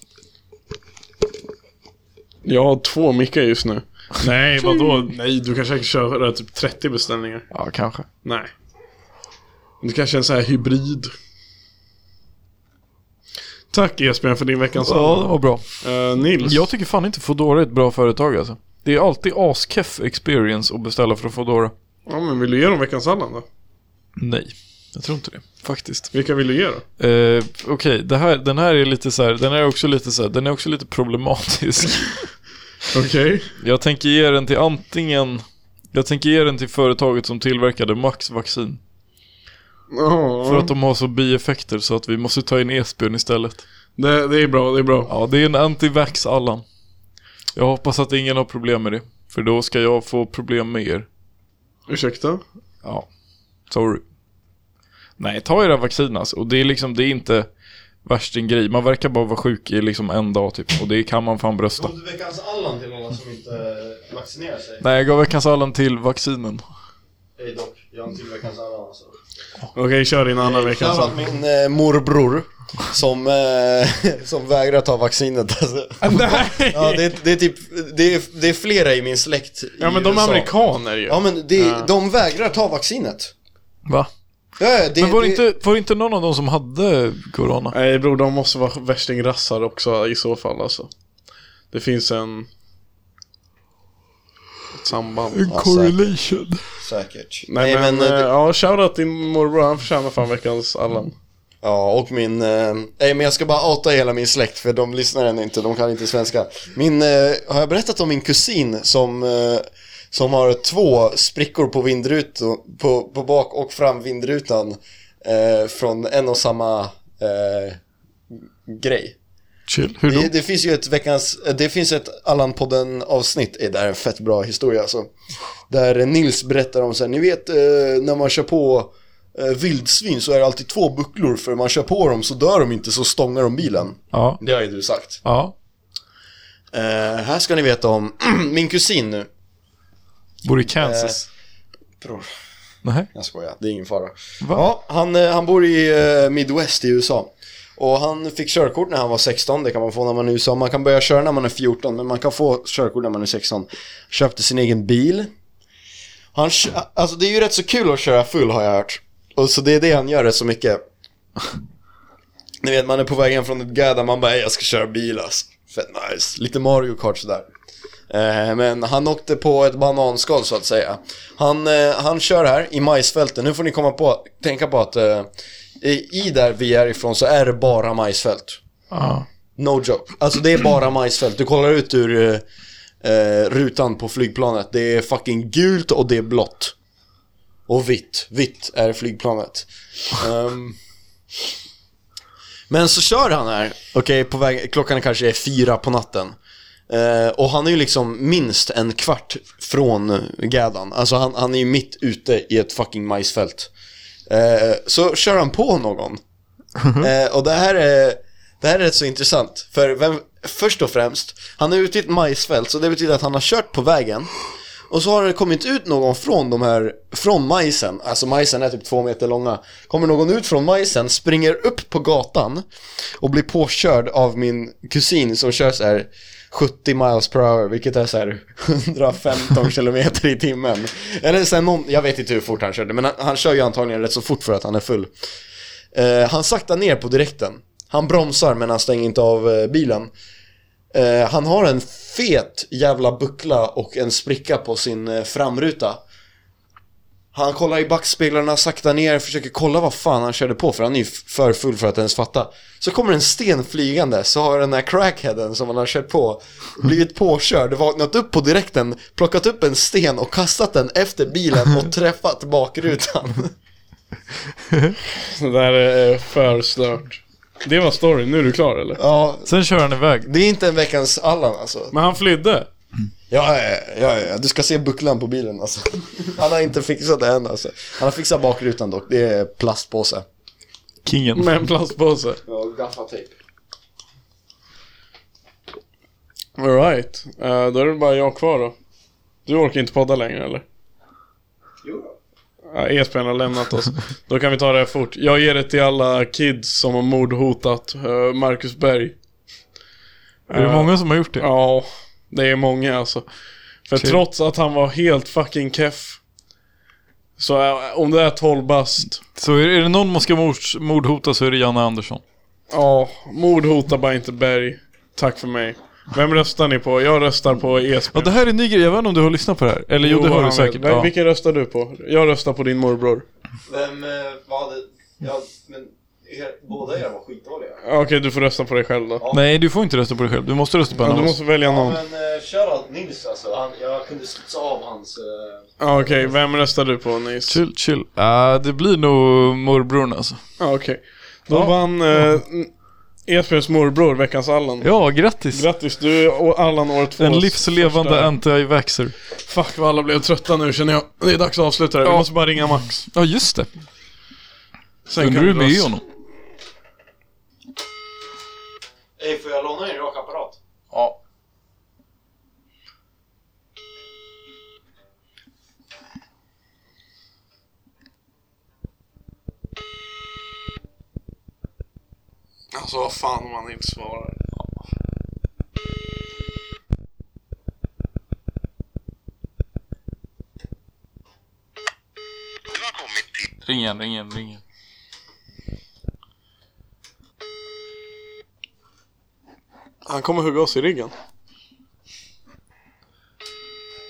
C: Jag har två mickar just nu. Nej, vadå? Nej, du kan säkert köra typ 30 beställningar.
B: Ja, kanske.
C: Nej. Det kanske är en sån här hybrid. Tack Esbjörn för din veckans
B: Ja, det var bra.
C: Eh, Nils.
B: Jag tycker fan inte Foodora är ett bra företag alltså. Det är alltid askeff experience att beställa från Foodora.
C: Ja, men vill du ge dem veckans sallad då?
B: Nej, jag tror inte det. Faktiskt.
C: Vilka vill du ge då?
B: Eh, Okej, det här, den här är lite så här, den här är också lite så här, den är också lite problematisk.
C: Okej.
B: Jag tänker ge den till antingen, jag tänker ge den till företaget som tillverkade Max vaccin.
C: Ja,
B: För att de har så bieffekter så att vi måste ta in Esbjörn istället.
C: det, det är bra, det är bra.
B: Ja, det är en anti-vax Allan. Jag hoppas att ingen har problem med det. För då ska jag få problem med er.
C: Ursäkta?
B: Ja, sorry. Nej, ta era vaccin alltså. Och det är liksom, det är inte värst en grej. Man verkar bara vara sjuk i liksom en dag typ. Och det kan man fan brösta.
A: du veckans Allan till alla som inte eh, vaccinerar sig?
B: Nej, jag gav veckans Allan till vaccinen.
A: Hej dock, jag har en till veckans Allan alltså.
C: Okej, kör din andra veckans
A: Shoutout
C: sallad.
A: min eh, morbror som, eh, som vägrar ta vaccinet alltså.
C: Nej!
A: Ja, det, är- det är typ, det är, det är flera i min släkt i
C: Ja, men de är
A: USA.
C: amerikaner ju.
A: Ja men det, de vägrar ta vaccinet.
B: Va?
A: Ja, ja, det,
B: Men var det
A: det,
B: inte, var det inte någon av dem som hade corona?
C: Nej bror, de måste vara värstingrassar också i så fall alltså. Det finns en... Ett samband.
A: Ja,
B: Correlation.
A: Säkert.
C: Nej, men, eh,
A: eh, det-
C: ja, shoutout till morbror, han förtjänar fan veckans Allan.
A: ja och min, eh, nej men jag ska bara outa hela min släkt för de lyssnar ännu inte, de kan inte svenska. Min, eh, har jag berättat om min kusin som, eh, som har två sprickor på vindrutan, på, på bak och fram vindrutan eh, från en och samma eh, grej?
B: Chill. Hur då?
A: Det, det finns ju ett veckans, det finns ett Allan-podden avsnitt, Eh, det här är en fett bra historia alltså. Där Nils berättar om så här, ni vet eh, när man kör på eh, vildsvin så är det alltid två bucklor för man kör på dem så dör de inte så stångar de bilen.
B: Ja.
A: Det har ju du sagt.
B: Ja.
A: Eh, här ska ni veta om min kusin nu.
B: Bor i Kansas.
A: Eh, Bror,
B: Nej.
A: jag skojar, det är ingen fara.
B: Va?
A: Ja, han, eh, han bor i eh, Midwest i USA. Och han fick körkort när han var 16, det kan man få när man är i USA. Man kan börja köra när man är 14, men man kan få körkort när man är 16. Köpte sin egen bil. Han, kö- alltså det är ju rätt så kul att köra full har jag hört. Och så det är det han gör rätt så mycket. Ni vet, man är på väg hem från ett gädda, man bara "Ey, jag ska köra bil alltså. Fett nice. Lite Mario Kart sådär. Eh, men han åkte på ett bananskal så att säga. Han, eh, han kör här i majsfälten. Nu får ni komma på, tänka på att eh, i- i där vi är ifrån så är det bara majsfält.
B: Ja.
A: No joke. Alltså det är bara majsfält. Du kollar ut ur eh, eh, rutan på flygplanet. Det är fucking gult och det är blått. Och vitt. Vitt är flygplanet. Ehm, Men så kör han här, okej, på väg, klockan kanske är fyra på natten. Eh, och han är ju liksom minst en kvart från gädan. Alltså han, han är ju mitt ute i ett fucking majsfält. Eh, så kör han på någon. Eh, och det här är, det här är rätt så intressant. För vem, först och främst, han är ute i ett majsfält så det betyder att han har kört på vägen. Och så har det kommit ut någon från de här, från majsen, alltså majsen är typ två meter långa. Kommer någon ut från majsen, springer upp på gatan och blir påkörd av min kusin som kör så här 70 miles per hour, vilket är så här 115 kilometer i timmen. Eller så här någon, jag vet inte hur fort han körde, men han, han kör ju antagligen rätt så fort för att han är full. Eh, han saktar ner på direkten. Han bromsar men han stänger inte av eh, bilen. Eh, han har en fet jävla buckla och en spricka på sin eh, framruta. Han kollar i backspeglarna, saktar ner, försöker kolla vad fan han körde på för han är ju f- för full för att ens fatta. Så kommer en sten flygande, så har den här crackheaden som han har kört på blivit påkörd, vaknat upp på direkten, plockat upp en sten och kastat den efter bilen och träffat bakrutan.
C: Det där är eh, för stört. Det var storyn, nu är du klar eller?
A: ja,
B: Sen kör han iväg.
A: det är inte en veckans Allan alltså.
C: Men han flydde.
A: Ja, ja, ja, ja, du ska se bucklan på bilen alltså. Han har inte fixat det än alltså. Han har fixat bakrutan dock, det är plastpåse.
B: Kingen.
C: Med en plastpåse.
A: Ja, gaffatejp.
C: Alright. Uh, då är det bara jag kvar då. Du orkar inte podda längre eller? Jo uh, ESPN har lämnat oss. då kan vi ta det här fort. Jag ger det till alla kids som har mordhotat eh, Marcus Berg.
B: Är det
C: Eh,
B: många som har gjort det?
C: Ja, det är många alltså. För
B: Shit.
C: trots att han var helt fucking keff. Så eh, om det är 12 bast.
B: Så är, är det någon man ska mords- mordhota så är det Janne Andersson.
C: Ja, mord hotar bara inte Berg. Tack för mig. Vem röstar ni på? Jag röstar på E ESPN.
B: Ja, det här är en ny grej. Jag vet inte om du har lyssnat på det här. Eller jo, det har
C: han
B: du
C: vet.
B: säkert.
C: Vem-
B: Ja.
C: Vilken röstar du på? Jag röstar på din morbror.
A: Vem var det? Ja, men båda er var skitdåliga.
C: Ja, Okej, du får rösta på dig själv då.
B: Nej, du får inte rösta på dig själv. Du måste rösta på en
C: Men
B: av
C: du
B: oss.
C: måste välja någon.
A: Men uh, shoutout Nils alltså, han, jag kunde studsa av hans... eh,
C: Ja, Okej, vem röstar du på Nils?
B: Chill, chill. Ah, det blir nog morbrorn alltså.
C: Ja, Okej. Då vann eh, ESPNs morbror veckans Allan.
B: Ja, grattis.
C: Grattis, du och Allan år två.
B: en livslevande anti-vaxxer.
C: Fuck vad alla blev trötta nu känner jag. Det är dags att avsluta det. Vi
B: Ja.
C: måste bara ringa Max.
B: Ja, just det.
C: Sen
B: Undrar
C: kan
B: du är
C: vi
B: med i
C: dras.
B: honom?
A: Ey, får jag låna din rakapparat?
B: Ja.
C: Alltså vad fan om han inte svarar.
B: Ring igen, ring igen, ring igen.
C: Han kommer hugga oss i ryggen.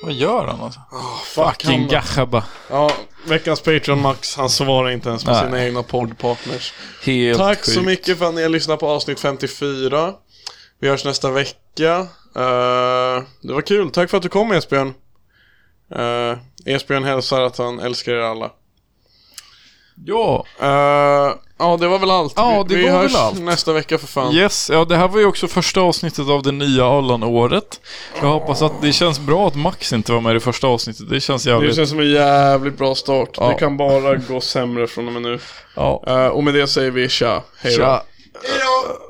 B: Vad gör han alltså?
C: han-
B: Fucking gachaba.
C: Ja, veckans Patreon Max, han svarar inte ens på
B: Nej.
C: sina egna poddpartners.
B: Helt
C: Tack
B: sjukt.
C: så mycket för att ni har lyssnat på avsnitt 54. Vi hörs nästa vecka. Eh, det var kul. Tack för att du kom Esbjörn. Uh, Esbjörn hälsar att han älskar er alla.
B: Ja.
C: Eh, ja, det var väl allt.
B: Ja,
C: Vi-
B: det
C: Vi
B: var väl
C: hörs
B: allt.
C: nästa vecka för fan.
B: Yes, ja det här var ju också första avsnittet av det nya Allan-året. Jag hoppas att det känns bra att Max inte var med i det första avsnittet. Det känns jävligt...
C: Det känns som en jävligt bra start.
B: Ja.
C: Det kan bara gå sämre från och med nu.
B: Ja.
C: Eh, och med det säger vi tja. Hej då.
B: Tja.
A: Hejdå!